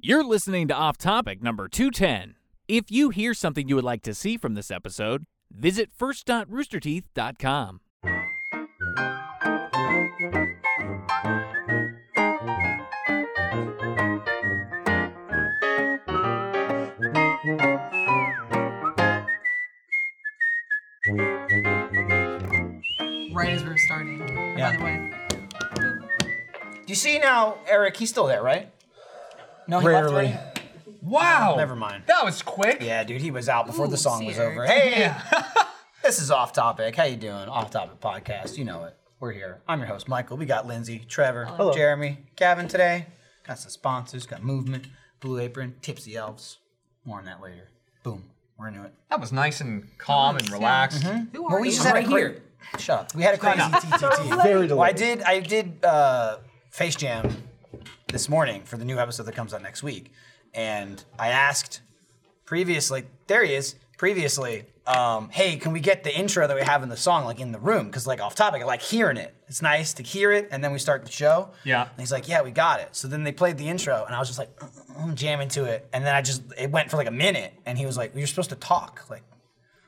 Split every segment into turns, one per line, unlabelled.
You're listening to Off Topic number 210. If you hear something you would like to see from this episode, visit first.roosterteeth.com.
right as we were starting.
Yeah.
By the way,
You see now, Eric, he's still there, right? No, he left
Rarely.
already?
Wow.
Never mind.
That was quick.
Yeah, dude, he was out before
Ooh,
the song was
see
over.
Eric.
Hey, this is Off Topic. How you doing? Off Topic podcast. You know it. We're here. I'm your host, Michael. We got Lindsay, Trevor, Jeremy, Gavin today. Got some sponsors. Got Movement, Blue Apron, Tipsy Elves. More on that later. Boom. We're into it.
That was nice and calm and relaxed.
who
Well,
are
we
you?
just had a great, Shut up. We had a crazy TTT.
Very
Well, I did. I did uh, Face Jam this morning for the new episode that comes out next week, and I asked previously. There he is. Previously, um, hey, can we get the intro that we have in the song, like in the room? Because like off topic, I like hearing it. It's nice to hear it, and then we start the show.
Yeah.
And he's like, yeah, we got it. So then they played the intro, and I was just like jamming to it, and then I just it went for like a minute, and he was like, you're supposed to talk, like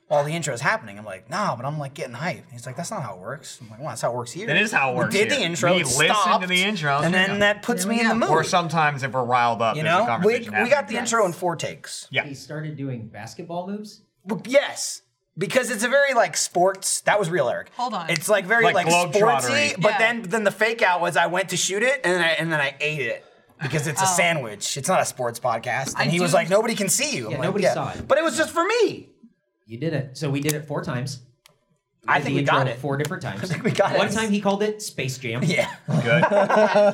while the intro is happening. I'm like, nah, but I'm like getting hype. And he's like, that's not how it works. I'm like, well, that's how it works here.
That is how it works
We did the
here.
intro.
We
it
listened to
stopped,
the intro,
and then
yeah.
that puts me in the mood.
Or sometimes if we're riled up,
you
there's a
know, we,
conversation
we got the
happening.
intro in four takes.
Yeah.
he started doing basketball moves.
Well, yes. Because it's a very like sports. That was real, Eric.
Hold on.
It's like very
Like
like,
globetrottery.
sportsy, but
Yeah.
then then the fake out was I went to shoot it and then I, and then I ate it because it's a sandwich. It's not a sports podcast. And
Oh. I
he was
do-
like, nobody can see you. I'm
Yeah,
like,
nobody saw it.
But it was just for me.
You did it. So we did it four times.
I
did
think
the
we got
intro
it.
Four different times. I think
we got it.
One time he called it Space Jam.
Yeah.
Good.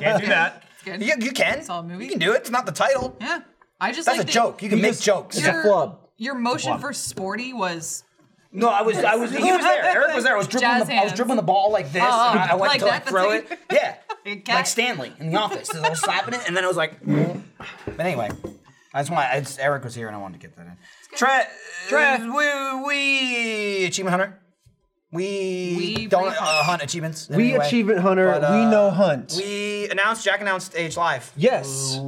Can't do that.
Good.
You, you can.
Saw a movie.
You can do it. It's not the title.
Yeah. I just
That's
like
a joke. You can make jokes.
Your, Your motion for sporty was
No, I was, I was, he was there. Eric was there. I was dribbling,
Jazz
the, I was
hands.
dribbling the ball like this.
Oh,
and I went
like
to like
that,
throw
that's
it. Yeah,
Big cat.
like Stanley in the office. I was slapping it, and then I was like. "Mm." But anyway, that's why I just, Eric was here, and I wanted to get that in. Tre, Tre, we, we achievement hunter. We,
We
don't uh,
brief-
hunt achievements. in
We
any way.
achievement hunter. we know hunt.
We announced. Jack announced Age Live.
yes.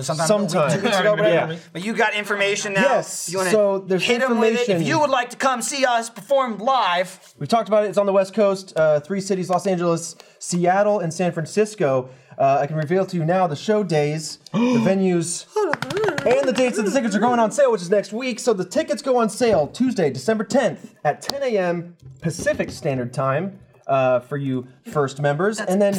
sometime,
Sometime.
two weeks ago, whatever.
Yeah.
But you got information now.
Yes,
You wanna
so there's
hit 'em with it. If
information.
you would like to come see us perform live,
We've talked about it. It's on the West Coast. Uh, three cities: Los Angeles, Seattle, and San Francisco. Uh, I can reveal to you now the show days, the venues, and the dates that the tickets are going on sale, which is next week. So the tickets go on sale Tuesday, December 10th at 10 a.m. Pacific Standard Time uh, for you first members, and then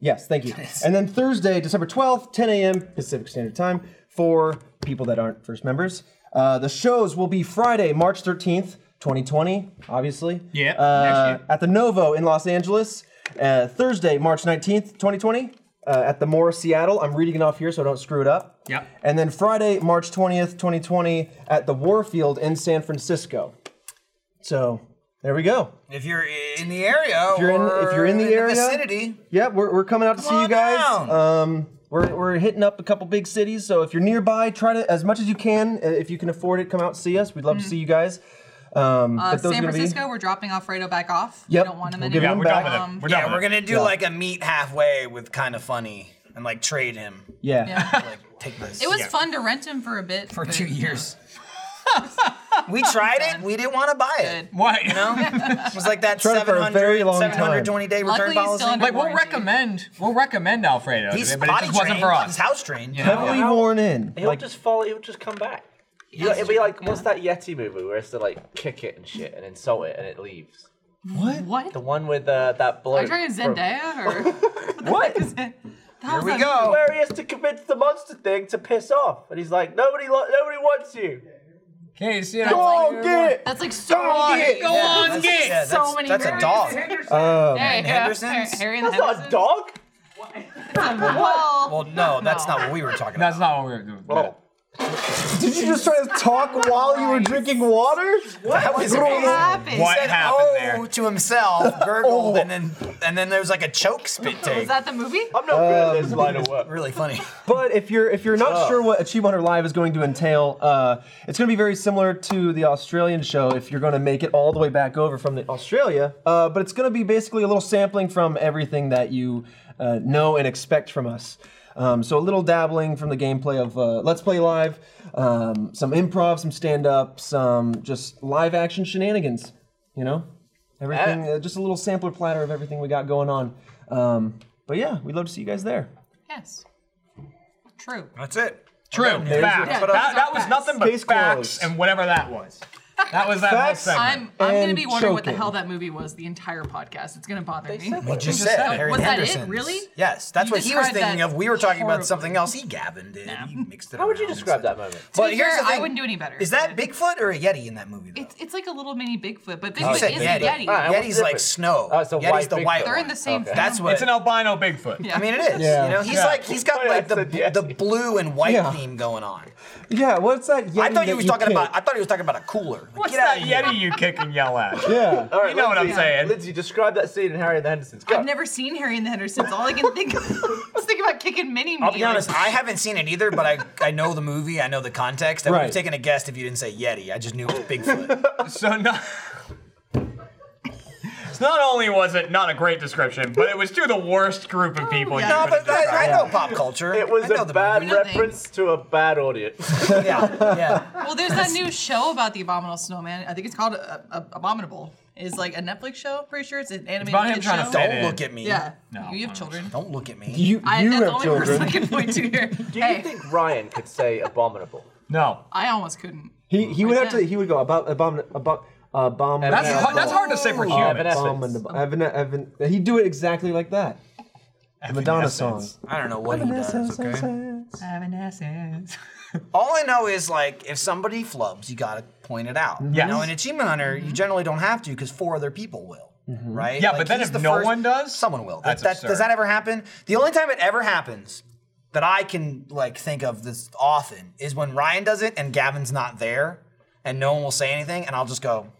yes, thank you. And then Thursday, December 12th, 10 a.m. Pacific Standard Time for people that aren't first members. Uh, the shows will be Friday, March 13th, 2020, obviously.
Yeah,
Uh,
next year.
at the Novo in Los Angeles, uh, Thursday, March 19th, 2020. Uh, at the Morris Seattle. I'm reading it off here so I don't screw it up.
Yep.
And then Friday, March 20th, 2020, at the Warfield in San Francisco. So there we go.
if you're in the area,
you're in-
or
if you're in the area,
vicinity,
Yep, we're, we're coming out to
Come
see you
on
guys.
down.
Um, we're, we're hitting up a couple big cities, so if you're nearby, try to, as much as you can, uh, if you can afford it, come out and see us. We'd love to see you guys. Um,
uh,
but those
San
are gonna
Francisco. We're dropping Alfredo back off.
Yep.
We don't want him
We'll give
anymore.
Yeah,
him
we're done
back.
with
Um,
it. We're done
yeah, we're
with it.
gonna do like a meet halfway with kind of funny and like trade him.
Be, yeah.
Like take this.
It was
Yeah.
fun to rent him for a bit.
for
but-
two
Uh,
years. we tried it. We didn't want to buy it.
Good.
Why?
You know, it was like that
Tried it for a
700,
very long time.
720 day return
Luckily, he's
policy.
still under
Like we'll
warranty.
recommend, we'll recommend Alfredo,
he's
but it
potty
just wasn't
trained.
for
He's
us.
house trained.
Heavily worn in.
He'll just follow. He'll just come back. You know, it'll be like what's that Yeti movie where it's to like kick it and shit and insult it and it leaves.
What?
The one with uh, that
Are
bloke.
you talking
from-
Zendaya or?
What?
Here
Here we go.
Where he has to convince the monster thing to piss off, and he's like, nobody, lo- nobody wants you.
Okay, see you.
Oh, get it!
That's like so many.
Go on,
that's,
get.
yeah,
So
that's,
many
that's a
variants.
dog.
Harry,
Henderson's?
Harry and the
That's not a
Hendersons.
dog.
Well,
Well, no, that's not what we were talking about.
That's not what we were doing.
Oh.
Did you just try to talk while you were drinking water?
That was amazing.
happened?
What
said
happened
oh
there?
to himself, gurgled, and then and then there was like a choke spit take.
Was that the movie?
I'm not good
Um,
at this line of work.
really funny.
But if you're if you're not
Oh.
sure what Achievement Hunter Live is going to entail, uh, it's going to be very similar to the Australian show. If you're going to make it all the way back over from the Australia, uh, but it's going to be basically a little sampling from everything that you uh, know and expect from us. Um, so a little dabbling from the gameplay of uh, Let's Play Live, um, some improv, some stand up, some just live action shenanigans. You know, everything. Uh, just a little sampler platter of everything we got going on. Um, but yeah, we'd love to see you guys there.
Yes. True.
That's it.
True.
There's
Facts.
it. Yeah,
that,
those are
that was
facts.
nothing but
Case
facts
closed.
and whatever that was. That was that whole
Facts.
segment.
I'm I'm gonna
And
be wondering what the
choking.
hell that movie was the entire podcast. It's gonna bother me.
We just
just
said
said it.
Harry
Was that it?
Henderson's.
Really?
Yes, that's
You
what he was
described
thinking
that
of. We were talking
horribly.
about something else. He Gavin did. He mixed it.
How would you
around and
describe
said-
that moment?
To be fair, I wouldn't do any better.
Is that Bigfoot or a Yeti in that movie? Though?
It's it's like a little mini Bigfoot,
Oh,
but
you
Bigfoot is
said Yeti.
a Yeti.
All right, what's
Yeti's
the
like
difference?
snow.
Oh, it's a
Yeti's
white
the
Bigfoot.
white.
They're in
one.
the same
Okay.
That's what.
it's an albino Bigfoot.
Yeah.
I mean, it is.
Yeah.
You know, he's
Yeah.
like he's got
Yeah,
like the
it's a Yeti.
the blue and white
Yeah.
theme going on.
Yeah, what's that? Yeti
I thought he
that
was
you
talking
kicked?
about. I thought he was talking about a cooler. Like,
What's
get out
that
of here.
Yeti you kick and yell at?
yeah.
All right,
You know what I'm
Lindsay-
saying.
Lindsay, describe that scene in Harry and the Hendersons. Go.
I've never seen Harry and the Hendersons. All I can think of is thinking about kicking mini me.
I'll be honest, I haven't seen it either, but I, I know the movie, I know the context. I would
Right.
have taken a guess if you didn't say Yeti. I just knew it was Bigfoot.
So not. So not only was it not a great description, but it was to the worst group of people. you
no,
could
but
describe.
I, I know pop culture.
It was
I know
a
the
bad
movie. No
reference to a bad audience.
movie. Yeah, yeah.
Well, there's that new show about the Abominable Snowman. I think it's called uh, uh, Abominable. Is like a Netflix show. Pretty sure it's an animated
about him
kid
trying to
show.
fit
Don't
in.
look at me.
Yeah.
No,
you
I
have children.
Don't look at me.
You,
I,
you
that's the
have
only
children.
person I can point to here.
Do
hey,
you think Ryan could say abominable?
No,
I almost couldn't.
He, he would have to.
Yeah.
He would go about about about about.
that's
Yeah.
hard, that's hard to
Oh.
say for humans.
Abominable. Evan, Evan, he'd do it exactly like that. Madonna song.
Evanescence.
I don't know what he does.
Evanescence.
Evanescence.
All I know is like if somebody flubs, you gotta point it out. You
Yes.
know, in Achievement Hunter,
Mm-hmm.
you generally don't have to because four other people will. Right?
Mm-hmm. Yeah,
Like,
but then
he's
if
the
no one does,
someone will.
that's
that, that- does
absurd.
that ever happen? The only time it ever happens that I can like think of this often is when Ryan does it and Gavin's not there, and no one will say anything, and I'll just go,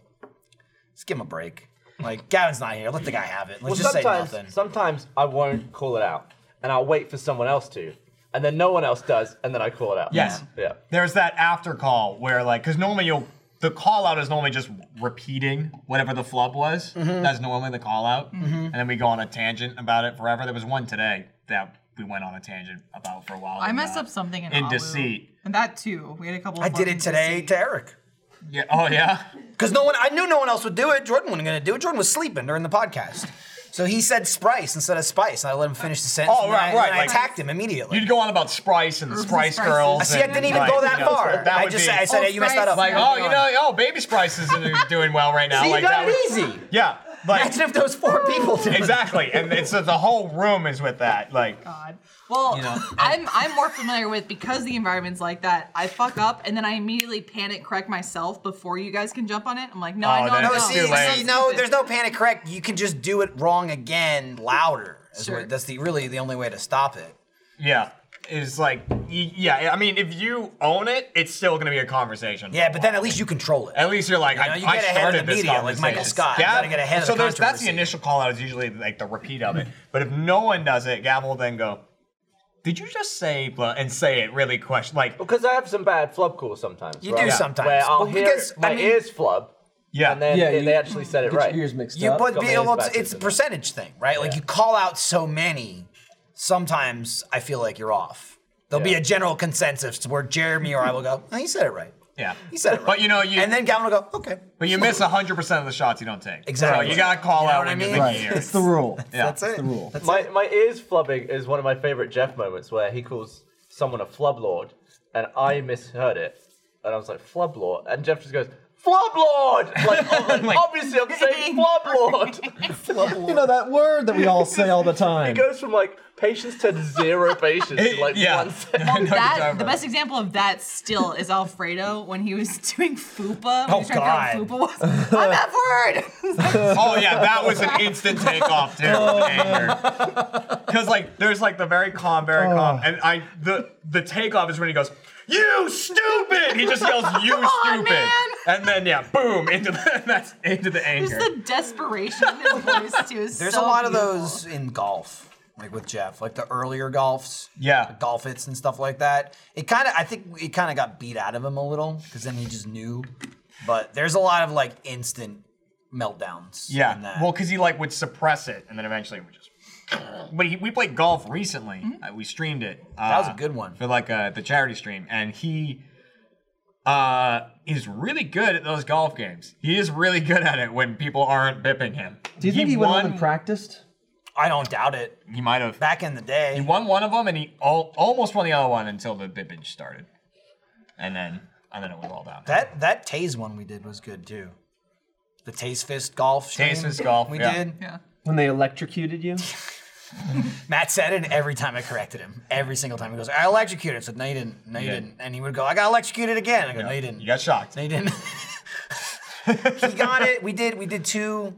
"Let's give him a break." Like Gavin's not here, let the guy have it. Let's
Well,
just say
sometimes,
nothing.
sometimes I won't call it out, and I'll wait for someone else to, and then no one else does, and then I call it out.
Yes.
Yeah.
There's that after call where like, because normally you'll the call out is normally just repeating whatever the flub was.
Mm-hmm.
That's normally the call out, and then we go on a tangent about it forever. There was one today that we went on a tangent about for a while.
I
and,
messed
uh,
up something in
in
Awu.
deceit.
And that too. We had a couple.
I did it today to Eric.
Yeah. Oh yeah.
Because no one, I knew no one else would do it. Jordan wasn't going to do it. Jordan was sleeping during the podcast. So he said Sprice instead of Spice. And I let him finish the sentence.
Oh,
and then
right,
I,
right,
and I
like-
attacked him immediately.
You'd go on about Spice and the
Herbs and
Spice
Spices.
Girls.
See, I
and-
didn't even
like,
go that
you know,
far.
That
I
would
just,
be
I said,
Oh,
hey, you messed that up.
like,
Spice.
oh, you know, oh, Baby Spice is doing well right now.
See,
like
that
was-
easy.
Yeah. Like
Imagine if those four people did it.
exactly, and it's the whole room is with that. Like,
God. Well, I'm I'm more familiar with because the environment's like that. I fuck up and then I immediately panic correct myself before you guys can jump on it. I'm like, no,
Oh,
I know.
then
I
No,
know.
it's
see,
too late.
see, no, there's no panic correct. You can just do it wrong again louder. Is
Sure.
what- that's the really the only way to stop it.
yeah, it's like, y- yeah. I mean, if you own it, it's still gonna be a conversation.
Yeah, but then at least you control it.
At least you're like,
know,
I,
you
I
get ahead of
started
the
this
media, like
conversation.
Michael Scott. You
Gav-
gotta get ahead of
so
the
there's, that's the
controversy.
initial call out is usually like the repeat of it. But if no one does it, Gavin will then go, "Did you just say?" Blah, and say it really question like,
Because I have some bad flub calls sometimes.
You
right?
do sometimes.
Where I'll
Well,
hear
because,
my
I mean-
ears flub,
yeah,
and then
Yeah,
they-
you-
they actually said it
Get
right.
your ears mixed
You
up.
but
Got
be
my
able
ears back
to, it's a
into it.
percentage thing, right? Like
Yeah.
you call out so many, sometimes I feel like you're off. There'll be
Yeah.
a general consensus where Jeremy or I will go, oh, he said it right.
yeah.
He said it right.
But you know, you
and then Gavin will go, okay.
but you miss hundred percent of the shots you don't take.
Exactly.
So you gotta call
You know
out
what I
when you
mean?
think
Right.
you hear it.
It's the rule.
Yeah.
That's it.
the rule.
That's
My,
it.
my ears flubbing is one of my favorite Jeff moments where he calls someone a flub lord, and I misheard it, and I was like flub lord, and Jeff just goes flub lord. Like, oh, like, obviously I'm saying flub lord.
You know that word that we all say all the
It
time.
goes from like patience to zero patience in like
yeah.
one second.
I know what you're talking
That
about.
the best example of that still is Alfredo when he was doing fupa. When he was
Oh,
trying to figure out what fupa was. I'm F word.
Oh yeah, that was an instant takeoff too.
Oh.
Because like there's like the very calm, very
Oh.
calm, and I the the takeoff is when he goes, "You stupid!" He just yells, "You
on,
stupid!"
man.
And then yeah, boom into the that's into the anger.
Just the desperation in his voice too. Is
There's
so
a lot
beautiful.
of those in golf, like with Jeff, like the earlier golfs.
Yeah.
the golf hits and stuff like that. It kind of, I think it kind of got beat out of him a little because then he just knew. But there's a lot of like instant meltdowns. in
yeah,
that.
well, because he like would suppress it, and then eventually it would just But he, we played golf recently. Uh, we streamed it. Uh,
Mm-hmm. That was a good one.
for like uh, the charity stream, and he uh, is really good at those golf games. He is really good at it when people aren't bipping him.
Do you think he, went home and practiced?
I don't doubt it.
He might have.
Back in the day,
He won one of them, and he al- almost won the other one until the bippage started, and then and then it was all down.
that that Taze one we did was good too. The Taze Fist golf. stream
Taze Fist golf,
We
yeah.
did.
Yeah.
When they electrocuted you?
Matt said it, and every time I corrected him, every single time he goes, "I electrocuted." I said, "No, you didn't. No, you
Yeah.
didn't." And he would go, "I got electrocuted again." I go, "No, you didn't.
You got shocked.
no, you didn't." he got it. We did. We did two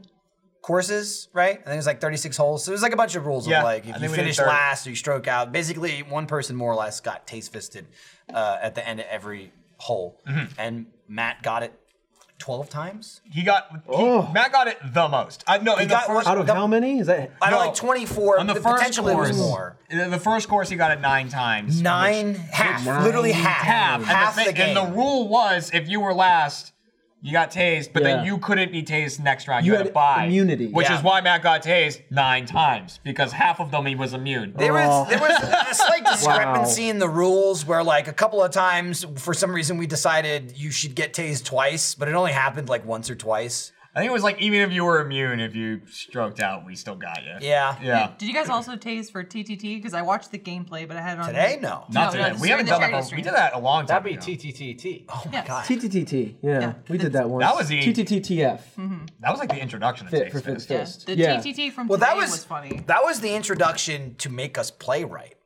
courses, right? I think it was like 36 holes. So it was like a bunch of rules
Yeah,
of like
I
if
think
you
we did
finish
30.
last or you stroke out. Basically, one person more or less got taste fisted uh, at the end of every hole,
Mm-hmm.
and Matt got it 12 times.
He got he- Matt got it the most. I know. in the
Oh. got one-
first,
Out of
No.
how many? Is that
I
No,
like 24.
on the,
the
first
potentially it
course,
was more.
in the first course he got it nine times.
Nine,
which-
half, literally half,
half, and the
the,
thing-
game.
And the rule was if you were last, you got tased, but then
Yeah.
you couldn't be tased next round. You,
You
had, to
had
buy
immunity.
which
Yeah.
is why Matt got tased nine times because half of them he was immune.
There
Oh.
was there was a slight discrepancy in the rules where like a couple of times for some reason we decided you should get tased twice, but it only happened like once or twice.
I think it was like even if you were immune, if you stroked out, we still got you.
Yeah.
Yeah.
Did you guys also taste for TTT? Because I watched the gameplay, but I had it on
Today, no.
Not
No, no,
today.
it's
we
during
haven't
the
done
charity
that. For, we
stream.
did that a long time
That'd be
ago.
TTTT.
Oh my god.
TTTT? Yeah,
Yeah. Hmm.
we did that once.
That was the-
TTTTF.
That was like the introduction of
Fit
Taste
for Fist
Fist.
Yeah,
Fist.
the
Yeah.
TTT from
Well,
today
that was,
funny.
That was the introduction to make us play right.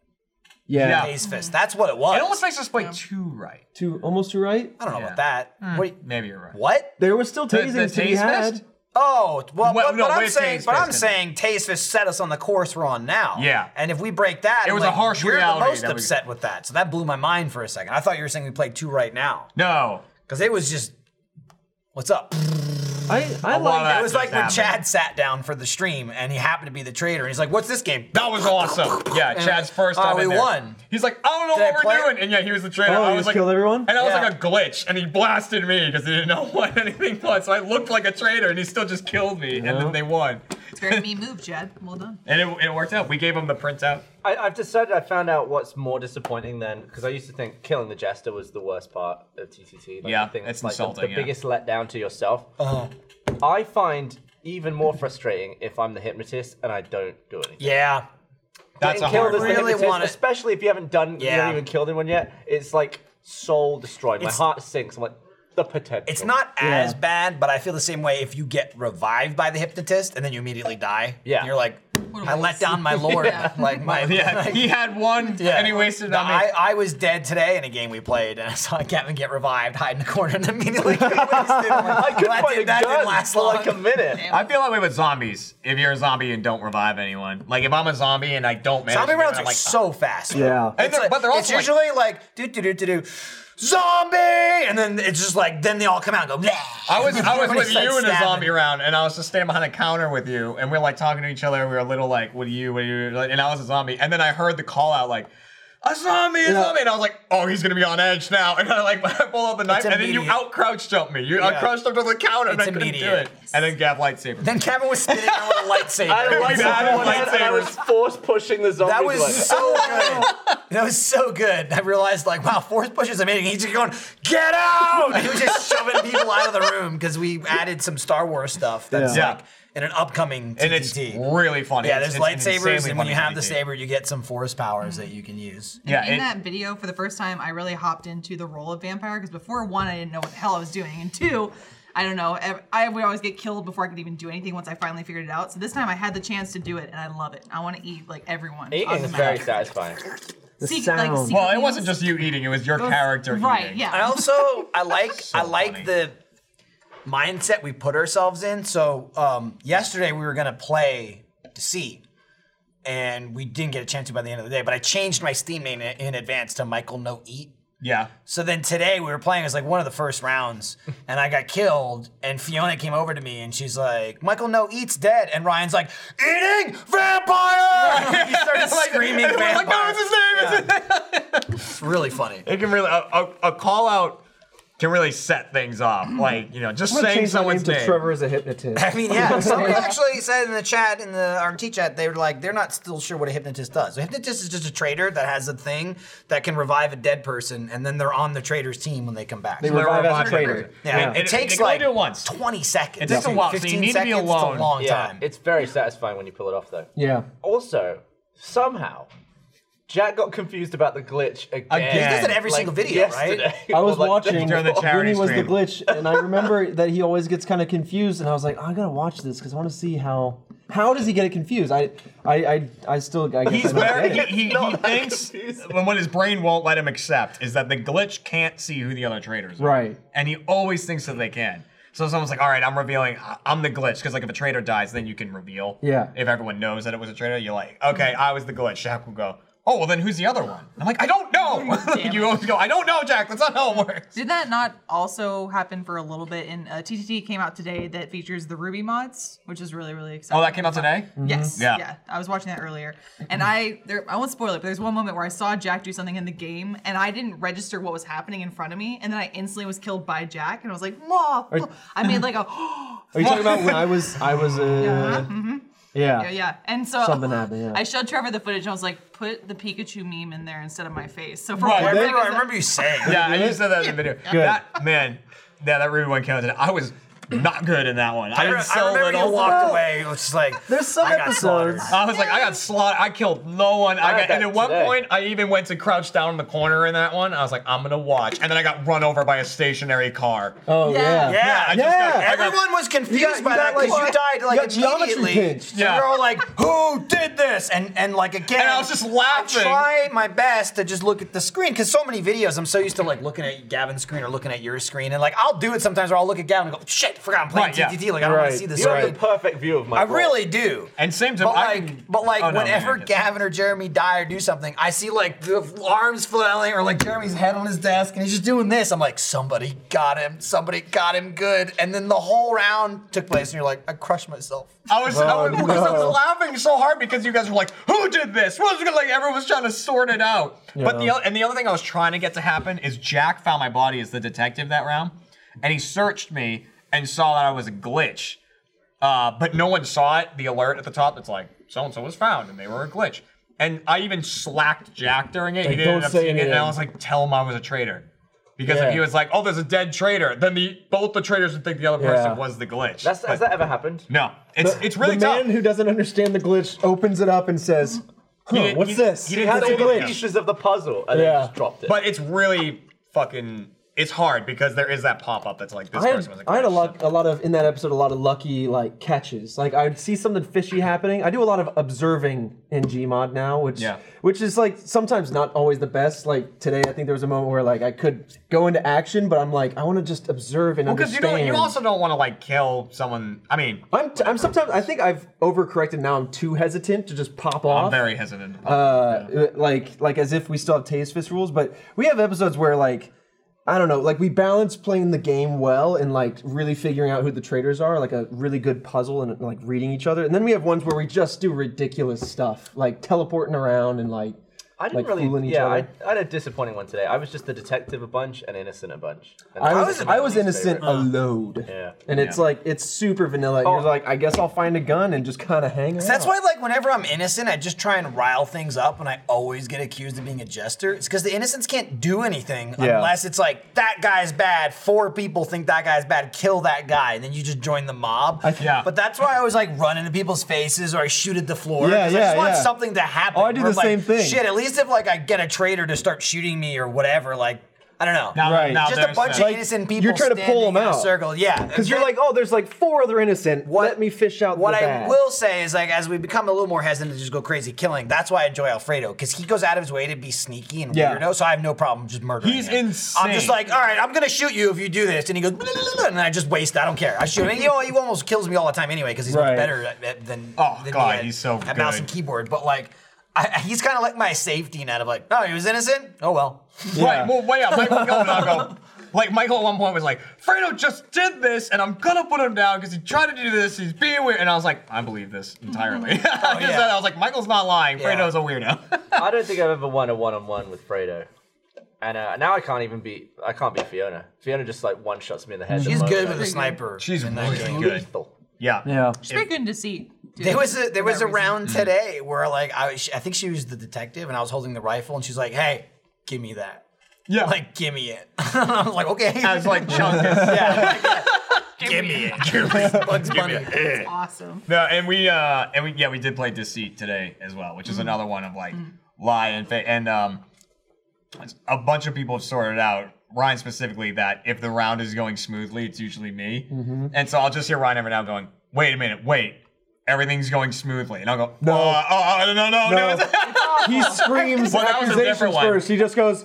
Yeah.
Yeah.
Taste fist. That's what it was.
It almost makes us play two right.
Two, almost to right.
I don't know
Yeah.
about that. What?
Maybe you're right.
What?
There was still
The- the
tasings to be
Taste
had.
Fist?
Oh, well,
Well,
but,
no,
but I'm
with
saying,
Taze
but I'm
Fist
saying, Taste Fist set us on the course we're on now.
Yeah.
and if we break that,
It
I'm
was a
like,
harsh
you're
reality
the most
that we-
upset with that, so that blew my mind for a second. I thought you were saying we played two right now
No.
because it was just, what's up?
I, I
A lot of
like.
that
it was
just
like when
happened.
Chad sat down for the stream and he happened to be the trader and he's like, "What's this game?"
That was awesome. Yeah, Chad's first
Oh,
time.
we
in there.
won.
He's like, I don't know
Did I
what
play
we're
it?
doing. And yeah, he was the trainer.
Oh,
I
you
was
just
like,
killed everyone?
And I was
Yeah.
like a glitch, and he blasted me because he didn't know what anything was. So I looked like a traitor, and he still just killed me, and then they won.
It's very mean move, Jed. Well done.
And it, it worked out. We gave him the printout.
I, I've decided I found out what's more disappointing than because I used to think killing the jester was the worst part of TTT. Like,
Yeah,
I think
it's
like the- The,
insulting, yeah.
biggest letdown to yourself.
Uh-huh.
I find even more frustrating if I'm the hypnotist and I don't do anything.
Yeah,
That's a
Getting
hard
killed
one.
as the
Really
hypnotist,
want it.
especially if you haven't done, you
Yeah.
haven't even killed anyone yet. It's like soul destroyed. My
It's-
heart sinks. I'm like the potential.
it's not as bad, but I feel the same way if you get revived by the hypnotist and then you immediately die.
Yeah.
and you're like,
a
I let
waste."
down my lord,
Yeah.
like my
Yeah,
like-
he had one,
Yeah.
and he wasted it
No,
on me.
I, I was dead today in a game we played, and I saw Gavin get revived, hide in the corner, and immediately get wasted.
I
I
could
that,
find a
did, that
gun
didn't last
for
long.
like a minute.
I feel that way with zombies. If you're a zombie and don't revive anyone, like if I'm a zombie and I don't manage,
Zombie
to do it,
rounds
I'm
are
like, "Ah, uh,
so fast.
Yeah.
And
It's
they're-
like-
but they're also
it's
like-
usually like do do do do do, zombie, and then it's just like then they all come out and go.
I was I was with
Everybody's, like,
you in a
stabbing.
zombie round, and I was just standing behind a counter with you, and we were like talking to each other. We were a little like, "What are you? What are you?" like, And I was a zombie, and then I heard the call out like, "A zombie, a
Yeah.
zombie!" And I was like, "Oh, he's gonna be on edge now!" And I like pull out the knife, and then you
immediate.
out crouch jump me. You out crouch jumped on the counter, and I
It's
couldn't do
immediate.
it. And then Gav lightsaber.
Then Kevin was spinning around with a lightsaber.
I had a
Exactly.
lightsaber, and I was
Lightsabers.
force pushing the zombies.
That was
like,
so good. That was so good. I realized, like, wow, Force Push is amazing. He's just going, get out! And he was just shoving people out of the room because we added some Star Wars stuff that's
Yeah.
like in an upcoming TTT.
and it's really funny.
yeah,
It's-
there's
it's an
lightsabers,
insanely
and when you
funny
have the
TTT.
saber, you get some force powers that you can use.
yeah,
in
it-
that video, for the first time, I really hopped into the role of vampire because before one, I didn't know what the hell I was doing, and two, I don't know. ev- I would always get killed before I could even do anything. Once I finally figured it out, so this time I had the chance to do it, and I love it. I want to eat like everyone. on
eating
the
is very
map.
satisfying.
The
Secret-
sound.
secret
well, it
meals.
wasn't just you eating; it was your character
right?
eating.
Yeah.
I also I like I like
funny.
the mindset we put ourselves in. So um, yesterday we were gonna play Deceit, and we didn't get a chance to by the end of the day. But I changed my Steam name in, in advance to Michael No Eat.
yeah.
So then today we were playing. It was like one of the first rounds, and I got killed. And Fiona came over to me, and she's like, "Michael No Eat's dead," and Ryan's like, "Eating vampire!" he started
Like-
screaming
and we're
vampire.
like, "Oh, "No, it's his name, it's his
It's really funny.
It can really a, a, a call out can really set things off. Like, you know, just
I'm gonna
saying
change my name
someone's
to
name.
Trevor is a hypnotist.
I mean, yeah. Somebody actually said in the chat, in the RMT chat, they were like, they're not still sure what a hypnotist does. A hypnotist is just a trader that has a thing that can revive a dead person, and then they're on the trader's team when they come back.
They revive as a
Revive
traitor.
person.
yeah,
Yeah.
It,
It- it-
takes
they can only
like
do it once.
20 seconds.
takes a while, so you
15
need to be
seconds, it's
alone.
a long
Yeah,
time.
it's very satisfying when you pull it off, though.
Yeah.
Also, somehow, Jack got confused about the glitch again.
Again. He does
it every single video, right?
yesterday.
I was
Or, like,
watching
during the charity
Houdini was the
stream.
glitch, and I remember that he always gets kind of confused, and I was like, I gotta watch this because I want to see how how does he get it confused. I I I, I still I guess I
He's
don't
very, e-
get it.
he, he, he thinks,
confusing.
and what his brain won't let him accept is that the glitch can't see who the other traders are.
Right.
And he always thinks that they can. So someone's like, all right, I'm revealing, I- I'm the glitch. Because, like, if a trader dies, then you can reveal.
Yeah.
If everyone knows that it was a trader, you're like, okay, I was the glitch. Jack will go, oh, well, then who's the other one? I'm like, I don't know. you always go, I don't know, Jack. That's not how it works.
Did that not also happen for a little bit? In uh, TTT came out today that features the Ruby mods, which is really really exciting. Mm-hmm.
Oh, that came out today?
Yes.
Yeah.
Yeah. I was watching that earlier, and I there I won't spoil it, but there's one moment where I saw Jack do something in the game, and I didn't register what was happening in front of me, and then I instantly was killed by Jack, and I was like, "Whoa!" I made like a
Are you talking about when I was I was uh, yeah,
yeah, yeah. And so
Something happened, yeah.
I showed Trevor the footage, and I was like, "Put the Pikachu meme in there instead of my face." So for
Right,
whatever
I
reason-
remember, I remember you saying.
Yeah, I just said that in the video.
Good.
That, man, yeah, that Ruby one came out today. I was not good in that one. I,
I,
did
re- I
so
remember
little.
you walked
Well,
away. It was just like,
there's some
I got slaughtered.
episodes-
I was like, I got slaughtered. I killed no one. I
I had
got, and
that
at one
today.
point, I even went to crouch down in the corner in that one. I was like, I'm gonna watch, and then I got run over by a stationary car.
Oh
Yeah.
yeah.
Yeah,
I just
Yeah.
got- I got-
Everyone was confused
got- you
by
got,
that because you
like,
died
you got
like
geometry
immediately.
pinched.
So
Yeah.
You're all like, "Who did this?" And and like again,
And I was just laughing.
I try my best to just look at the screen because so many videos I'm so used to like looking at Gavin's screen or looking at your screen, and like I'll do it sometimes where I'll look at Gavin and go, "Shit, I forgot I'm playing
Right, yeah.
TTT." Like I don't want
Right,
to see this.
You have
screen.
the perfect view of my.
I
brawl.
really do.
And same time,
but
I
like,
can-
but like
Oh, no,
whenever
man, I guess-
Gavin or Jeremy die or do something, I see like the arms flailing or like Jeremy's head on his desk and he's just doing this. I'm like, somebody got him, somebody got him good. And then the whole round took place, and you're like, I crushed myself.
I was, I, was,
Oh,
because I was
no.
laughing so hard because you guys were like, "Who did this?" What was it like? Everyone was trying to sort it out. But the
Yeah.
o- and the other thing I was trying to get to happen is Jack found my body as the detective that round, and he searched me and saw that I was a glitch. Uh, but no one saw it. The alert at the top that's like so and so was found, and they were a glitch. And I even slacked Jack during it. he
Like,
didn't
don't
end up
say
seeing it, and I
anything.
was like, "Tell him I was a traitor." Because if
Yeah.
he was like, "Oh, there's a dead traitor," then the both the traitors would think the other person
Yeah.
was the glitch.
That's,
But-
has that ever happened?
no, it's it's really
the
tough.
man who doesn't understand the glitch opens it up and says,
He
huh,
did-
"What's
he-
this?
he didn't
How's
say
a
the
glitch?"
Pieces of the puzzle, and then
Yeah.
just dropped it.
but it's really fucking. It's hard because there is that pop up that's like this
I had,
person was a glitch.
I had a lot, a lot of in that episode, a lot of lucky like catches. Like I'd see something fishy happening. I do a lot of observing in Gmod now, which
Yeah.
which is like sometimes not always the best. Like today, I think there was a moment where like I could go into action, but I'm like I want to just observe and
because you
understand.
don't. You also don't want to like kill someone. I mean,
I'm, t- I'm sometimes I think I've overcorrected now. I'm too hesitant to just pop off.
I'm very hesitant. to pop
uh, like like as if we still have taste fist rules but we have episodes where like i don't know like we balance playing the game well and like really figuring out who the traitors are like a really good puzzle and like reading each other and then we have ones where we just do ridiculous stuff like teleporting around and like
I didn't
like fooling
really.
each
Yeah, I,
other.
I had a disappointing one today. I was just a detective a bunch and innocent a bunch. And
I
that
was
my
I was
least
innocent
favorite.
a load,
Yeah.
and it's
Yeah.
like it's super vanilla. And
Oh.
You're like, I guess I'll find a gun and just kind of hang out.
That's why, like, whenever I'm innocent, I just try and rile things up, and I always get accused of being a jester. It's because the innocents can't do anything
Yeah.
unless it's like that guy's bad. Four people think that guy's bad. Kill that guy, and then you just join the mob.
I th-
Yeah.
But that's why I always like run into people's faces or I shoot at the floor.
Yeah,
'cause I
yeah,
just want
yeah.
something to happen.
Oh, I do
where
the
I'm
same
like,
thing.
Shit, at least if like I get a traitor to start shooting me or whatever, like I don't know.
Now-
Right.
now
just a
there's
bunch
that.
of innocent people.
you're trying to pull
standing
them
in a
out.
circle. Yeah,
because you're like, oh, there's like four other innocent. Let me fish out.
What
the
I
bad.
will say is like as we become a little more hesitant to just go crazy killing. That's why I enjoy Alfredo because he goes out of his way to be sneaky and
Yeah.
weirdo. So I have no problem just murdering.
He's
him. I'm
insane.
just like, all right, I'm gonna shoot you if you do this, and he goes, "Blah, blah, blah, blah," and I just waste. I don't care. I shoot him. And, you know, he almost kills me all the time anyway because he's
Right.
much better at, at, than.
Oh,
than
God,
me at-
he's so
at mouse
good.
and keyboard. But like, I, he's kind of like my safety net of like, oh, he was innocent. Oh well.
Yeah.
Right. Well, way up. Michael Gilman, I'll go. Like Michael at one point was like, Fredo just did this, and I'm gonna put him down because he tried to do this. He's being weird, and I was like, I believe this entirely. I
Mm-hmm.
just
Oh,
yeah.
said, I was like, Michael's not lying.
Yeah.
Fredo's a weirdo.
I don't think I've ever won a one-on-one with Fredo. And uh, now I can't even be I can't be Fiona. Fiona just like one shots me in the head.
She's
the
good
moment
with a sniper.
She's
in that
really
game.
good. Yeah.
Yeah.
She's pretty good in deceit. too,
There was a, there
for
was
that
a
reason. Mm.
round today where like I was, I think she was the detective and I was holding the rifle and she's like, "Hey, give me that."
Yeah.
Like, give me it. I was like, okay.
I was like, chunk this.
yeah. give me it. Bugs Bunny.
awesome.
No, and we uh and we yeah we did play deceit today as well, which is
Mm-hmm.
another one of like lie and fake and um a bunch of people have sorted out Ryan specifically that if the round is going smoothly, it's usually me,
Mm-hmm.
and so I'll just hear Ryan every now and going, wait a minute, wait. Everything's going smoothly, and I'll go. No, oh, oh, no, no, no.
No.
it's-
He screams
Well, that was a different
accusations
one.
first. He just goes,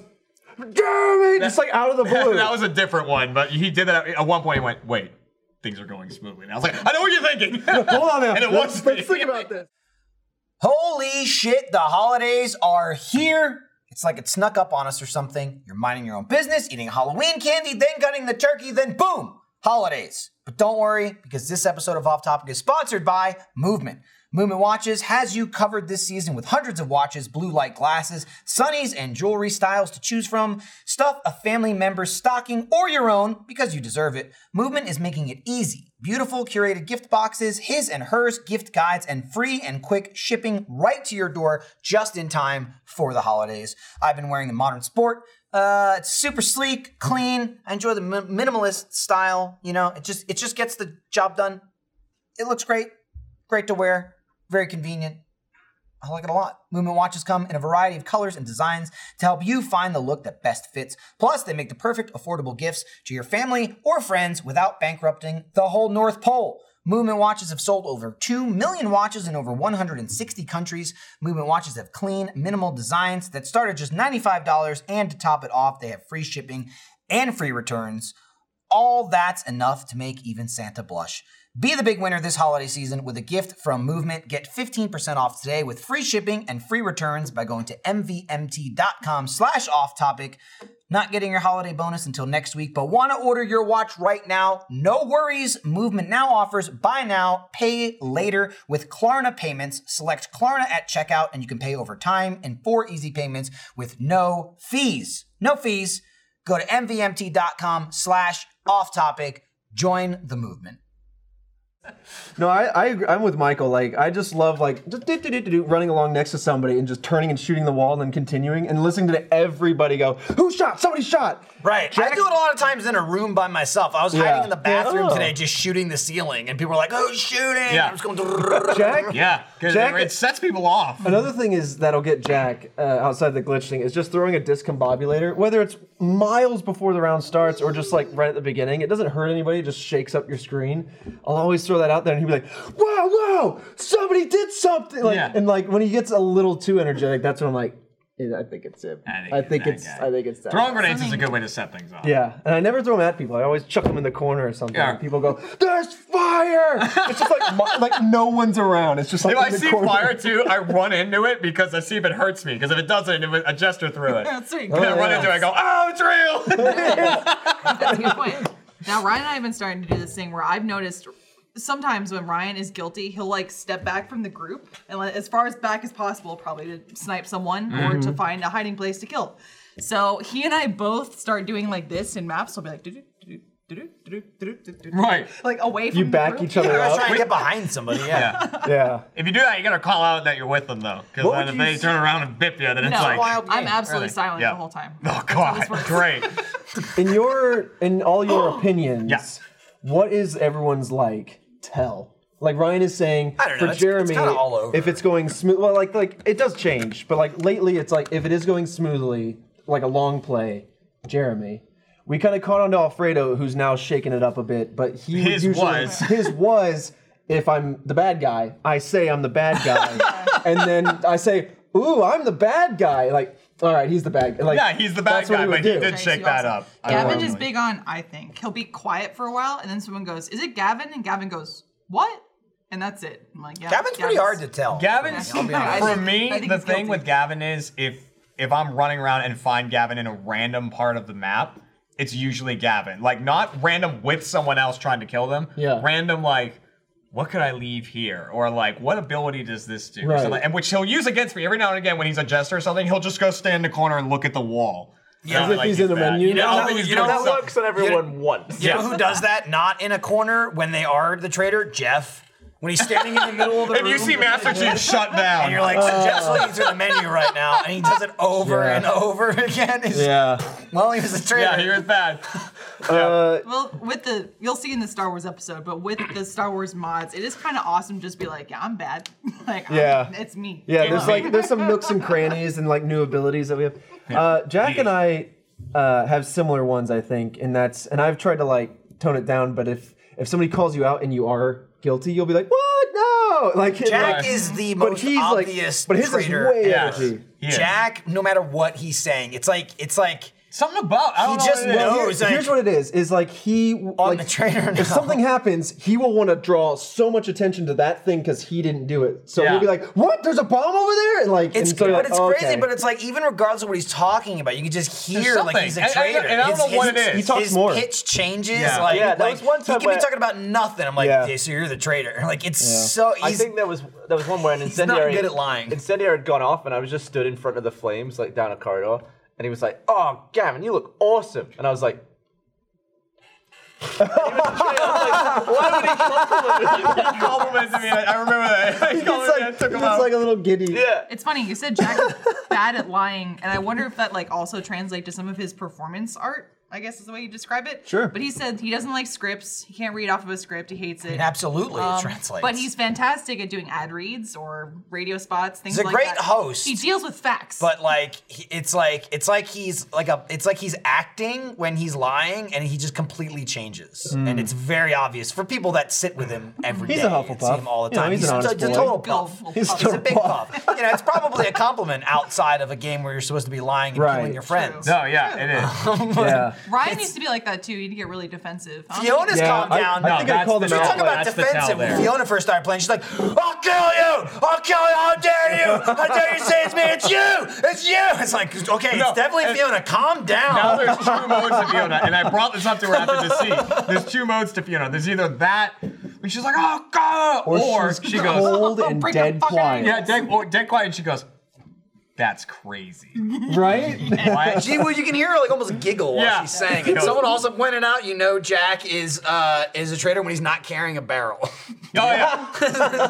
"Damn it!" Just like out of the blue.
that was a different one, but he did that at, at one point. He went, "Wait, things are going smoothly." And I was like, "I know what you're thinking."
Hold on now.
And it
let's,
was
let's
me.
think about this.
Holy shit, the holidays are here. It's like it snuck up on us or something. You're minding your own business, eating Halloween candy, then cutting the turkey, then boom, holidays. But don't worry, because this episode of Off Topic is sponsored by Movement. Movement Watches has you covered this season with hundreds of watches, blue light glasses, sunnies, and jewelry styles to choose from. Stuff a family member's stocking or your own because you deserve it. Movement is making it easy. Beautiful curated gift boxes, his and hers gift guides, and free and quick shipping right to your door just in time for the holidays. I've been wearing the modern sport. Uh, it's super sleek, clean. I enjoy the mi- minimalist style. You know, it just it just gets the job done. It looks great, great to wear, very convenient. I like it a lot. Movement watches come in a variety of colors and designs to help you find the look that best fits. Plus, they make the perfect affordable gifts to your family or friends without bankrupting the whole North Pole. Movement watches have sold over 2 million watches in over 160 countries. Movement watches have clean, minimal designs that start at just $95. And to top it off, they have free shipping and free returns. All that's enough to make even Santa blush. Be the big winner this holiday season with a gift from Movement. Get 15% off today with free shipping and free returns by going to mvmt.com slash off topic. Not getting your holiday bonus until next week, but want to order your watch right now? No worries. Movement now offers buy now, pay later with Klarna payments. Select Klarna at checkout and you can pay over time in four easy payments with no fees. No fees go to mvmt.com slash off topic join the movement
No, I, I agree- I'm with Michael. Like I just love like just do, do, do, do, do, running along next to somebody and just turning and shooting the wall and then continuing and listening to everybody go, "Who shot? Somebody shot!"
right i
Jack-
do it a lot of times in a room by myself i was
Yeah.
hiding in the bathroom
Oh.
today just shooting the ceiling and people were like oh shooting
Yeah.
i'm just going
Jack.
yeah, because
Jack-
it sets people off.
Another thing is that'll get Jack uh, outside the glitch thing is just throwing a discombobulator, whether it's miles before the round starts or just like right at the beginning. It doesn't hurt anybody; it just shakes up your screen. I'll always throw that out there, and he'll be like, "Wow, wow, somebody did something!" Like,
Yeah.
And like when he gets a little too energetic, that's when I'm like, "Yeah, "I think it's him.
I think
I
it's
think
that
it's.
guy."
I think it's that."
Throwing grenades is a good way to set things off.
Yeah, and I never throw them at people. I always chuck them in the corner or something.
Yeah.
And people go, "There's fire!" It's just like mo- like no one's around. It's just like
If I
in the
see
corner.
fire too, I run into it because I see if it hurts me. Because if it doesn't, it was a jester threw it.
That's sweet.
And I run into it, I go, oh, it's real!
That's a good point. Now Ryan and I have been starting to do this thing where I've noticed sometimes when Ryan is guilty, he'll like step back from the group and like, as far as back as possible, probably to snipe someone or to find a hiding place to kill. So he and I both start doing like this in maps. We'll be like, "Do-do, do-do, do-do, do-do, do-do, do-do,"
Right.
like away from
You
the
back
group.
each other
i was
up.
trying to get behind somebody yeah,
Yeah.
Yeah.
If you do that, you gotta call out that you're with them though. Because
What
then
would
if
you
they
s-
turn around and bip you, then it's
No,
like,
wild-
I'm absolutely
Really?
silent
Yeah.
the whole time.
oh
this
god,
works.
great.
In your in all your opinions,
Yeah.
what is everyone's like? Tell. Like Ryan is saying
I don't know,
for
it's- it's
Jeremy,
kinda all over.
if it's going smooth, well, like like it does change, but like lately, it's like if it is going smoothly, like a long play, Jeremy. We kind of caught on to Alfredo, who's now shaking it up a bit, but he would
His
usually,
was.
his was. If I'm the bad guy, I say I'm the bad guy, and then I say, "Ooh, I'm the bad guy." Like, all right, he's the bad. Like,
Yeah, he's the bad
that's what
guy,
would
but he
do.
did shake
you
that
also-
up.
Gavin
unfortunately.
is big on, I think. He'll be quiet for a while, and then someone goes, Is it Gavin? And Gavin goes, What? And that's it. I'm like, Yeah.
gavin's pretty hard to tell
Gavin's
I'll be honest.
for
think- I
me.
think
The
he's
thing
guilty.
with Gavin is if if I'm running around and find Gavin in a random part of the map, it's usually Gavin. Like not random with someone else trying to kill them.
Yeah.
Random like. What could I leave here? Or like, what ability does this do?
Right.
So like, and which he'll use against me every now and again when he's a jester or something. He'll just go stand in the corner and look at the wall, Yeah,
if
like
he's
he's
in the
back.
menu.
You know,
Not
like
when
he's
he's
back.
not-
That works on everyone once.
You know who does that? Not in a corner when they are the traitor? Jeff. When he's standing in the middle of the
If
room.
you see Master Chief shut down,
and you're like, Jeff's looking through the menu right now, and he does it over
Yeah.
and over again. It's-
Yeah.
Well, he was a traitor.
yeah, you're bad.
Uh,
Well, with the you'll see in the Star Wars episode, but with the Star Wars mods, it is kind of awesome. to Just be like, yeah, I'm bad. like, I'm-
Yeah.
it's me.
Yeah, there's like there's some nooks and crannies and like new abilities that we have. Uh, Jack and I uh, have similar ones, I think, and that's and I've tried to like tone it down, but if if somebody calls you out and you are guilty, you'll be like, "What? No!" Like and,
Jack
like-
is the
but
most
he's like,
obvious
but his
traitor.
is way
Yes.
energy.
He is.
Jack, no matter what he's saying, it's like it's like
Something about I
He
don't know.
just
what it is.
knows.
Here-
it's like-
here's what it is: is like he on like,
the trainer now.
If something happens, he will want to draw so much attention to that thing because he didn't do it. So
Yeah.
he'll be like, "What? There's a bomb over there!" And like,
it's
and so you're
but
like,
it's
"Oh,
crazy.
okay."
But it's like even regardless of what he's talking about, you can just hear
There's
like he's a
something. And- and-
traitor.
and I don't
His-
know what
his-
it is.
He talks
his
more.
pitch changes.
Yeah.
Like,
Yeah, there
like,
was one time
he can
where-
be talking about nothing. I'm like,
Yeah.
yeah, so you're the traitor. Like it's so
I
easy.
think there was there was one where an
not
incendiary
good at lying.
incendiary had gone off, and I was just stood in front of the flames, like down a corridor, and he was like, "Oh, Gavin, you look awesome," and I was like.
He complimented me. I I remember that. He
it's
complimented me. I
like
took him
it's
out.
like a little giddy.
Yeah.
It's funny you said Jack is bad at lying, and I wonder if that like also translates to some of his performance art. I guess is the way you describe it.
Sure.
But he said he doesn't like scripts. He can't read off of a script. He hates it.
Absolutely,
Um,
it translates.
But he's fantastic at doing ad reads or radio spots, things
He's a
like
great
that.
host.
He deals with facts.
but like he- it's like it's like he's like a it's like he's acting when he's lying and he just completely changes and it's very obvious for people that sit with him every day.
Hmm. He's a
and
Hufflepuff.
see him all the
You know,
time.
he's an
a,
honest
he's a
boy.
total
Go,
puff.
little
He's
puff.
It's
still
a big puff. You know, it's probably a compliment outside of a game where you're supposed to be lying and
Right.
killing your friends.
No, Oh, yeah, it is.
Yeah.
Ryan used to be like that too. He'd get really defensive. I don't think
Fiona's
he-
Yeah,
calmed
I-
down.
I
No,
think I
that's
called
the
him
truth.
out.
Talk about
That's the
defensive.
tell there.
When Fiona first started playing, she's like, I'll kill you! I'll kill you! How dare you! How dare you say it's me! It's you! It's you! It's like, okay,
No,
it's definitely
and-
Fiona. Calm
Now
down.
there's two modes to Fiona, and I brought this up to her after the scene. There's two modes to Fiona. There's either that, when she's like, oh god, or,
she's
she goes,
cold and
Bring
dead
the fuck out of
quiet.
here.
yeah, dead, or dead quiet, and she goes, that's crazy.
Right?
What?
Gee, well, you can hear her like almost giggle while
Yeah.
she's saying it. Someone also pointed out, you know, Jack is uh, is a traitor when he's not carrying a barrel.
Oh yeah,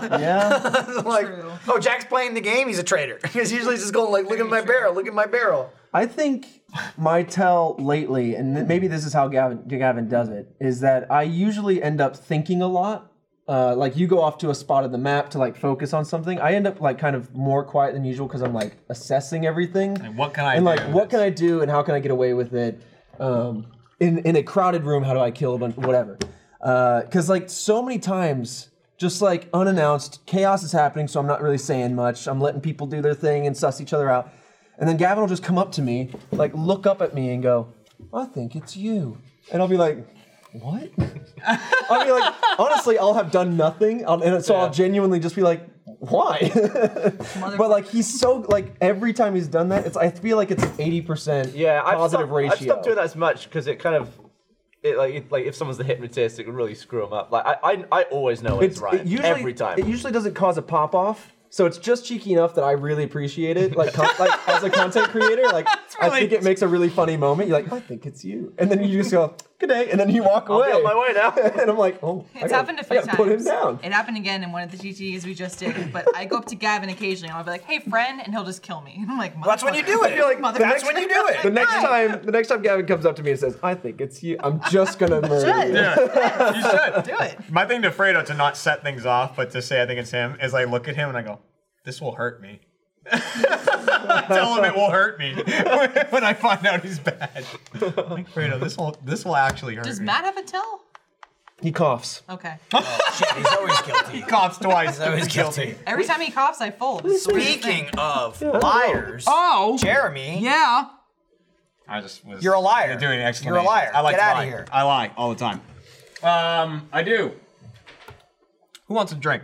yeah.
like,
True.
oh, Jack's playing the game. He's a traitor. He's usually just going like, look at my barrel, look at my barrel.
I think my tell lately, and th- maybe this is how Gavin, Gavin does it, is that I usually end up thinking a lot. Uh, like you go off to a spot of the map to like focus on something. I end up like kind of more quiet than usual because I'm like assessing everything.
And what can I
and
do?
like what can I do and how can I get away with it? Um, in in a crowded room, how do I kill a bunch? Whatever. Because like so many times, just like unannounced, chaos is happening. So I'm not really saying much. I'm letting people do their thing and suss each other out. And then Gavin will just come up to me, like look up at me and go, "I think it's you," and I'll be like. What? I'll be like, honestly, I'll have done nothing, I'll, and so I'll genuinely just be like, why? but like, he's so like every time he's done that, it's I feel like it's eighty percent
Yeah, I've
positive
stopped,
ratio.
I've stopped doing that as much because it kind of, it like it, like if someone's the hypnotist, it can really screw them up. Like I I, I always know when it's,
It's-
right
it usually,
every time.
It usually doesn't cause a pop off, so it's just cheeky enough that I really appreciate it. Like, con- like as a content creator, like I think it makes a really funny moment. You're like, I think it's you, and then you just go, good day, and then you walk
I'll
away.
be on my way now.
and I'm like, oh,
It's
I gotta-
happened a few
I gotta
times.
Put him down.
It happened again in one of the GTs we just did. But I go up to Gavin occasionally and I'll be like, hey, friend, and he'll just kill me. I'm like,
That's when you do
"Motherfucker."
it. You're like,
Motherfucker.
that's when you do it.
The next time, the next time Gavin comes up to me and says, "I think it's you," I'm just gonna murder you.
you should
Do it.
My thing to Fredo to not set things off, but to say I think it's him, is I look at him and I go, this will hurt me. Tell him it will hurt me when I find out he's bad. Like, Fredo, this will this will actually hurt
Does
me.
Matt have a tell?
He coughs.
Okay.
Shit, he's always guilty.
Cops twice.
He's always guilty.
Every time he coughs, I fold. It's the weirdest thing.
Speaking of liars,
Oh.
Jeremy,
Yeah.
I just was.
You're a liar.
You're doing an
You're a liar.
I like
Get
to
outta
lie.
here.
I lie all the time. Um, I do. Who wants a drink?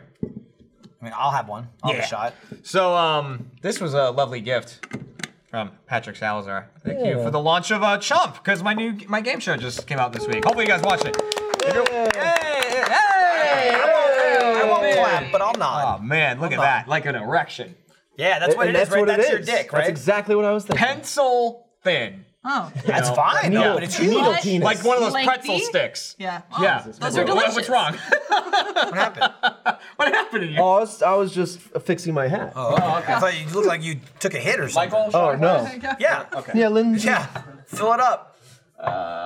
I mean, I'll have one. I'll have
Yeah.
a shot.
So, um, this was a lovely gift from Patrick Salazar. Thank you for the launch of uh, Chump, because my new my game show just came out this week. Hopefully, you guys watched it. If you-
I won't clap, but I'll
Oh
nod.
man, look at that! Like an erection.
Yeah, that's what
And
it is, right?
what it
That's your
is.
dick,
That's
right?
exactly what I was thinking.
Pencil thin.
Oh.
That's fine,
Needle-
though, but it's
needle
you.
What? penis.
Like one of those
Lengthy?
pretzel sticks.
Yeah.
Yeah.
Oh, Those are
What-
delicious.
What's wrong? what happened to you?
Oh, I was, I was just fixing my hat. Oh,
I thought you looked like you took a hit or something.
Michael. Sharp-
no.
Yeah.
Yeah, Lindsay,
Yeah. Fill it up.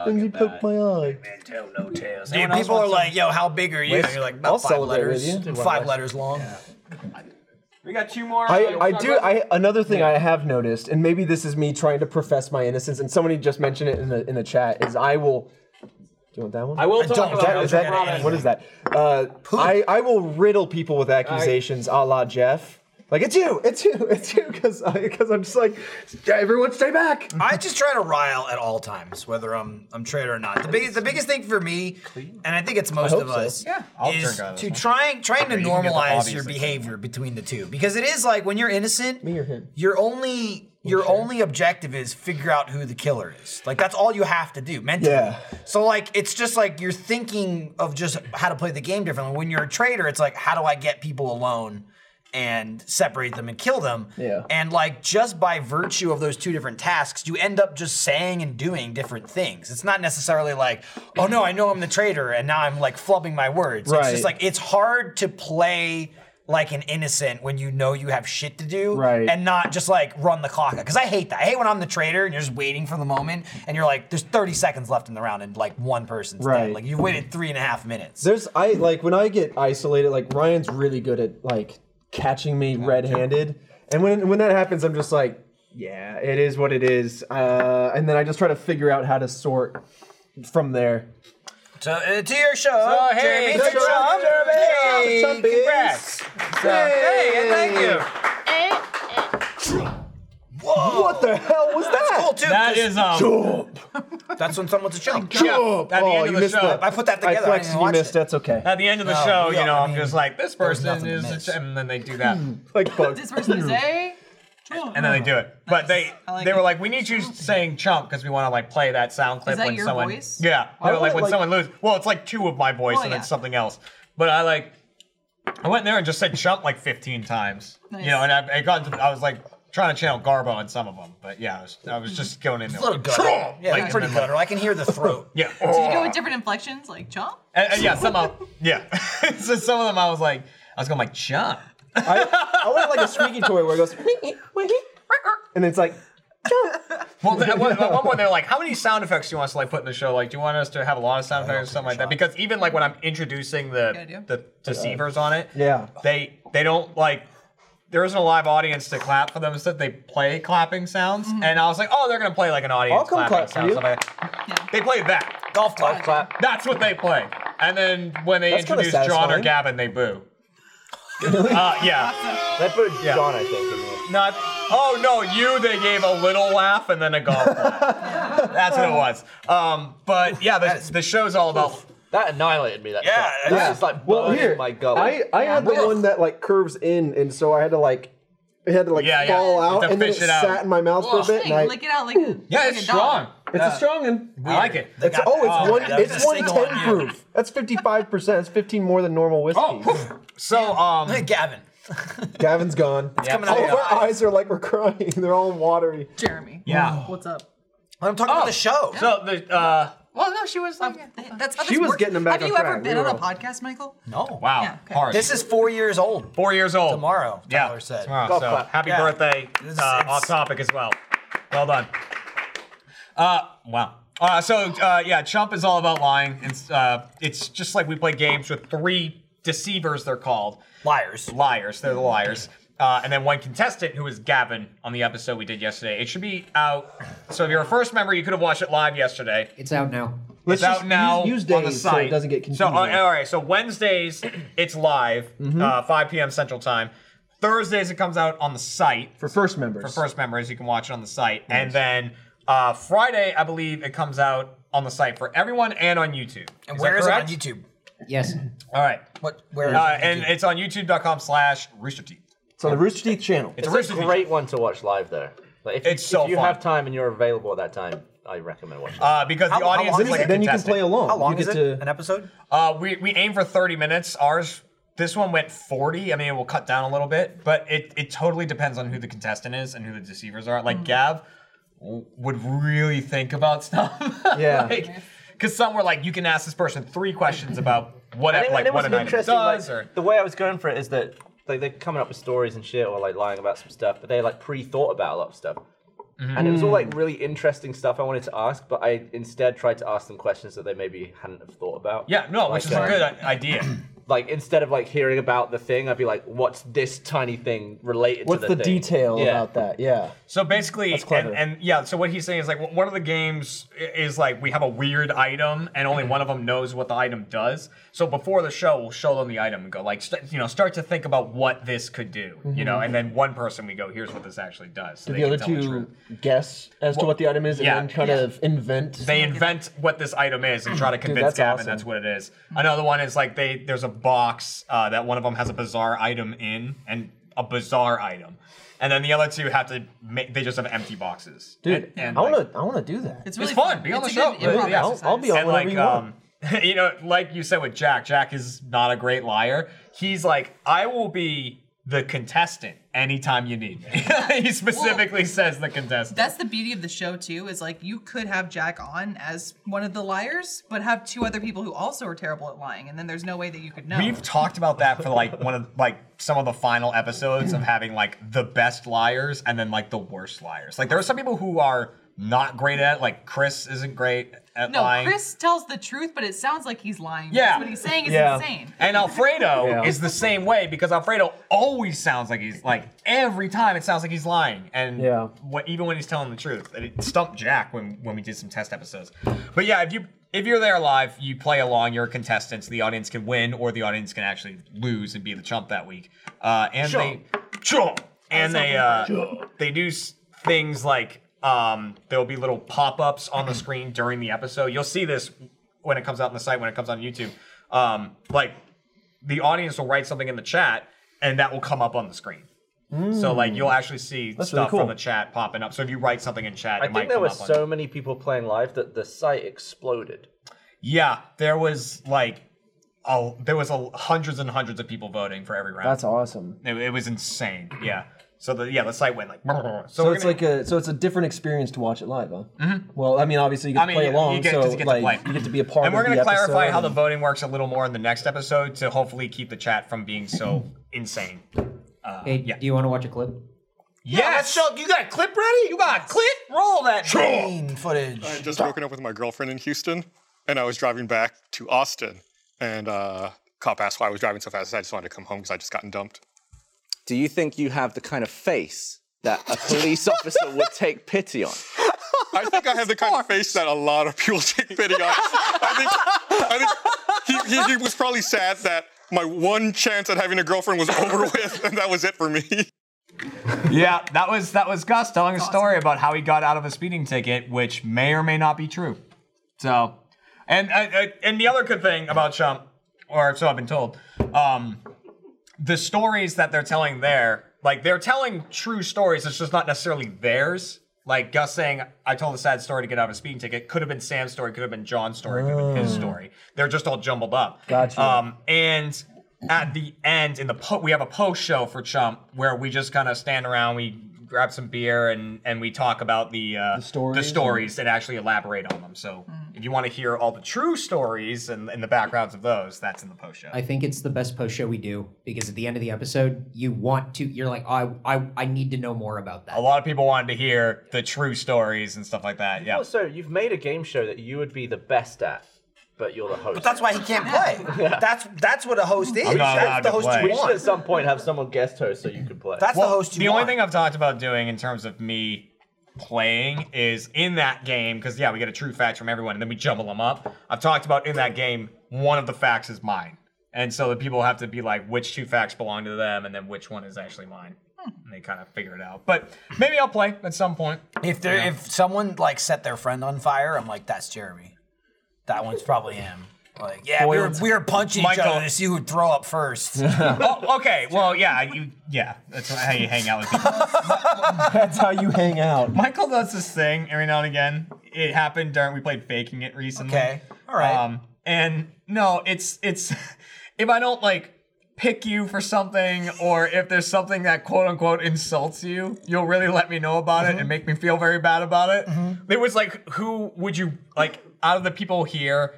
Lindsay poked my eye.
Tell no tales. Dude, people are like, yo, how big are you? And you're like,
I'll
about five
celebrate with
letters.
you.
Five letters long.
We got two more.
I,
We'll
I
talk
do
about-
I another thing I have noticed, and maybe this is me trying to profess my innocence, and somebody just mentioned it in the in the chat, is I will do you want that one?
I will
I
talk
don't-
about
Is that-
it,
is
I
that-
promise.
what is that? Uh, I, I will riddle people with accusations a la Jeff. Like it's you, it's you, it's you, because because I'm just like everyone stay back.
I just try to rile at all times, whether I'm I'm trade or not. The biggest the biggest thing for me, and I think it's most
hope
of
so.
us,
I'll
is
drink out of this
to
one.
trying trying to
you can get the
normalize
obvious
your
thing.
behavior between the two because it is like when you're innocent,
or him?
your only your only objective is figure out who the killer is. Like that's all you have to do mentally.
Yeah.
So like it's just like you're thinking of just how to play the game differently. When you're a trader, it's like how do I get people alone and separate them and kill them?
Yeah.
And like just by virtue of those two different tasks, you end up just saying and doing different things. It's not necessarily like, oh no, I know I'm the trader and now I'm like flubbing my words. It's
Right.
just like it's hard to play like an innocent when you know you have shit to do
Right.
and not just like run the clock because I hate that. I hate when I'm the trader and you're just waiting for the moment and you're like, there's 30 seconds left in the round and like one person's
Right.
dead. Like you waited three and a half minutes.
There's I like when I get isolated, like Ryan's really good at like catching me red-handed, and when when that happens, I'm just like, yeah, it is what it is, uh, and then I just try to figure out how to sort from there.
So uh, to your show,
hey,
Jeremy
good
Trump.
job,
Hey,
Trump is-
congrats. So, hey, and thank you. Whoa,
What the hell was that?
That's cool too.
That
'cause
is um.
That's when someone's a chump.
Jeff, at the
Oh,
end
you
of the
missed
show.
that.
I put that
I
together. I,
flexed,
didn't
you
watch
missed.
it.
That's okay.
At the end of the
No,
show,
yeah,
you know,
I
I'm
mean,
just like, this
was
person
nothing to
is, a
miss.
ch- and then they do that, and
Like bug.
This person is a.
then they do it. But they
I like
they were
it.
like, we need you saying chump because we want to like play that sound clip
that
when
your
someone.
voice?
Yeah,
I
they were like
want,
when
like-
someone loses. Well, it's like two of my voice
Well,
and
Oh, yeah.
then something else. But I like, I went in there and just said chump like 15 times.
Nice.
You know, and I, I got into, I was like trying to channel Garbo on some of them, but yeah, I was, I was just going in there.
A little
like,
guttural.
"Chump!"
Yeah,
Like,
like, pretty
and then, like,
guttural. I can hear the throat.
Yeah.
Did you go with different inflections, like chomp?
And- and yeah, some of yeah. so some of them I was like, I was going like chump.
I, I want like a squeaky toy where it goes, and it's like,
Well, th- at one, at one point they're like, "How many sound effects do you want us to like put in the show? Like, do you want us to have a lot of sound effects or something like that?" Because even like when I'm introducing
Good
the
idea.
the deceivers on it,
Uh, Yeah.
they they don't like. There isn't a live audience to clap for them, so they play clapping sounds. And I was like, "Oh, they're gonna play like an audience
Mm-hmm. I'll come
clapping
clap
sound."
for you.
something like that.
Yeah.
They played that.
Golf club.
clap.
That's what they play. And then when they
That's kinda
introduce John or
satisfying.
Gavin, they boo. Uh, yeah.
They put
Yeah.
John, I think. in
Not. Oh no, you. They gave a little laugh and then a golf. laugh. That's what it was. Um, but yeah, the, the show's all about.
there. That annihilated me. That
Yeah,
shot.
yeah.
That just like
well,
burned
here,
my gut.
I, I had the one that like curves in, and so I had to like, it had to like
Yeah, yeah.
fall out,
To
and then it
fish it out.
sat in my mouth for a bit,
Dang,
and I,
lick it out like a.
Yeah,
like
it's
a dog.
strong.
it's a strong one.
I like it.
It's,
got
oh, it's
that.
one.
Oh, that was
It's
a
one in
single
ten
on you.
proof. That's fifty-five percent. That's fifteen more than normal whiskey.
Oh, so um,
Gavin.
Gavin's gone.
coming out
All
of
of
your eyes.
our eyes are like we're crying. They're all watery.
Jeremy. Oh,
Yeah.
What's up?
I'm talking about the show.
so the uh,
Well, no, she was like. That's
She was getting them back
Have
on
you ever
track.
been
We
on a
were-
podcast, Michael?
no.
wow,
Yeah, okay.
hard.
Oh. This is four years old.
four years old.
Tomorrow,
Yeah.
Tyler said.
Tomorrow.
Golf
so
clap.
happy
Yeah.
birthday.
It's-
Uh,
it's-
off topic as well. Well done. Uh, wow. Uh, so uh, yeah, Chump is all about lying. It's uh, it's just like we play games with three deceivers. They're called.
Liars.
liars. They're the
Mm-hmm.
liars. Uh, and then one contestant, who was Gavin on the episode we did yesterday. It should be out. So if you're a first member, you could have watched it live yesterday.
It's out now.
Let's
it's
just
out now
use- use
on the
days so it
site.
doesn't get
So,
confusing. Mm-hmm.
uh, all right. So Wednesdays, it's live, uh, 5 p.m. Central Time. Thursdays, it comes out on the site
For first members.
for first members. You can watch it on the site, and then uh, Friday, I believe, it comes out on the site for everyone and on YouTube.
And
Is
where
that
is it on
correct?
YouTube? Uh,
Yes.
All right.
What? Where? is it
Uh,
on
and
YouTube?
it's on YouTube.com/slash Rooster Teeth.
It's on the Rooster Teeth channel.
It's, a
It's
Rooster
a
Teeth.
great one to watch live, though. Like, if, you-
It's so
If you
fun.
have time and you're available at that time, I recommend watching. it.
Uh, because
How-
the
how
audience
long
is
is
like
it?
a
then you can
contestant.
play along.
How long
you get
is it?
to-
An episode?
Uh, we, we aim for 30 minutes. Ours, this one went 40. I mean, it will cut down a little bit, but it, it totally depends on who the contestant is and who the deceivers are. Like Gav w- would really think about stuff.
Yeah.
Because some were like, you can ask this person three questions about what, e-,
And it, and
like,
it
what
was
an
an
item
interesting.
does.
Like,
or,
The way I was going for it is that like they're coming up with stories and shit, or like lying about some stuff, but they like pre-thought about a lot of stuff.
Mm-hmm.
And it was all like really interesting stuff I wanted to ask, but I instead tried to ask them questions that they maybe hadn't have thought about.
yeah, no, which is a
Like, uh,
good i- idea.
Like instead of like hearing about the thing, I'd be like, "What's this tiny thing related
What's
to
the,
the, thing?"
detail
Yeah.
about that? Yeah.
So basically,
That's
and,
clever.
and yeah, so what he's saying is like one of the games i- is like we have a weird item, and
Mm-hmm.
only one of them knows what the item does. So before the show, we'll show them the item and go like, st- you know, start to think about what this could do, you know, and then one person we go, here's what this actually does. So they
Did Mm-hmm. the
can
other
tell the truth.
two guess as to
Well,
what the item is and
yeah.
then kind of invent?
They invent what this item is and try to convince
that's
them,
awesome.
and that's what it is. Another one is like they there's a box uh, that one of them has a bizarre item in and a bizarre item, and then the other two have to make they just have empty boxes.
Dude,
and, and
I
like-
wanna, I wanna do that.
It's really
it's fun. Be on the
It's a
show.
good improv
Right? Yeah.
I'll, I'll be on
and
whatever
like
you want.
um, you know, like you said with Jack, Jack is not a great liar. He's like, I will be the contestant anytime you need me. he specifically says the contestant.
That's the beauty of the show too. Is like you could have Jack on as one of the liars, but have two other people who also are terrible at lying, and then there's no way that you could know.
We've talked about that for like one of like some of the final episodes of having like the best liars and then like the worst liars. Like there are some people who are not great at like Chris isn't great at
no,
lying.
Chris tells the truth, but it sounds like he's lying.
Yeah.
Because what he's saying is
Yeah.
insane.
And Alfredo
Yeah.
is the same way because Alfredo always sounds like he's like every time it sounds like he's lying, and
Yeah.
what, even when he's telling the truth, and it stumped Jack when when we did some test episodes. But yeah, if you if you're there live, you play along. You're contestants. The audience can win, or the audience can actually lose and be the chump that week. Uh, and they chump, and they uh, they do s- things like um, there will be little pop-ups on the screen during the episode. You'll see this when it comes out on the site, when it comes out on YouTube. Um, like the audience will write something in the chat and that will come up on the screen. So like you'll actually see
That's really
stuff
cool.
from the chat popping up. So if you write something in chat,
I
it might
think there
come
were
up on
so many people playing live that the site exploded.
Yeah, there was like a, there was a, hundreds and hundreds of people voting for every round.
That's awesome.
it, it was insane. Yeah. So the yeah, the site went like so,
So,
we're
it's
gonna- Mm-hmm.
like a so it's a different experience to watch it live, huh? Well, I mean, obviously you get
I
to
mean,
play
you- you
along,
get-
so
just get to
like
play.
you get to be a part
and
of
we're
the
gonna
episode
clarify how the
and-
voting works a little more in the next episode to hopefully keep the chat from being so insane.
Hey,
yeah.
do you want to watch a clip?
Yes,
Chuck, you got a clip ready? You got a clip? Roll that train footage.
I had just broken up with my girlfriend in Houston, and I was driving back to Austin. And uh, cop asked why I was driving so fast. I just wanted to come home because I just gotten dumped.
Do you think you have the kind of face that a police officer would take pity on?
I think I have the kind of face that a lot of people take pity on. I think, I think he, he, he was probably sad that my one chance at having a girlfriend was over with, and that was it for me.
Yeah, that was that was Gus telling a story about how he got out of a speeding ticket, which may or may not be true. So, and and, and the other good thing about Chump, or so I've been told, um, the stories that they're telling there, like they're telling true stories. It's just not necessarily theirs. Like Gus saying, "I told a sad story to get out of a speeding ticket." Could have been Sam's story. Could have been John's story. Could have been his story. They're just all jumbled up.
Gotcha.
Um, and at the end, in the po- we have a post show for Chump where we just kind of stand around, we grab some beer, and and we talk about the uh, the
stories
the stories, and actually elaborate on them. So
Mm-hmm.
if you want to hear all the true stories and, and the backgrounds of those, that's in the post show.
I think it's the best post show we do because at the end of the episode, you want to, you're like, "Oh, I, I, I need to know more about that.
a lot of people wanted to hear the true stories and stuff like that. Yeah.
Also, you've made a game show that you would be the best at, but you're the host.
That's why he can't play. That's that's what a host is.
I'm not allowed
That's the host
to play.
you
we should at
want.
some point have someone guest host so you can play.
That's
Well,
the host you
the
want.
only thing I've talked about doing in terms of me playing is in that game because yeah, we get a true fact from everyone and then we jumble them up. I've talked about in that game one of the facts is mine, and so the people have to be like which two facts belong to them and then which one is actually mine.
Hmm.
And they kind of figure it out. But maybe I'll play at some point.
If there, if someone like set their friend on fire, I'm like, that's Jeremy. That one's probably him. Like, yeah, we were, we were punching each
Michael.
other to see who'd throw up first.
oh, okay. Well, yeah, you, yeah. That's how you hang out with people.
That's how you hang out.
Michael does this thing every now and again. It happened during we played faking it recently.
Okay. All right.
Um, and no, it's it's if I don't like pick you for something or if there's something that quote unquote insults you, you'll really let me know about it and make me feel very bad about it. There was like, who would you like out of the people here?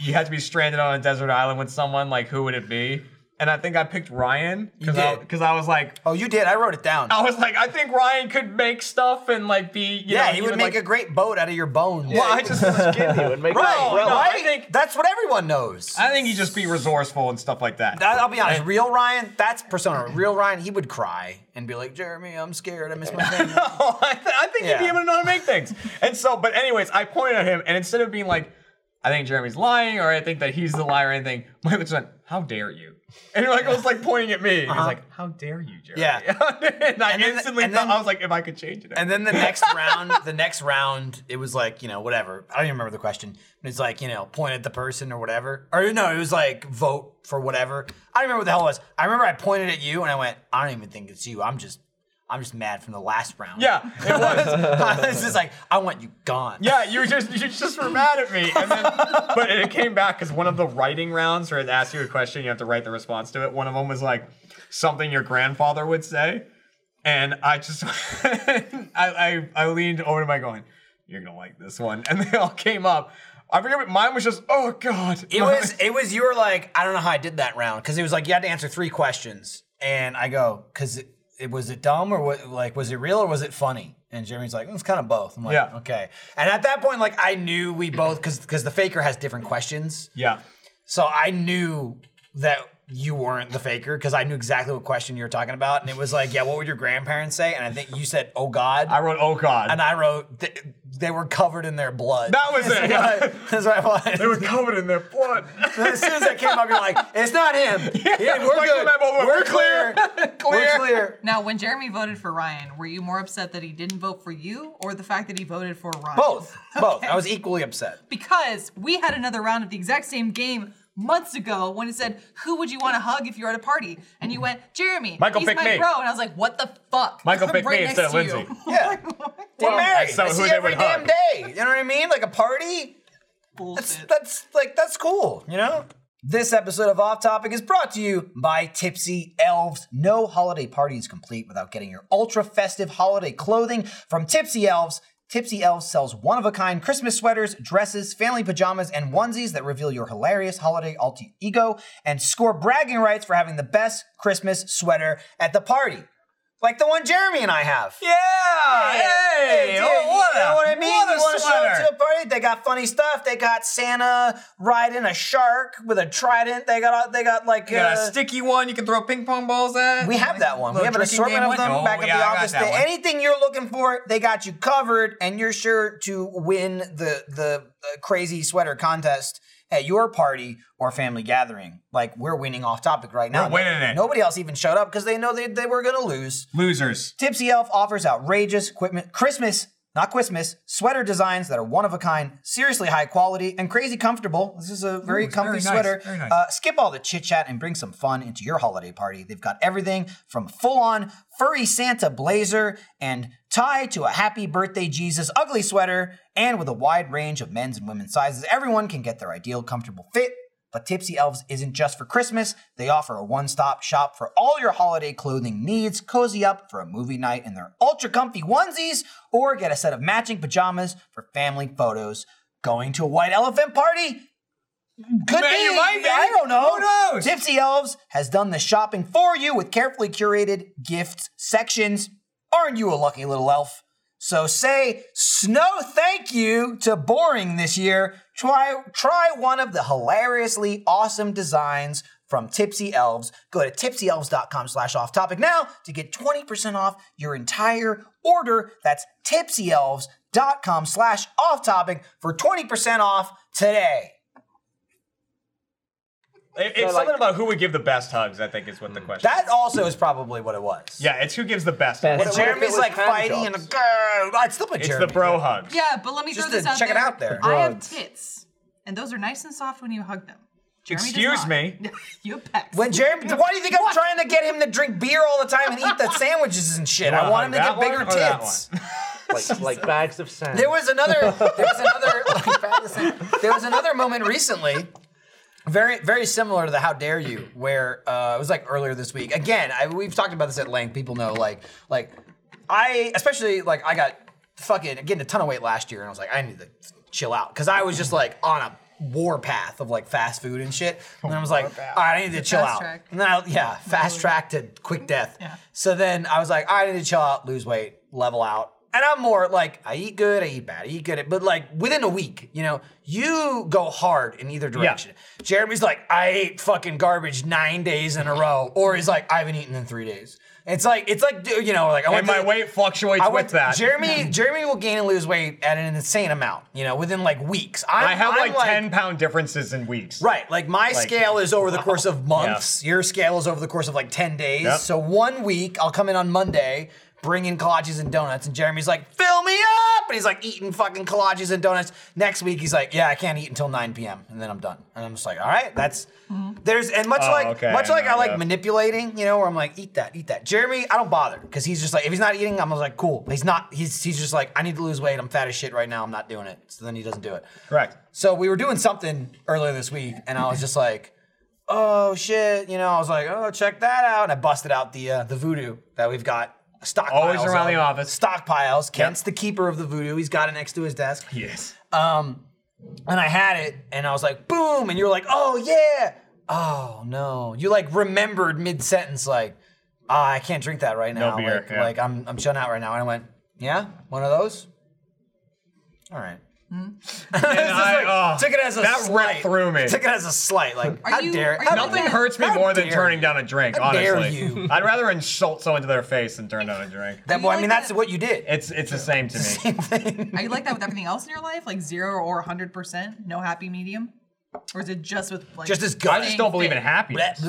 You had to be stranded on a desert island with someone. Like, who would it be? And I think I picked Ryan because I, 'cause I was like,
oh, you did. I wrote it down.
I was like, I think Ryan could make stuff and like be, you
yeah,
know,
he would
would,
make a
like-
great boat out of your bones.
Well, I just skin you and make it
right,
umbrella.
no,
I
I think that's what everyone knows.
I think you just be resourceful and stuff like that.
That- I'll be honest,
And-
real Ryan, that's persona. Real Ryan, he would cry and be like, Jeremy, I'm scared. I miss my family.
oh, I think he'd be
Yeah.
able to know how to make things. And so, but anyways, I pointed at him, and instead of being like, I think Jeremy's lying, or I think that he's the liar, or anything, my lips went, How dare you? And like it was like pointing at me. And He's
Uh-huh.
like, How dare you, Jeremy?
Yeah.
and I instantly thought, I was like, if I could change it.
And then the next round, the next round, it was like, you know, whatever. I don't even remember the question. But it's like, you know, point at the person or whatever. Or no, it was like vote for whatever. I don't remember what the hell it was. I remember I pointed at you and I went, I don't even think it's you. I'm just I'm just mad from the last round.
Yeah, it was.
I was just like, I want you gone.
Yeah, you just you just were mad at me, and then, but it came back because one of the writing rounds where it asks you a question, you have to write the response to it. One of them was like something your grandfather would say, and I just I, I I leaned over to my going, you're gonna like this one, and they all came up. I forget, but mine was just oh god.
It was it was you were like, I don't know how I did that round because it was like you had to answer three questions, and I go because it, it was it dumb or what like was it real or was it funny? And Jeremy's like, it's kind of both. I'm like,
Yeah.
okay. And at that point, like I knew we both because because the faker has different questions,
yeah.
so I knew that you weren't the faker because I knew exactly what question you were talking about, and it was like, yeah, what would your grandparents say? And I think you said, oh God.
I wrote oh god.
and I wrote, th- they were covered in their blood.
That was
That's what
it, yeah.
I- That's what I wanted.
they were covered in their blood.
as soon as that came up, you're like, it's not him. Yeah, we're
like,
good.
remember,
We're, clear. We're clear.
Now, when Jeremy voted for Ryan, were you more upset that he didn't vote for you or the fact that he voted for Ryan?
Both. Both. I was equally upset.
Because we had another round of the exact same game months ago when it said, Who would you want to hug if you're at a party? And you went, Jeremy,
Michael,
he's
pick
my
me.
bro. And I was like, What the fuck?
Michael
I'm
picked
right
me instead of
next to you.
Lindsay.
Yeah. We're married.
So
I
who
see
they
every
would
damn
hug.
day. You know what I mean? Like a party. That's that's like that's cool, you know? This episode of Off Topic is brought to you by Tipsy Elves. No holiday party is complete without getting your ultra festive holiday clothing from Tipsy Elves. Tipsy Elves sells one of a kind Christmas sweaters, dresses, family pajamas, and onesies that reveal your hilarious holiday alter ego and score bragging rights for having the best Christmas sweater at the party. Like the one Jeremy and I have. Yeah!
Hey!
dude,
Oh, what
you
a-
know what I mean?
what a
you wanna show it
sweater.
to a party? They got funny stuff. They got Santa riding a shark with a trident. They got all- they got like
You got a
uh,
sticky one you can throw ping pong balls at.
we have that one. We
Little
have an
drinking
assortment
game
of them
one.
back
Oh,
at
yeah, I
the
got
office.
that
They-
one.
anything you're looking for, they got you covered, and you're sure to win the the uh, crazy sweater contest at your party or family gathering. Like we're winning off topic right now.
We're winning it.
Nobody else even showed up because they know they, they were gonna lose.
Losers.
Tipsy Elf offers outrageous equipment, Christmas, not Christmas, sweater designs that are one of a kind, seriously high quality, and crazy comfortable. This is a very
Ooh, it's
comfy
very nice,
sweater.
very nice.
Uh, skip all the chit chat and bring some fun into your holiday party. They've got everything from full on furry Santa blazer and tie to a happy birthday Jesus ugly sweater, and with a wide range of men's and women's sizes, everyone can get their ideal comfortable fit. But Tipsy Elves isn't just for Christmas. They offer a one stop shop for all your holiday clothing needs. Cozy up for a movie night in their ultra comfy onesies, or get a set of matching pajamas for family photos. Going to a white elephant party? Could
Man,
be.
you might be.
I don't know.
Who knows?
Tipsy Elves has done the shopping for you with carefully curated gift sections. Aren't you a lucky little elf? So say snow thank you to boring this year. Try try one of the hilariously awesome designs from Tipsy Elves. Go to tipsyelves.com slash off topic now to get 20% off your entire order. That's tipsyelves.com slash off topic for 20% off today.
It- it's
like-
something about who would give the best hugs. I think is what the question.
That also is probably what it was.
yeah, it's who gives the best.
Best.
hugs.
What
if it
Jeremy's
was
like
hand
fighting
jobs?
and a I'd still put
It's
Jeremy.
the bro hugs.
Yeah, but let me
Just
throw this
to
out
check it
there.
out there.
I have
Drugs.
tits, and those are nice and soft when you hug them. Jeremy does
Excuse
not.
me?
you pecs.
When Jeremy, why do you think I'm trying to get him to drink beer all the time and eat the sandwiches and shit? I
wanna
want him to
hug
get
that
bigger
one or that
tits.
Like, like bags of sand.
There was another, there was another, like, bad to say, there was another moment recently Very, very similar to the "How dare you," where uh, it was like earlier this week. Again, I, we've talked about this at length. People know, like, like I, especially like I got fucking getting a ton of weight last year, and I was like, I need to chill out because I was just like on a war path of like fast food and shit. And then I was like, all right, I need to chill
Fast
out.
track.
And then I, yeah, fast track to quick death. So then I was like, all right, I need to chill out, lose weight, level out. And I'm more like, I eat good, I eat bad, I eat good, but like within a week, you know, you go hard in either direction. Jeremy's like, I ate fucking garbage nine days in a row, or he's like, I haven't eaten in three days. It's like, it's like, dude, you know, like I
And
went.
my weight fluctuates
I went
with that.
Jeremy, Jeremy will gain and lose weight at an insane amount, you know, within like weeks. I'm,
I have
I'm
like, 10 pound differences in weeks.
Right. Like my
Like-
scale is over the course of
Wow.
months. Your scale is over the course of like 10 days.
Yep.
So one week, I'll come in on Monday, bring in kolaches and donuts, and Jeremy's like, fill me up. And he's like eating fucking kolaches and donuts. Next week, he's like, yeah, I can't eat until 9 p.m. And then I'm done. And I'm just like, all right, that's there's and much
Oh,
like
okay,
much like
no,
I like
yeah.
manipulating, you know, where I'm like, eat that, eat that. Jeremy, I don't bother because he's just like, if he's not eating, I'm like, cool. He's not. He's he's just like, I need to lose weight. I'm fat as shit right now. I'm not doing it. So then he doesn't do it.
Correct.
So we were doing something earlier this week, and I was just like, oh shit, you know, I was like, oh, check that out, and I busted out the uh, the voodoo that we've got. Stockpiles
Always around
of.
the office.
Stockpiles. Kent's the keeper of the voodoo. He's got it next to his desk.
Yes.
Um, and I had it, and I was like, boom, and you're like, oh yeah, oh no, you like remembered mid sentence, like, ah, I can't drink that right
No
now,
beer,
like,
yeah.
like I'm I'm chilling out right now, and I went, yeah, one of those, all right.
And I, oh,
Took it as a
that
slight.
ripped through me.
Took it as a slight. Like,
Are
how
you-
dare?
are
How
you
Nothing
upset?
hurts me
How
more than
dare
turning
you.
down a drink,
How
honestly.
dare you.
I'd rather insult someone to their face than turn down a drink.
That boy. I mean, that's what you did.
It's it's the same to me.
Same thing.
Are you like that with everything else in your life? Like zero or 100%? No happy medium? Or is it just with like.
Just as good.
I just don't believe in happiness.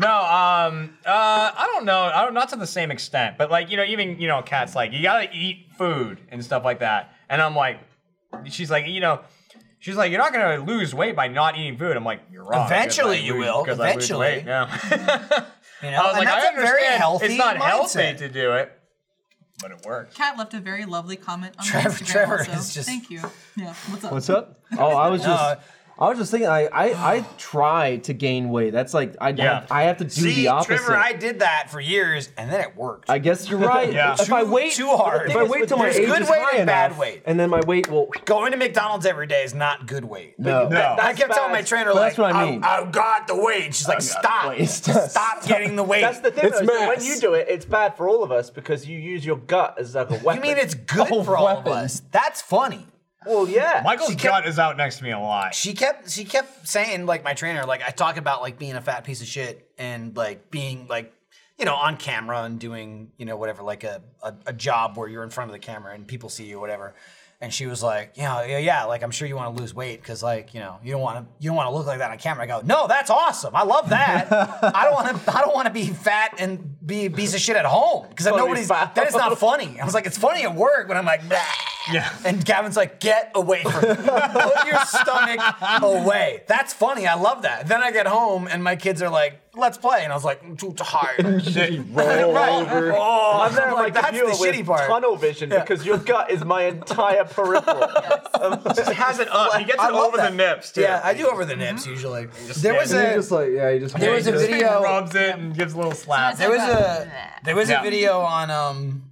No, um, uh, I don't know. I don't, not to the same extent, but like you know, even you know, cats like you gotta eat food and stuff like that. And I'm like, she's like, you know, she's like, you're not gonna lose weight by not eating food. I'm like, you're wrong.
Eventually
because I
you
lose-
will.
because I lose
Eventually.
weight." yeah.
You know,
I was
and
like, I
that's a very
understand.
healthy.
It's not healthy
mindset.
to do it, but it works.
Cat left a very lovely comment on
Trevor-
my Instagram
Trevor
also.
is just-
Thank you. Yeah. What's up?
What's up? Oh, I was
Uh,
just. I was just thinking. I I, I try to gain weight. That's like I
Yeah.
have, I have to do
See,
the opposite.
Trevor, I did that for years, and then it worked.
I guess you're right.
Yeah.
If I wait
Too hard.
if I wait till my
There's
age
good
is
weight
high
and bad
enough,
weight.
and then my weight will.
Going to McDonald's every day is not good weight.
No.
No.
I kept telling my
bad.
trainer,
But
like,
that's what I mean.
I, got the weight. And She's like, stop.
weight.
Stop getting the weight.
That's the thing.
It's
though, is that when
mass.
you do it, it's bad for all of us because you use your gut as like a weapon.
You mean it's good for all of us? That's funny.
well, yeah.
Michael's
She
gut
kept-
is out next to me a lot.
She kept she kept saying like my trainer like I talk about like being a fat piece of shit and like being like you know on camera and doing you know whatever like a a, a job where you're in front of the camera and people see you whatever. And she was like, you know, yeah, yeah, like I'm sure you want to lose weight because like you know you don't want to you don't want to look like that on camera. I go, no, that's awesome. I love that. I don't want to I don't want to be fat and be a piece of shit at home because
Totally
nobody's
foul.
that is not funny. I was like, it's funny at work when I'm like, "Bleh."
Yeah.
And Gavin's like, get away from me. Put your stomach away. That's funny. I love that. Then I get home and my kids are like, let's play. And I was like, I'm too tired.
roll over.
Oh,
I'm there
I'm like,
like,
that's
you
the
with
shitty part.
Tunnel vision because your gut is my entire peripheral.
He has it up.
He gets it over the nips, too.
Yeah, I do over the nips usually. There
yeah,
was
You're
a
just like yeah. You just
there was a
just-
video.
Rubs it and gives a little slap.
There was a there was
Yeah.
a video on um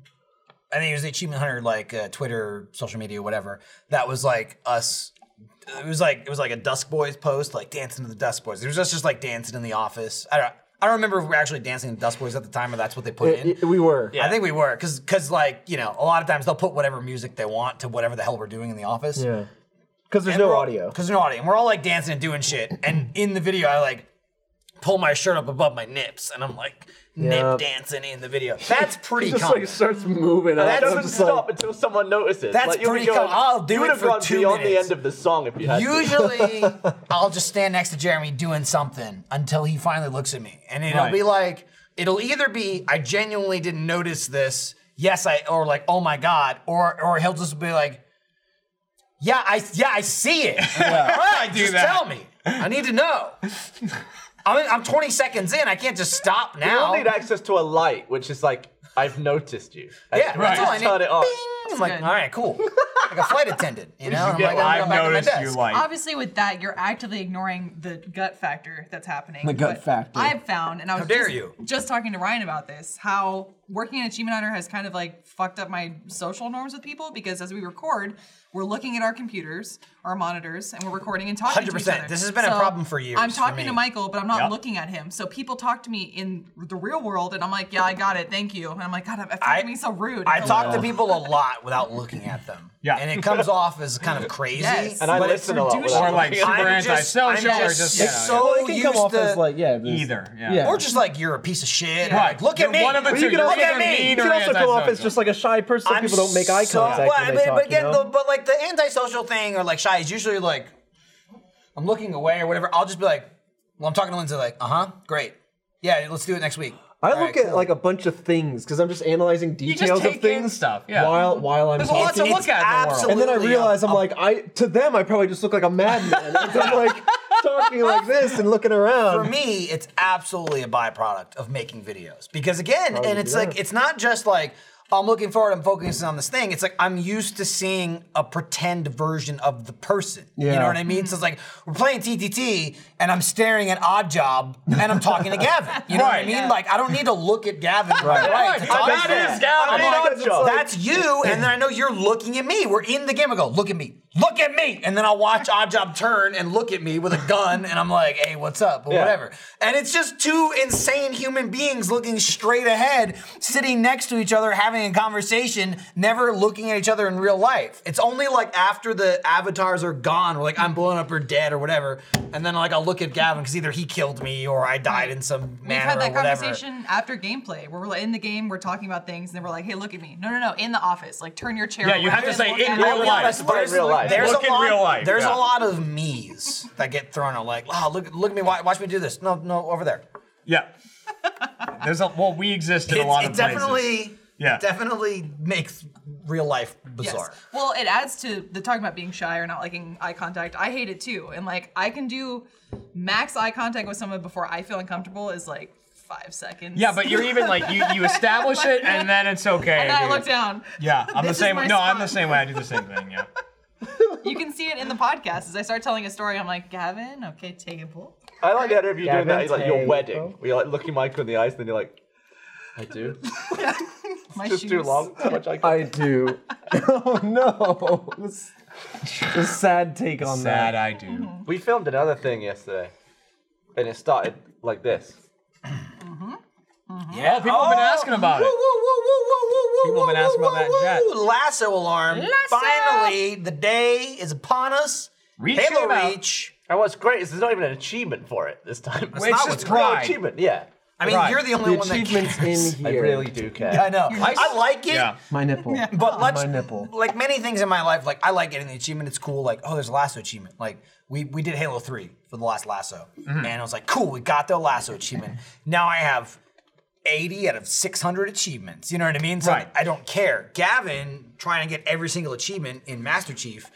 I think it was the Achievement Hunter like uh, Twitter, social media, whatever. That was like us. It was like it was like a Dusk Boys post, like dancing to the Dusk Boys. It was just just like dancing in the office. I don't I don't remember if we were actually dancing to Dusk Boys at the time or that's what they put in.
it- we were.
I think we were because because like you know a lot of times they'll put whatever music they want to whatever the hell we're doing in the office.
Yeah. Because there's no audio.
Because there's no audio. And we're all like dancing and doing shit. And in the video, I like pull my shirt up above my nips and I'm like
Yeah.
nip dancing in the video. That's pretty
Just
common.
like starts moving.
That
That
doesn't
just like,
stop until someone notices.
That's
like, you would
pretty
go-
cool. I'll do
you would
it
have
for
gone
two
beyond the
minutes.
end of the song if you had. to.
Usually, I'll just stand next to Jeremy doing something until he finally looks at me. And it'll
Right.
be like, it'll either be, I genuinely didn't notice this, yes, I, or like, oh my God, or or he'll just be like, yeah, I yeah, I see it. And I'm like, "All right,
I do
just
that.
tell me. I need to know. I'm, I'm 20 seconds in. I can't just stop
You
now.
all need access to a light, which is like, I've noticed you. And
Yeah,
you
that's
just
all I need.
Turn it on.
Bing! I'm like,
good.
all right, cool. like a flight attendant, you know? I'm like, I'm going back to my desk.
Obviously, with that, you're actively ignoring the gut factor that's happening.
The gut
but
factor.
I've found, and I
How
was
dare
just,
you.
just talking to Ryan about this, how working in Achievement Hunter has kind of like fucked up my social norms with people because as we record, we're looking at our computers, our monitors, and we're recording and talking to each
100%.
other.
This has been a problem for years
I'm
for
talking
me.
to Michael, but I'm not
Yep.
looking at him. So people talk to me in the real world, and I'm like, yeah, I got it, thank you. And I'm like, God, I'm fucking being so rude.
I talk to people a lot without looking at them. Yeah. And it comes off as kind of crazy.
Yes.
And I
but
listen
it's
a lot
douchey.
without Or, like,
looking at
I'm
them.
just-
antisocial
I'm
or
just
just-
like,
yeah,
so
Well, it can come
used
off
to-
as like, yeah, just-
Either,
yeah.
Or just like you're a piece of shit.
Right.
Like, look
You're
at me.
one of the
Look
two. You're
at
either
me.
mean You can or also come off as antisocial. just like a shy person. Some people don't make eye contact
Well,
when they
but,
talk,
but
you
again,
know?
the, but like the antisocial thing or like shy is usually like I'm looking away or whatever. I'll just be like, well, I'm talking to Lindsay. Like, uh huh, great. Yeah, let's do it next week.
I
All
look
right,
at
cool.
like a bunch of things because I'm just analyzing
just
details of
take in
things
stuff, yeah.
while while I'm
There's a lot to
talking.
look at in the world.
and then I
Absolutely,
realize I'm like I to them I probably just look like a madman. I'm like talking like this and looking around.
For me, it's absolutely a byproduct of making videos because again,
Probably
and it's
do
like
that.
it's not just like I'm looking forward, I'm focusing on this thing. It's like I'm used to seeing a pretend version of the person. You
Yeah.
know what I mean? So it's like we're playing TTT, and I'm staring at Odd Job, and I'm talking to Gavin. You know what I
Right.
mean? Like I don't need to look at Gavin. to my
Right.
right. to
Right.
talk
That
to him.
is Gavin.
I mean,
Odd
that's-
Job.
That's you, and then I know you're looking at me. We're in the game. I go, look at me, look at me, and then I'll watch Odd Job turn and look at me with a gun, and I'm like, hey, what's up, or
Yeah.
whatever. And it's just two insane human beings looking straight ahead, sitting next to each other, having a conversation, never looking at each other in real life. It's only like after the avatars are gone, we're like, I'm blown up or dead or whatever, and then like I'll look at Gavin because either he killed me or I died in some
We've
manner
had that
or whatever.
conversation after gameplay where we're like, in the game, we're talking about things, and then we're like, hey, look at me. No, no, no, in the office. Like, turn your chair.
Yeah, you
around
have to
and
say,
look
in
at
real
me.
life. Look in real life.
There's
Look
a
in
lot,
real life,
There's
yeah.
a lot of me's that get thrown out. Like, oh, look, look at me, wa- watch me do this. No, no, over there.
Yeah. There's a well, we exist in a
It's-
lot
it
of places.
definitely,
Yeah.
definitely makes real life bizarre.
Well, it adds to the talking about being shy or not liking eye contact. I hate it too. And like I can do max eye contact with someone before I feel uncomfortable is like five seconds.
Yeah, but you're even like you, you establish it and then it's okay.
And I
dude.
look down.
Yeah, I'm the
This is
same.
my
No, I'm the same way. I do the same thing. Yeah.
You can see it in the podcast. As I start telling a story, I'm like, Gavin, okay, table.
I like the idea of you doing that.
Gavin
It's like your
Tay,
wedding. Where you're like looking Michael in the eyes, and then you're like, I do.
My
Just too
shoes.
long. Too much eye
I do. oh no! This, this sad take on that.
I
Mm-hmm.
do. Oh,
We filmed another thing yesterday, and it started like this.
Yeah, people have been
Oh,
asking about it.
People
have been asking about that jet.
Ooh, lasso alarm.
Lasso!
Finally, the day is upon us.
Reach
Halo
him out.
Reach.
And what's great is there's not even an achievement for it this time.
It's not what's
No
great.
achievement. Yeah.
I mean, Right. you're the only The one that achievement's cares. in
I
here.
really do care.
I know. I like it.
My nipple.
But let's
my nipple.
like many things in my life, like I like getting the achievement. It's cool. Like, oh, there's a lasso achievement. Like we we did Halo Three for the last lasso,
Mm-hmm.
and I was like, cool, we got the lasso achievement. Now I have. 80 out of 600 achievements. You know what I mean? So
Right.
I don't care. Gavin trying to get every single achievement in Master Chief,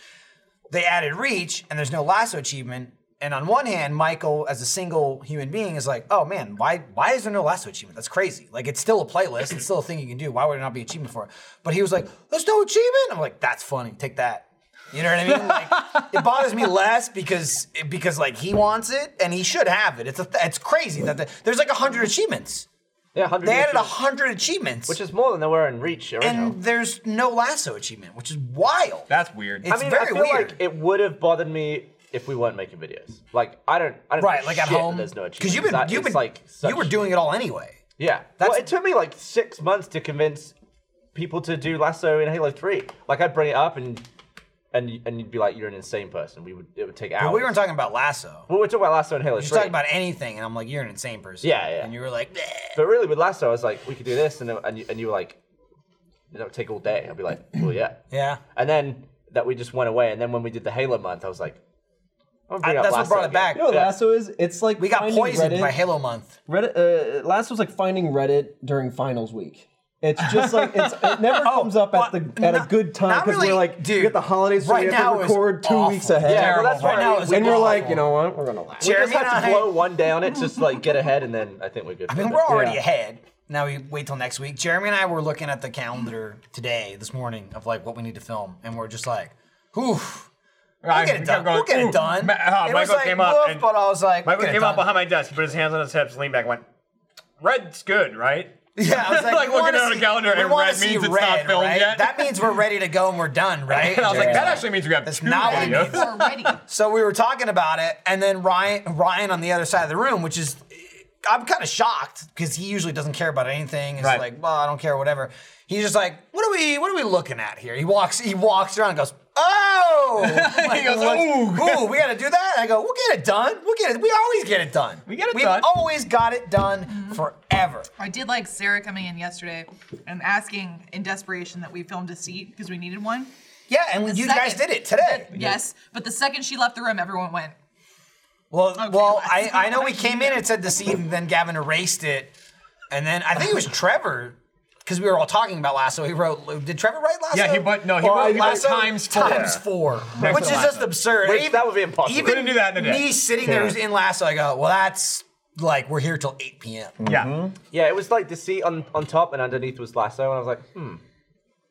they added reach and there's no lasso achievement. And on one hand, Michael, as a single human being, is like, oh man, why why is there no lasso achievement? That's crazy. Like it's still a playlist, it's still a thing you can do. Why would there not be achievement for it? But he was like, there's no achievement. I'm like, that's funny. Take that. You know what I mean? Like, it bothers me less because because like he wants it and he should have it. It's a th- it's crazy that the, there's like hundred achievements.
Yeah, 100
They added
achievements.
hundred achievements,
Which is more than there were in Reach original.
and there's no lasso achievement, which is wild.
That's weird.
It's
I mean, I
very
feel
weird.
like it would have bothered me if we weren't making videos. Like I don't, I don't.
Right,
give a
like at
shit that
home.
there's no achievement.
Because you've been,
That
you've
is,
been,
like such-
you were doing it all anyway.
Yeah. well, it took me like six months to convince people to do lasso in Halo Three. Like I'd bring it up and and and you'd be like, "You're an insane person." We would it would take hours.
But we weren't talking about lasso.
Well, we're talking about lasso in Halo
You're just
Three.
talking about anything, and I'm like, you're an insane person.
yeah, yeah.
And you were like, "Bleh."
But really, with lasso, I was like, "We could do this," and then- and you, and you were like, "That would take all day." I'd be like, "Well, yeah."
yeah.
And then that we just went away. And then when we did the Halo month, I was like, I'm gonna bring
I-
up
that's what
lasso
brought it
again.
back.
You know what Lasso is? It's like we
got poisoned by Halo Month.
Reddit. Uh, Lasso's like finding Reddit during finals week. It's just like it's, it never
Oh,
comes up at the at a good time because we're like dude, you get the holidays so
right
we have
now
to
is
record two
awful.
weeks ahead.
Yeah, well, that's
and
right now is
and we're
awful.
like, you know what? We're gonna laugh.
We
Jeremy
just
and
have
I-
to blow one down. It's just like get ahead, and then I think we're good.
I mean, we're already ahead. Now we wait till next week. Jeremy and I were looking at the calendar today, this morning, of like what we need to film, and we're just like, whew. We'll
Right,
get it
we
done.
kept going,
we'll get
"Ooh."
it done.
Ma- uh,
it was
Michael
like,
came up
woof,
and-
but I was like,
Michael
we'll get it
came out
done.
behind my desk, he put his hands on his hips, leaned back, and went, "Red's good, right?"
Yeah, I was like, we
looking
wanna
at a
see-
calendar,
we
and
wanna
red
see
means it's
red,
not filmed
right?
yet.
That means we're ready to go and we're done, right?
And I was like, that
Jeremy's
actually means we have
That's
two
not what it
videos.
means. So we were talking about it, and then Ryan, Ryan on the other side of the room, which is, I'm kind of shocked because he usually doesn't care about anything. He's
Right.
like, well, I don't care, whatever. He's just like, what are we, what are we looking at here? He walks, he walks around and goes, oh,
He goes,
ooh, we got to do that. I go, we'll get it done. We'll get it. We always get it done. We get it
done.
We've always got it done
Mm-hmm.
forever.
I did like Sarah coming in yesterday and asking in desperation that we filmed a seat because we needed one.
Yeah, and you guys did it today.
yes, but the second she left the room, everyone went.
Well, well, I, I know we came in and said the seed, and then Gavin erased it, and then I think it was Trevor because we were all talking about lasso. He wrote, did Trevor write lasso?
Yeah, he but no, he
Or
wrote, he wrote
Lasso?
times four.
Times four,
Next
which
to
is
Lasso.
just absurd.
Which,
Even-
that would be impossible.
Even
Couldn't do that in a day.
Me sitting there
Yeah.
who's in lasso, I go, well, that's like we're here till eight p.m.
Yeah.
Mm-hmm.
Yeah, it was like the seat on, on top and underneath was lasso, and I was like, hmm.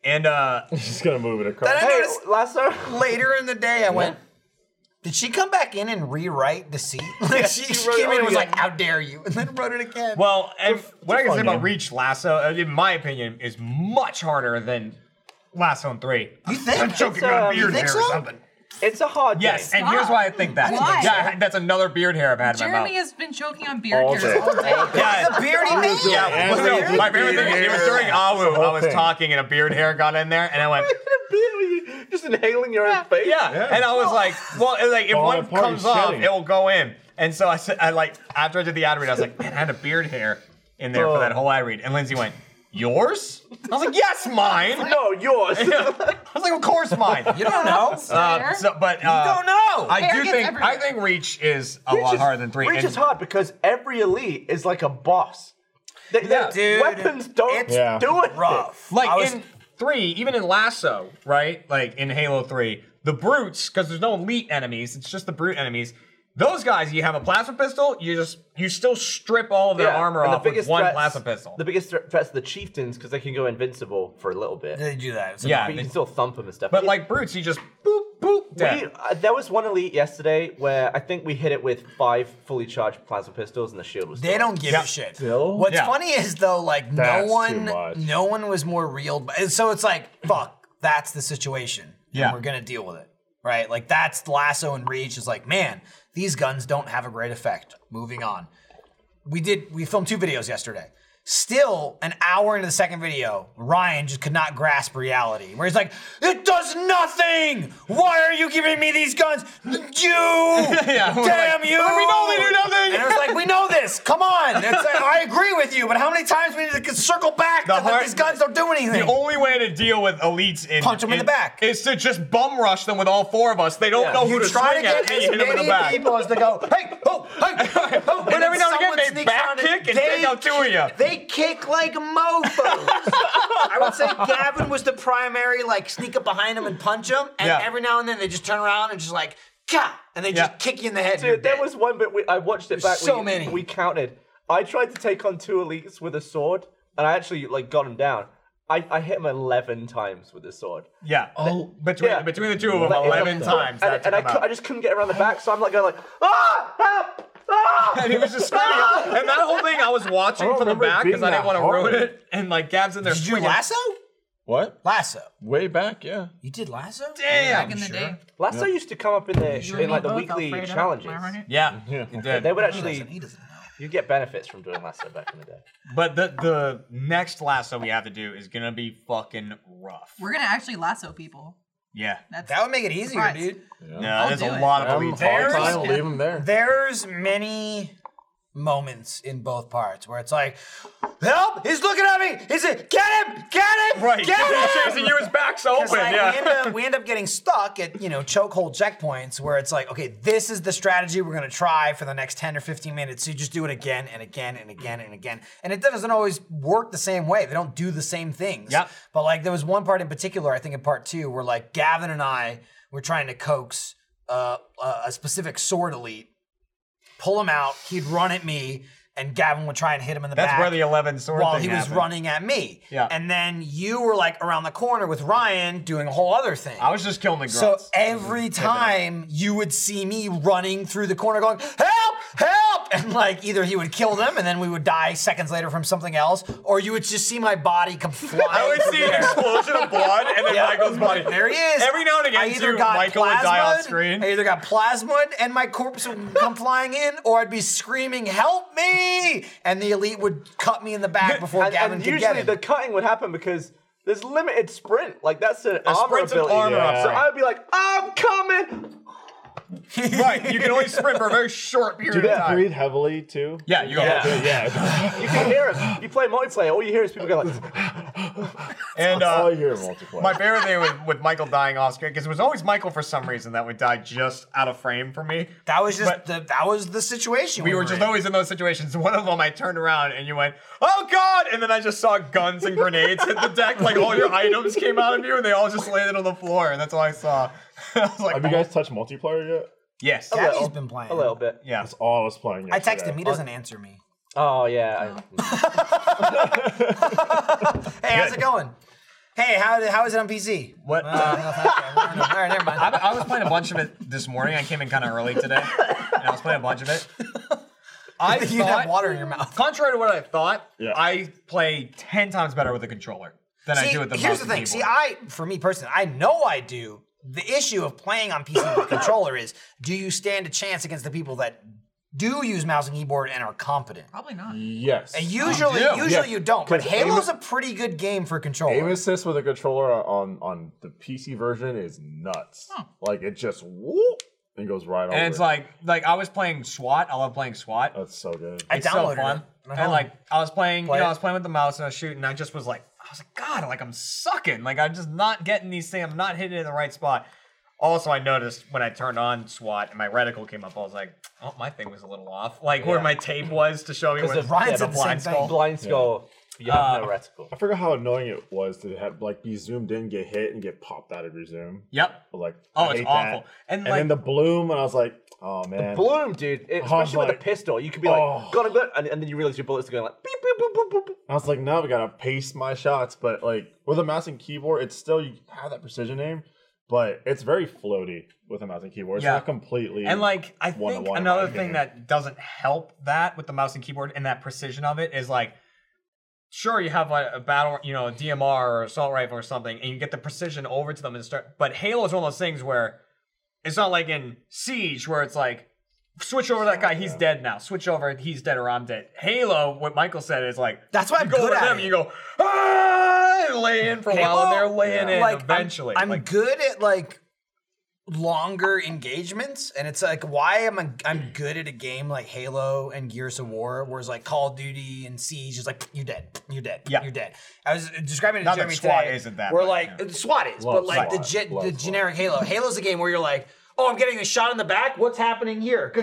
And uh
She's gonna move it across.
Then I
Hey,
noticed lasso. later in the day, I went. Did she come back in and rewrite the seat? Like she,
She
she
wrote-
came in
oh,
and was
yeah.
like, "How dare you?" and then wrote it again.
Well, and what I can
fun
say about
game.
Reach Lasso, uh, in my opinion, is much harder than Lasso in three. You
think?
I'm choking
It's,
on
uh,
a
you
beard hair
think
or
so?
something.
It's a hard
Yes,
game.
and here's why I think that.
I don't think
yeah,
so.
I- that's another beard hair I've had in my mouth.
Jeremy has been choking on beard
All
hairs
day.
all day.
Yeah. Yeah, well, no, my favorite thing is it was during Awu. I was
thing.
talking and a beard hair got in there, and I went.
Just inhaling your own face.
Yeah. and I was like, well, it- like if
Well,
one
that part
comes
is
off,
shedding.
it will go in. And so I said, I like after I did the ad read, I was like, man, I had a beard hair in there
Oh.
for that whole ad read. And Lindsay went, yours? I was like, yes, mine.
No, yours.
I was like, of course mine.
You don't know.
Uh, so, but uh,
You don't know.
I
Hair
do
gets
think I
everywhere.
think Reach is a lot
is-
harder than three.
Reach
and-
is hard because every elite is like a boss. They, yeah,
Dude,
weapons don't
it's Yeah.
do it.
rough.
Like
I was-
in three, even in Lasso, right? Like in Halo Three, the brutes, because there's no elite enemies, it's just the brute enemies. Those guys, you have a plasma pistol, you just you still strip all of their
Yeah,
armor
and
off with one
threats-
plasma pistol.
The biggest threat- threats are the chieftains because they can go invincible for a little bit.
They do that. It's
yeah,
like-
but you can still thump them and stuff.
But like brutes, you just boop boop.
We,
Dead.
uh, there was one elite yesterday where I think we hit it with five fully charged plasma pistols and the shield was.
They don't give
Yeah.
a shit.
Still?
What's
Yeah.
funny is though, like
That's too
no
much.
one, no one was more reeled. By, and so it's like, fuck, that's the situation. and
Yeah.
we're gonna deal with it, right? Like that's lasso and reach is like, man, these guns don't have a great effect. Moving on. We did. We filmed two videos yesterday. Still, an hour into the second video, Ryan just could not grasp reality. Where he's like, "It does nothing. Why are you giving me these guns? You,
Yeah, we're
damn
like,
you!
"But we know they do nothing."
And it was like, "We know this. Come on. It's like, I agree with you, but how many times we need to circle back to that
hard-
these guns don't do anything?
The only way to deal with elites in
Punch 'em in the back.
is to just bum rush them with all four of us. They don't know who
you
to
try to
swing at.
get
and
as
you hit them in the
many
back.
people as to go, hey, oh, hey, oh, oh.
But every now and again, they back kick and take out two of you.
They kick like mofos. I would say Gavin was the primary, like, sneak up behind him and punch him. And
Yeah.
every now and then they just turn around and just like, Gah! and they just kick you in the head. and you're
Dude, there was one bit we, I watched it
There's
back.
so
we,
many.
We counted. I tried to take on two elites with a sword, and I actually like got him down. I, I hit him eleven times with the sword.
Yeah. Oh, between
Yeah.
between the two of them,
Like,
eleven
and-
times.
And,
that
and I,
took them
cou-
out.
I just couldn't get around the back, so I'm like going like, ah, help, ah!
and he was just screaming. and that whole thing I was watching
I
from the
remember it
back because
being
I didn't
that
want to ruin
hard.
it. And like Gab's in there.
Did you do
swinging.
lasso?
What?
Lasso.
Way back, yeah.
You did lasso?
Damn.
Back in the Sure.
day.
Lasso
Yeah.
used to come up in the
You
in like
and
the
me both,
weekly
Alfredo.
challenges.
Am I right?
Yeah, it did.
They would
He
actually.
doesn't-
You get benefits from doing lasso back in the day.
But the the next lasso we have to do is gonna be fucking rough.
We're gonna actually lasso people.
Yeah.
That's
that would make it easier, dude.
No, there's a lot of elite
There's-
him there.
There's many moments in both parts where it's like, help! He's looking at me. He's like, get him! Get him!
Right,
Get
he's
him!
chasing you, his back's
'Cause,
open,
like,
yeah.
we, end up, we end up getting stuck at you know chokehold checkpoints where it's like, okay, this is the strategy we're gonna try for the next ten or fifteen minutes. So you just do it again and again and again and again, and it doesn't always work the same way. They don't do the same things. Yeah. But like there was one part in particular, I think in part two, where like Gavin and I were trying to coax uh, a a specific sword elite pull him out. He'd run at me, and Gavin would try and hit him in the
That's
back.
where the 11 sword
while
thing
he was
happened.
running at me.
Yeah.
And then you were like around the corner with Ryan doing a whole other thing.
I was just killing the grunts.
So
eh,
every time you would see me running through the corner going, help, help! And like either he would kill them and then we would die seconds later from something else, or you would just see my body come flying.
I would
from
see an
the air.
explosion of blood and then
Yeah.
Michael's body.
There he is.
Every now and again,
I either
too,
got
Michael would die on
plasmid,
screen.
I either got plasmid and my corpse would come flying in, or I'd be screaming, help me! And the elite would cut me in the back before
and,
Gavin
and
could
usually
get him.
the cutting would happen because there's limited sprint. Like that's an
A
armor
sprint's an
ability.
armor
so
upgrade.
I'd be like, I'm coming.
right, you can only sprint for a very short period
Do they
of time.
breathe heavily too?
Yeah, you
yeah.
got it.
yeah. you can hear him. You play multiplayer, all you hear is people go like,
And uh,
all you hear is multiplayer.
My favorite thing with, with Michael dying off screen because it was always Michael for some reason that would die just out of frame for me.
That was just the that was the situation.
We
we
were
were
just
in.
always in those situations. One of them, I turned around and you went, "Oh God!" And then I just saw guns and grenades hit the deck. Like all your items came out of you, and they all just landed on the floor. And that's all I saw. I was like,
Have you guys touched multiplayer yet?
Yes.
Gabby's been playing.
a little bit.
Yeah,
that's all I was playing.
I text
yesterday.
him, he doesn't answer me.
Oh yeah.
Hey, how's it going? Hey, how, how is it on Uh, PC?
What?
All right, never mind.
I, I was playing a bunch of it this morning. I came in kind of early today, and I was playing a bunch of it. I
you
thought,
have water in your mouth.
Contrary to what I thought, I play ten times better with a controller than I
See,
do with the
here's
mouse
the
and
thing.
keyboard.
See, I for me personally, I know I do. The issue of playing on PC with a controller is: do you stand a chance against the people that do use mouse and keyboard and are competent?
Probably not.
Yes.
And usually,
Yeah.
usually
Yeah.
you don't. But
'Cause
Halo's
aim-
a pretty good game for controller.
Aim assist with a controller on on the PC version is nuts. Like it just whoop and goes right over.
And it's like, like I was playing SWAT. I love playing SWAT.
Oh.
That's so good.
It's so fun. And like I was playing,
Play
you know,
it.
I was playing with the mouse and I was shooting. And I just was like, I was like, God, like I'm sucking. Like I'm just not getting these things. I'm not hitting it in the right spot. Also, I noticed when I turned on SWAT and my reticle came up, I was like, oh, my thing was a little off. Like where
Yeah.
my tape was to show me
Because
where
of- Ryan's
yeah,
did the same thing. Blind skull, you have no reticle.
I forgot how annoying it was to have like be zoomed in, get hit, and get popped out of your zoom.
Yep.
Like
Oh,
I
it's
hate
awful.
That.
And,
And, then
like-
the bloom, and I was like, oh man,
Bloom, dude.
I
It-
was
especially with
like,
a pistol, you could be like,
oh.
got a bit, and, and then you realize your bullets are going like. beep.
I was like, no, we gotta pace my shots. But like with a mouse and keyboard, it's still you have that precision aim, but it's very floaty with a mouse and keyboard. It's
Yeah.
not completely
And like I think
one-to-one in my
another thing
opinion.
that doesn't help that with the mouse and keyboard and that precision of it is like sure you have like a battle you know a DMR or assault rifle or something and you get the precision over to them and start but Halo is one of those things where it's not like in Siege where it's like switch over to that guy he's dead now switch over he's dead or I'm dead Halo what Michael said is like
that's why
you
I'm
go
good
over
at
them
it.
and you go ah and lay in for a while and they're laying in
Like, I'm-
eventually
I'm,
like
good at like longer engagements, and it's like why am I I'm good at a game like Halo and Gears of War, whereas like Call of Duty and Siege is like you dead, you dead, yeah. you're dead. I was describing it to
Not that
Jeremy
SWAT
today,
isn't that,
We're
but,
like
yeah.
SWAT is,
Love
but like the
SWAT.
gen-
Love
the generic Halo. Halo's a game where you're like. Oh, I'm getting a shot in the back. What's happening here?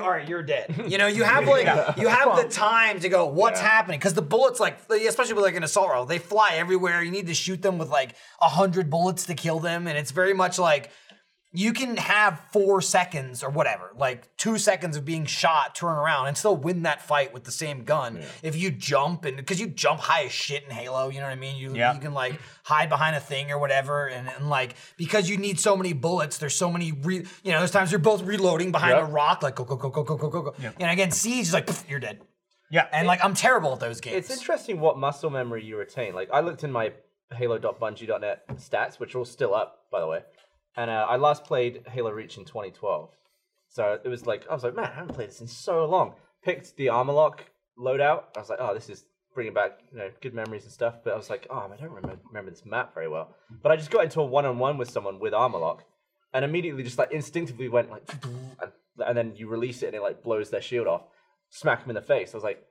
All right, you're dead. You know, you have like
Yeah.
you have the time to go. What's
Yeah.
happening? Because the bullets, like especially with like an assault rifle, they fly everywhere. You need to shoot them with like a hundred bullets to kill them, and it's very much like you can have four seconds or whatever, like two seconds of being shot, turn around, and still win that fight with the same gun if you jump and because you jump high as shit in Halo. You know what I mean? You
Yeah.
you can like hide behind a thing or whatever, and, and like because you need so many bullets, there's so many re, you know. There's times you're both reloading behind
Yep.
a rock, like go go go go go go go go. And again, siege is like pff, you're dead.
Yeah,
and like I'm terrible at those games.
It's interesting what muscle memory you retain. Like I looked in my Halo.bungie.net stats, which are all still up, by the way, and uh, I last played Halo Reach in 2012. So it was like I was like, man, I haven't played this in so long. Picked the armor lock loadout. I was like, oh, this is bringing back you know good memories and stuff. But I was like, oh, I don't remember, remember this map very well. But I just got into a one-on-one with someone with armor lock, and immediately just like instinctively went like, and, and then you release it and it like blows their shield off, smack them in the face. I was like,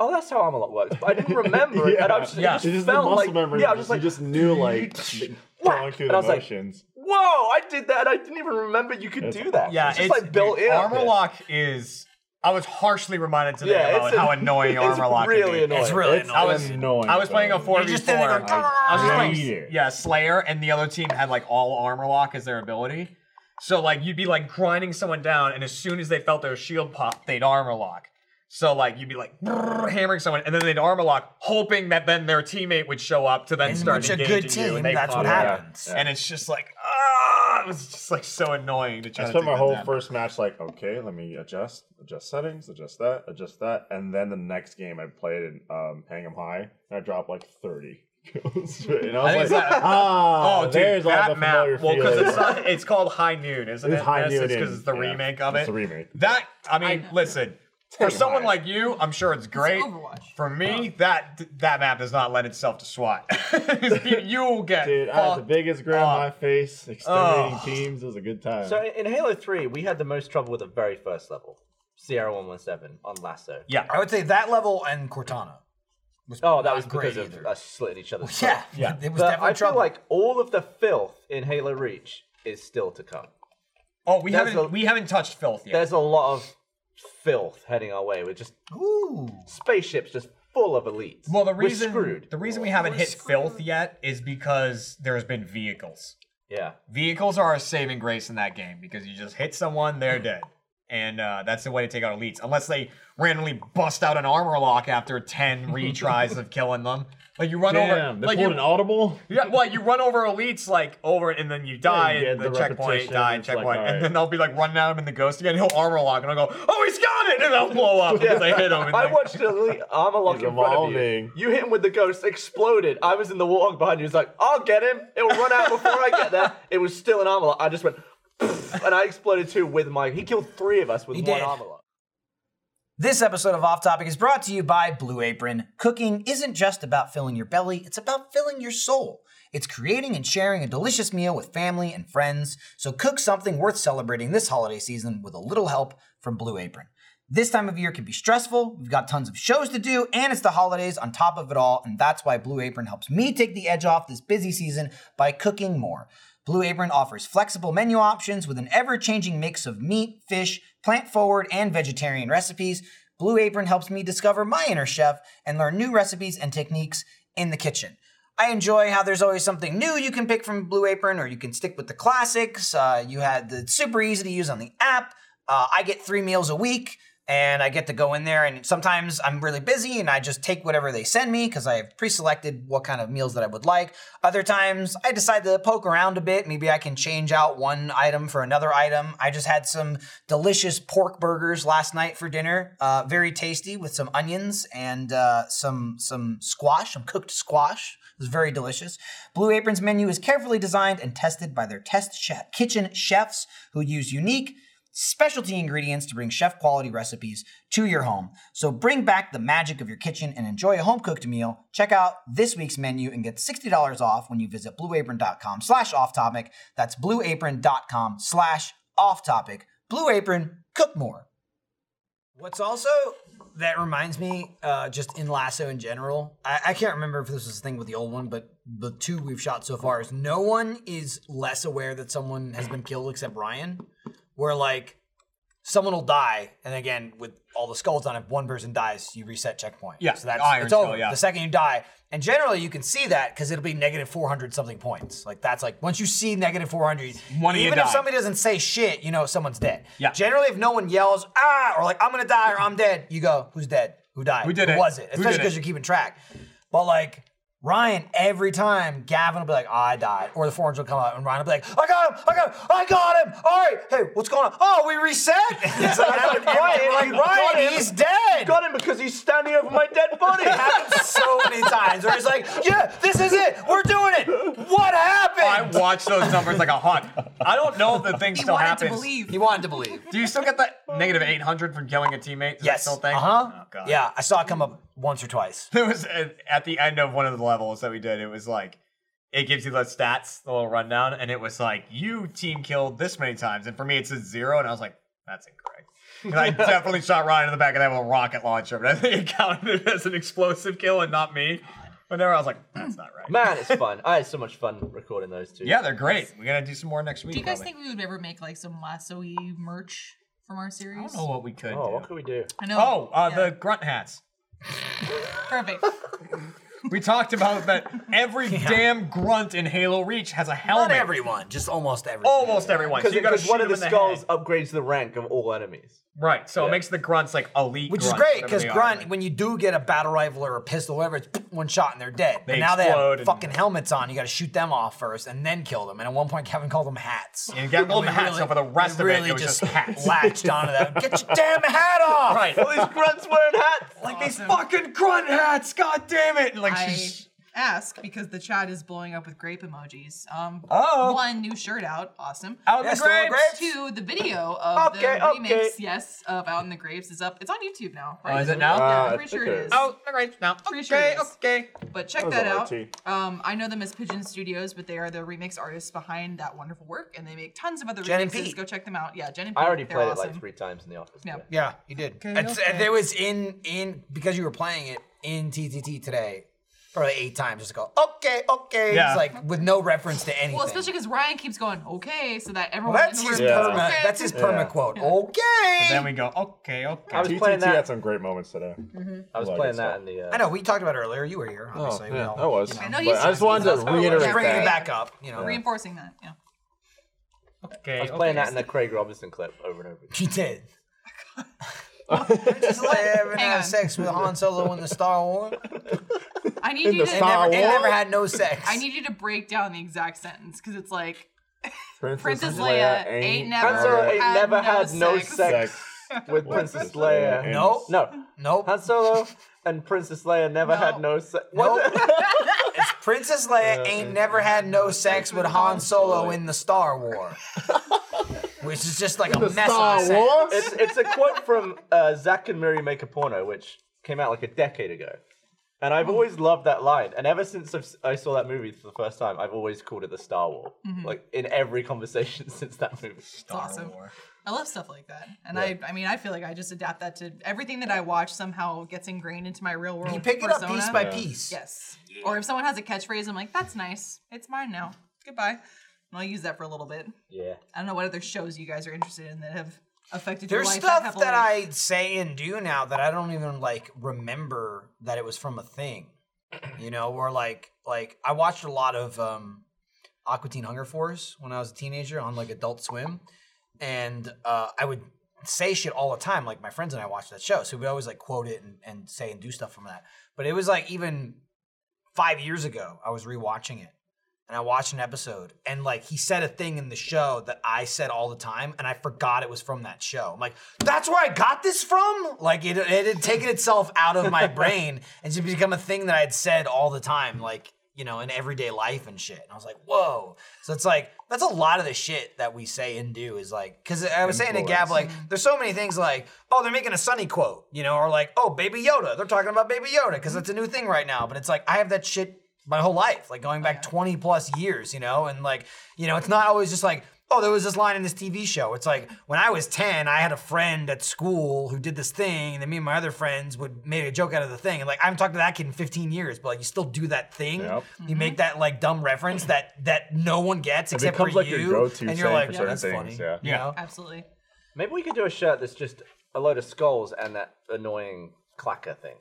oh, that's how armor lock works. But I didn't remember it, and I was just, it
yeah.
just
It's just the
felt
muscle
like
memory.
yeah, I was just
you
like,
just knew like going through
And I
the
was like,
motions.
whoa, I did that. I didn't even remember you could do that.
Yeah,
it's just like built
dude,
in. up
Armor
there.
lock is. I was harshly reminded today
Yeah,
about
it's a-
how annoying
it's
armor lock
really
can be.
annoying. It's really It's
I was,
annoying,
I was playing a
though.
four
You're
v
just
four.
sitting there
"Ah!" I
going,
was just
"Hate it."
playing, yeah, Slayer, and the other team had like all armor lock as their ability. So like you'd be like grinding someone down, and as soon as they felt their shield pop, they'd armor lock. So like you'd be like brrr, hammering someone, and then they'd armor lock, hoping that then their teammate would show up to then
And
start
which a
engaging
good
you.
team,
And they
that's what
follow up.
happens.
And it's just like ah, it was just like so annoying to try
I
to
spent
take
my
that
whole
down.
first match like, okay, let me adjust, adjust settings, adjust that, adjust that, and then the next game I played in um, Hang 'em High, and I dropped like thirty kills. and I
I think
was
it's
like,
that-
ah,
oh, dude,
there's
that
all the
map.
familiar
Well, because
feelings.
it's, not- it's called High Noon, isn't
It's
it?
High
Yes,
Noon,
it's because it's the
yeah.
remake of it.
It's the remake.
That I mean, listen, for
It's
someone
High.
like you, I'm sure it's great. For me,
Oh.
that that map does not lend itself to SWAT. you will get
Dude, I
Oh,
had the biggest grin on my face, exterminating
Oh.
teams. It was a good time.
So in in Halo 3, we had the most trouble with the very first level, Sierra 117 on Lasso.
Yeah,
I would say that level and Cortana.
oh, that was
great
because of us slitting each other's
Yeah,
throats.
yeah. It was
but
definitely
I feel
trouble.
like all of the filth in Halo Reach is still to come.
Oh, we
There's
haven't
a-
we haven't touched filth yet.
There's a lot of filth heading our way. We're just spaceships just full of elites.
Well, the
We're
reason
screwed.
the reason we haven't hit filth yet is because there's been vehicles.
Yeah.
Vehicles are a saving grace in that game because you just hit someone, they're
Mm.
dead, and uh, that's the way to take out elites. Unless they randomly bust out an armor lock after ten retries of killing them, like you run
Damn,
over,
they
like
pulled
you,
an audible.
Yeah, well, you run over elites like over, and then you die,
you
and
get
the,
the
checkpoint,
repetition,
die,
it's like,
checkpoint,
alright.
and then I'll be like running at him in the ghost again. He'll armor lock, and I'll go, "Oh, he's got it!" and I'll blow up because I hit him. and,
I
like-
watched an elite armor lock in
He's
front of you.
evolving.
You hit him with the ghost, exploded. I was in the walk behind you. He's like, I'll get him. It'll run out before I get there. It was still an armor lock. I just went, and I exploded two with my. He killed three of us with
He
one
did.
armor lock.
This episode of Off Topic is brought to you by Blue Apron. Cooking isn't just about filling your belly, it's about filling your soul. It's creating and sharing a delicious meal with family and friends. So cook something worth celebrating this holiday season with a little help from Blue Apron. This time of year can be stressful. We've got tons of shows to do, and it's the holidays on top of it all. And that's why Blue Apron helps me take the edge off this busy season by cooking more. Blue Apron offers flexible menu options with an ever changing mix of meat, fish, plant forward, and vegetarian recipes. Blue Apron helps me discover my inner chef and learn new recipes and techniques in the kitchen. I enjoy how there's always something new you can pick from Blue Apron, or you can stick with the classics. Uh, you had the it's super easy to use on the app. Uh, I get three meals a week, and I get to go in there. And sometimes I'm really busy, and I just take whatever they send me because I have pre-selected what kind of meals that I would like. Other times, I decide to poke around a bit. Maybe I can change out one item for another item. I just had some delicious pork burgers last night for dinner. Uh, very tasty with some onions and uh, some some squash, some cooked squash. It was very delicious. Blue Apron's menu is carefully designed and tested by their test chef, kitchen chefs who use unique specialty ingredients to bring chef quality recipes to your home. So bring back the magic of your kitchen and enjoy a home cooked meal. Check out this week's menu and get $60 off when you visit blueapron.com slash off topic. That's blueapron.com slash off topic. Blue Apron, cook more. What's also that reminds me, uh, just in Lasso in general, I, I can't remember if this was the thing with the old one, but the two we've shot so far is no one is less aware that someone has been killed except Ryan. Where like someone will die, and again with all the skulls on, if one person dies, you reset checkpoint.
Yeah,
so that's
Iron
it's over.
Skull, yeah.
The second you die, and generally you can see that because it'll be negative four hundred something points. Like that's like once you see negative four hundred,
One of you
even if
died.
somebody doesn't say shit, you know someone's dead.
Yeah.
Generally, if no one yells ah or like I'm gonna die or I'm dead, you go who's dead, who died,
Who did it?
was it?
Who
Especially
did
because
it?
you're keeping track. But like Ryan, every time Gavin will be like, I died, or the forums will come out and Ryan will be like, I got him, I got him, I got him. All right, hey, what's going on? Oh, we reset. It's like, Ryan,
Like, Ryan,
like,
got
Ryan
him.
he's dead.
Got him because he's standing over my dead body.
It happens so many times. Where it's like, yeah, this is it. We're doing it. What
I
happened?
watch those numbers like a hawk. I don't know if the thing still happens.
He wanted to believe.
Do you still get that negative 800 from killing a teammate? Is
Yes.
That
Uh
still a thing?
huh.
Uh-huh.
Oh, God.
yeah, I saw it come up once or twice.
There was at at the end of one of the levels that we did. It was like it gives you the stats, the little rundown, and it was like you team killed this many times, and for me it says zero, and I was like, that's incorrect. And I definitely shot Ryan in the back of that with a rocket launcher, but I think it counted it as an explosive kill and not me. Whenever I was like, that's not right.
Man, it's fun. I had so much fun recording those two.
Yeah, they're great. We're gonna do some more next week.
Do you guys
probably.
think we would ever make like some lassoy merch from our series?
I don't know uh, what we could.
Oh,
do.
what could we do?
I know.
Oh, uh, the grunt hats.
Perfect.
We talked about that every
Yeah.
damn grunt in Halo Reach has a helmet.
everyone, just almost everyone.
Almost everyone. So you gotta
Because
shoot
one of
them
the
in the
skulls upgrades the rank of all enemies.
Right, so it makes the grunts like elite.
Which is
grunts,
great
whatever
because
they are.
grunt, when you do get a battle rifle or a pistol, whatever, it's one shot and they're dead.
They
but now they
explode
have
and-
fucking helmets on. You got to shoot them off first and then kill them. And at one point, Kevin called them hats.
And Kevin called them hats, so for the rest of it, it was just hats.
Latched onto that. Get your damn hat off!
Right. All these grunts wearing hats. Like these fucking grunt hats. God damn it! Like
I
she's.
ask because the chat is blowing up with grape emojis. Um,
Oh.
one new shirt out, awesome.
Out in Yes, the out in the grapes.
Two, the video of
Okay,
the
okay.
remakes, yes, of Out in the Grapes is up. It's on YouTube now.
Oh, is it now?
Yeah,
Ah,
I'm pretty sure
okay.
it is.
Oh, all right, now.
Pretty sure it
Okay,
is. But check
That was
that
all
out.
right,
Um, I know them as Pigeon Studios, but they are the remix artists behind that wonderful work, and they make tons of other
Jen and
remixes.
Pete.
Go check them out. Yeah, Jen and Pete.
I already
they're
played
awesome.
it like three times in the office.
Yeah.
Yeah, you did. and, s- and there was in in because you were playing it in TTT today, probably eight times. Just go okay, okay.
Yeah.
It's like with no reference to anything.
Well, especially because Ryan keeps going, okay, so that everyone
that's
in the
his
room goes,
perma-
"Okay."
that's his perma quote. Okay.
But then we go, okay, okay.
I was
TTT
playing that-
had some great moments today.
Mm-hmm.
Mhm.
I was
Like
playing
it's
that
all-
in the. Uh,
I know we talked about it earlier. You were here, obviously.
Oh,
we
Oh, yeah,
all,
I was.
you
I
know.
know you But I said just you wanted said to that's what it reiterate was.
bringing it
that.
back up. You know,
reinforcing that. Yeah.
Okay.
I was playing
okay.
that in the Craig Robinson clip over and over.
You did.
Oh
just like having had sex with Han Solo in the Star Wars.
I need
In
you
the
to.
Star They never- they Wars? never had no sex.
I need you to break down the exact sentence because it's like
Princess,
Princess Leia ain't, never,
Han Solo ain't
had,
never
no
had no
sex.
sex with Princess Leia.
and-
No, no,
no.
Han Solo and Princess Leia never had no sex. What?
It's Princess Leia ain't never had no sex with Han Solo in the Star Wars, which is just like a mess of a sentence.
It's, it's a quote from uh, Zack and Miri Make a Porno, which came out like a decade ago. And
Hmm.
I've always loved that line. And ever since I've, s- I saw that movie for the first time, I've always called it the Star War.
Mm-hmm.
Mhm.
Like in every conversation since that movie. Star
awesome. I love stuff like that, and
Yeah.
I, I mean, I feel like I just adapt that to everything that I watch. Somehow gets ingrained into my real world.
You pick it up
persona.
piece by Yeah. piece.
Yes. Or if someone has a catchphrase, I'm like, "That's nice. It's mine now. Goodbye." And I'll use that for a little bit.
Yeah.
I don't know what other shows you guys are interested in that have affected
There's
your life.
stuff
heavily.
that I say and do now that I don't even like remember that it was from a thing. You know, or like like I watched a lot of um Aqua Teen Hunger Force when I was a teenager on like Adult Swim. And uh I would say shit all the time. Like my friends and I watched that show. So we'd always like quote it and, and say and do stuff from that. But it was like even five years ago, I was rewatching it and I watched an episode, and like he said a thing in the show that I said all the time, and I forgot it was from that show. I'm like, that's where I got this from. Like it, it had taken itself out of my brain and just become a thing that I had said all the time, like you know, in everyday life and shit. And I was like, whoa. So it's like that's a lot of the shit that we say and do is like, because I was saying to Gab, like, there's so many things like, oh, they're making a Sunny quote, you know, or like, oh, Baby Yoda. They're talking about Baby Yoda because it's a new thing right now. But it's like I have that shit my whole life, like going back 20 plus years, you know, and like, you know, it's not always just like, oh, there was this line in this TV show. It's like when I was 10, I had a friend at school who did this thing, and then me and my other friends would made a joke out of the thing. And like, I haven't talked to that kid in 15 years, but like, you still do that thing.
Yep.
You make that like dumb reference that that no one gets
It
except
becomes
for
like
you.
your go-to
and you're
saying
like,
for
yeah,
certain
that's
things,
funny.
yeah.
You
Yeah.
know?
Absolutely.
Maybe we could do a shirt that's just a load of skulls and that annoying clacker thing.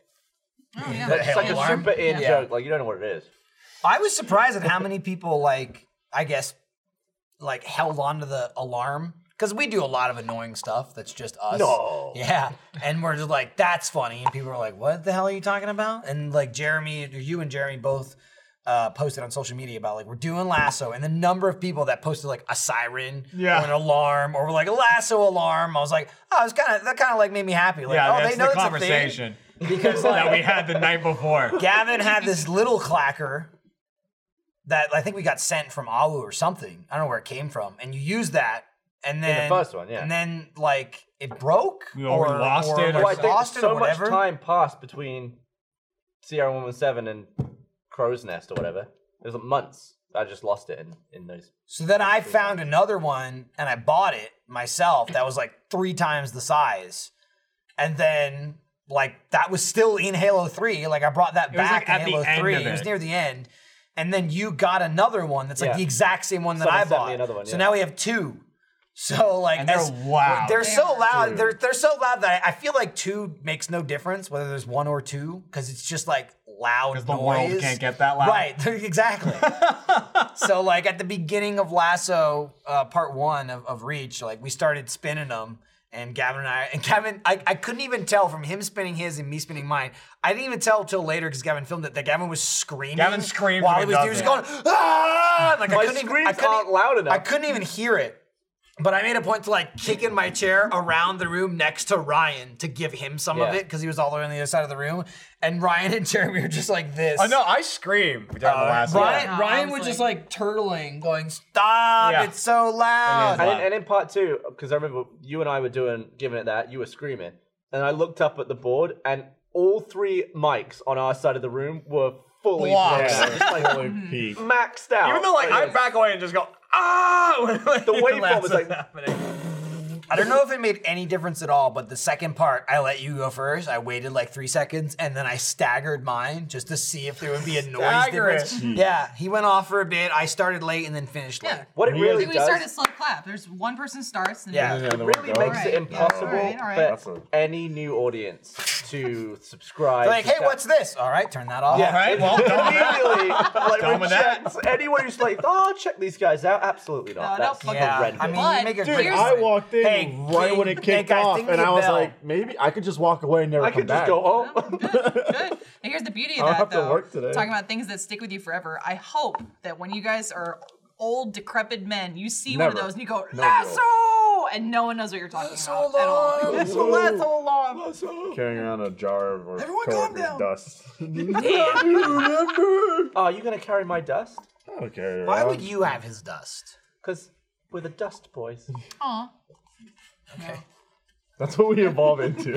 Oh, yeah.
It's like a
alarm?
super in
Yeah.
joke. Like you don't know what it is.
I was surprised at how many people like I guess like held on to the alarm because we do a lot of annoying stuff that's just us.
No.
Yeah, and we're just like that's funny, and people are like, "What the hell are you talking about?" And like Jeremy, you and Jeremy both. Uh, posted on social media about like we're doing lasso and the number of people that posted like a siren
Yeah.
or an alarm or were like a lasso alarm. I was like, oh, it's kind of that kind of like made me happy. Like,
yeah,
oh,
that's
they know
the
it's a thing."
conversation
Because,
that
like-
we had the night before.
Gavin had this little clacker that I think we got sent from Awu or something. I don't know where it came from. And you used that, and
the
then
first one, yeah.
And then like it broke,
We all lost
or,
it
or
Well, I think
lost it
so
or whatever.
much time passed between Sierra 117 and Crow's Nest or whatever. It was months. I just lost it in, in those.
So then I found another one and I bought it myself that was like three times the size. And then like that was still in Halo 3. Like I brought that
It was,
back in
like, at the
Halo
end
3.
of
It was
it.
near the end. And then you got another one that's like
Yeah.
the exact same one that
Someone
I
sent me
bought.
another one,
So
yeah.
now we have two. So like
And they're loud.
They're
They
so
are.
loud.
Dude.
They're they're so loud that I, I feel like two makes no difference whether there's one or two because it's just like loud
Because the world
noise.
can't get that loud.
Right, exactly. so like at the beginning of Lasso, uh, part one of, of Reach, like we started spinning them. And Gavin and I, and Gavin, I, I couldn't even tell from him spinning his and me spinning mine. I didn't even tell till later because Gavin filmed it that Gavin was screaming.
Gavin screamed
while he was,
when he
he was going,
does
ah! Like
My
I couldn't even, I
screams
couldn't,
aren't loud enough.
I couldn't even hear it. But I made a point to like kick in my chair around the room next to Ryan to give him some of
Yeah.
it because he was all the way on the other side of the room. And Ryan and Jeremy were just like this.
Oh no, I screamed during the last
Uh, Ryan,
one.
Ryan was just like turtling, going, "Stop!
Yeah.
It's so loud!"
And, in- and in part two, because I remember you and I were doing giving it that, you were screaming, and I looked up at the board, and all three mics on our side of the room were fully blocked.
Blocks.
Like, maxed out.
Even though, like, I
back away and just go ah. the waveform was like
I don't know if it made any difference at all, but the second part, I let you go first. I waited like three seconds, and then I staggered mine just to see if there would be a noise
Stagger it.
difference.
Hmm.
Jeez.
Yeah, he went off for a bit. I started late and then finished late.
What it really
we
does.
start a slow clap. There's one person starts. And
Yeah,
then
it really makes it impossible
Alright, alright.
for any new audience to subscribe.
They're like,
to
hey,
that-
what's this? All right, turn that off.
Yeah, immediately, like,
Done with that.
rejects anyone who's like, oh, check these guys out. Absolutely not.
No, no,
That's
fuck that.
horrendous.
I mean, you make a
Dude,
great
I walked in
Hey,
right
ring-
when it kicked
hey, guys,
off,
ding
and
the
I was
bell.
like, maybe I could just walk away and never
I
come
could
back.
just go "Oh, home.
And here's the beauty of
I don't
that,
have to
though.
work today.
Talking about things that stick with you forever. I hope that when you guys are old, decrepit men, you see one
Never.
of those and you go,
No
lasso! And no one knows what you're talking about at all.
Lasso,
lasso
lasso,
alarm.
Carrying around a jar of or
Everyone
coworkers' dust.
Damn. Are you gonna carry my dust?
Okay.
Why would you
have his dust?
Because we're the dust boys.
Aw.
That's what we evolve into.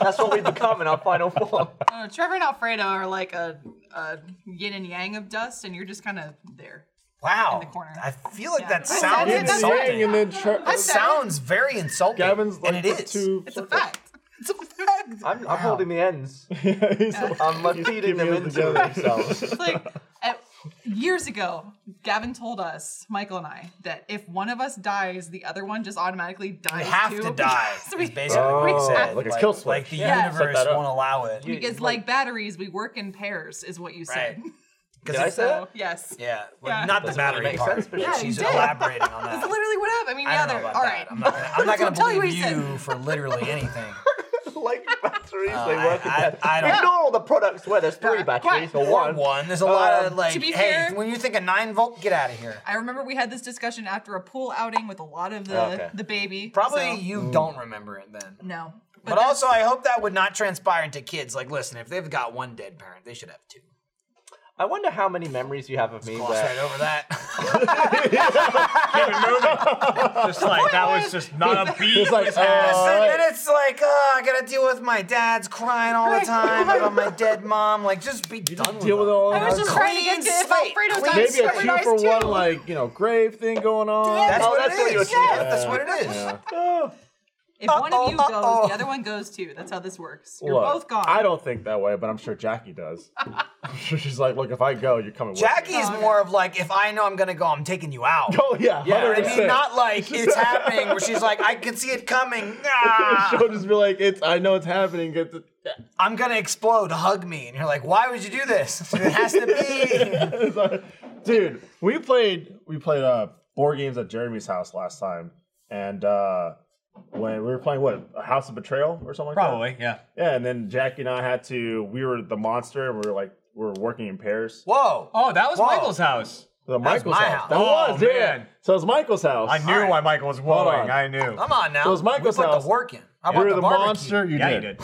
That's what we become in our final form.
Uh, Trevor and Alfredo are like a, a yin and yang of dust, and you're just kind of there.
Wow.
In the corner.
I feel like that
I said
sounds
it, that's
insulting.
fine.
and then Tre-
that sounds very insulting. Gavin's like and it is.
It's a fact. It's a fact.
I'm, I'm holding the ends. I'm like, feeding them into themselves.
Uh, years ago, Gavin told us, Michael and I, that if one of us dies, the other one just automatically dies.
We have
too,
to die.
because we-
is basically what
we
he said.
have-
Oh, look, it's kill switch.
Like the
Yeah. Set
universe
that up.
won't allow it.
Because, like batteries, we work in pairs, is what you said.
Did I say
So, Yes.
Yeah, well,
Yeah.
not the
Doesn't
battery
really make
part.
sense, but
Yeah,
she's
you did.
elaborating on
That's
that.
literally what happened. I mean,
I
yeah,
don't know
they're
about
all
that.
right.
I'm not gonna, I'm not
That's what-
gonna
tell you
believe
what he
you for literally anything.
like batteries,
Uh,
they work
I-
in
I- I
I,
don't-
Ignore all the products where there's three batteries or one.
One, there's a lot of
Um,
like,
to be
hey,
fair-
when you think of nine volt, get out of here.
I remember we had this discussion after a pool outing with a lot of the
Okay.
the baby.
Probably
so-
you don't remember it then.
No.
But, also, I hope that would not transpire into kids. Like, listen, if they've got one dead parent, they should have two.
I wonder how many memories you have of me.
Gloss
where-
right over that.
Just like that was just not a beat. was
"Oh,
had.
and then it's like, oh, I gotta deal with my dad's crying all the time about my dead mom. Like, just be done with
deal with all
that.
I was just
trying to get to if Alfredo died
Maybe a
Saturday
two
night
for
too.
one, like you know, grave thing going on.
Yeah, that's
oh,
what
that's
it
what you're
is.
saying.
Yeah, that's what it is.
Yeah.
If one of you goes,
Uh-oh, uh-oh.
the other one goes too. That's how this works. You're
Look,
both gone.
I don't think that way, but I'm sure Jackie does. I'm sure she's like, look, if I go, you're coming.
Jackie
with
is
me.
more of like, if I know I'm gonna go, I'm taking you out.
Oh yeah,
Yeah, I
100%.
mean, not like it's happening where she's like, I can see it coming. Ah,
She'll just be like, it's. I know it's happening. Get the.
I'm gonna explode. Hug me, and you're like, why would you do this? It has to be.
It's like- dude, we played we played uh board games at Jeremy's house last time, and uh when we were playing what a House of Betrayal or something like
Probably,
that.
yeah.
Yeah, and then Jackie and I had to. We were the monster, and we were like we were working in pairs.
Whoa!
Oh, that was Michael's house.
The
That was
Michael's
my
house.
house.
That
Oh,
was yeah.
man.
So it was Michael's house.
I knew why Michael was
Hold
wallowing.
on.
I knew.
Come on now.
So it was Michael's
we put
house.
the work in. How
You
about
were
the,
the,
barbecue?
monster. You
Yeah, you
did.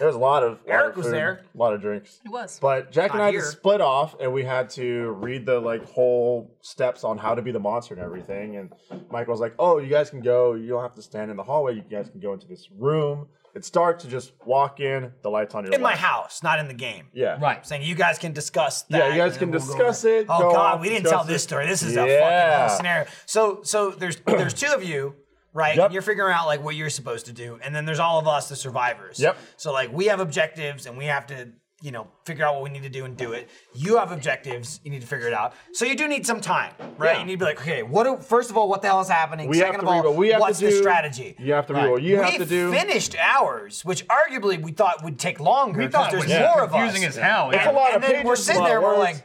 There was a lot of
Eric
lot of
was
food,
there.
A lot of drinks.
It was.
But Jack and
Not
I
here.
just split off, and we had to read the like whole steps on how to be the monster and everything. And Michael was like, "Oh, you guys can go. You don't have to stand in the hallway. You guys can go into this room. It's dark, to just walk in. The lights on your
in my
left."
house, not in the game.
Yeah.
Right. Saying you guys can discuss that.
Yeah, you guys
and
can
we'll go
discuss
over
it,
Oh
go
god,
off,
we didn't
discuss
tell this
it.
story. This is a fucking
Yeah.
hell scenario. So so there's there's two of you, right?
Yep.
And you're figuring out like what you're supposed to do, and then there's all of us, the survivors.
Yep.
So like we have objectives and we have to you know, figure out what we need to do and do it. You have objectives. You need to figure it out. So you do need some time, right?
Yeah.
You need to be like, okay, what? Do, first of all, what the hell is happening?
We have
Second
to
of all,
reroll. We have
what's
to do
the strategy?
You have to
Right.
reroll. You
we
have to do.
finished ours, which arguably we thought would take longer.
We
'cause
thought it
there's
was yeah,
more of
confusing
us.
as hell,
And,
yeah. It's a lot
and
of
then we're
pages,
sitting
a lot
there,
of
we're
words.
like,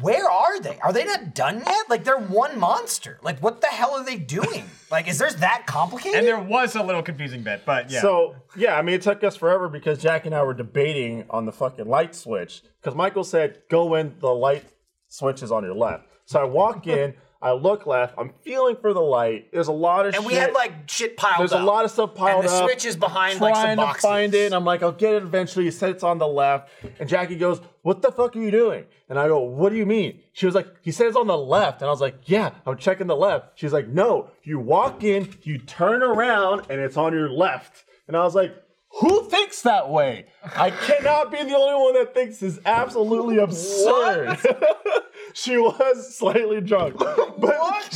where are they? Are they not done yet? Like they're one monster. Like what the hell are they doing? like is there's that complicated?
And there was a little confusing bit, but yeah.
So yeah, I mean, it took us forever because Jack and I were debating on the fucking light switch because Michael said go when the light switch is on your left. So I walk in, I look left, I'm feeling for the light. There's a lot of
and
shit.
we had like shit piled
There's
up.
a lot of stuff piled
and the
up.
switch is behind like some
trying
boxes.
to find it. And I'm like, I'll get it eventually. He said it's on the left, and Jackie goes, "What the fuck are you doing?" And I go, "What do you mean?" She was like, "He said it's on the left," and I was like, "Yeah, I'm checking the left." She's like, "No, you walk in, you turn around, and it's on your left." And I was like. Who thinks that way? I cannot be the only one that thinks this is absolutely absurd. she was slightly drunk, but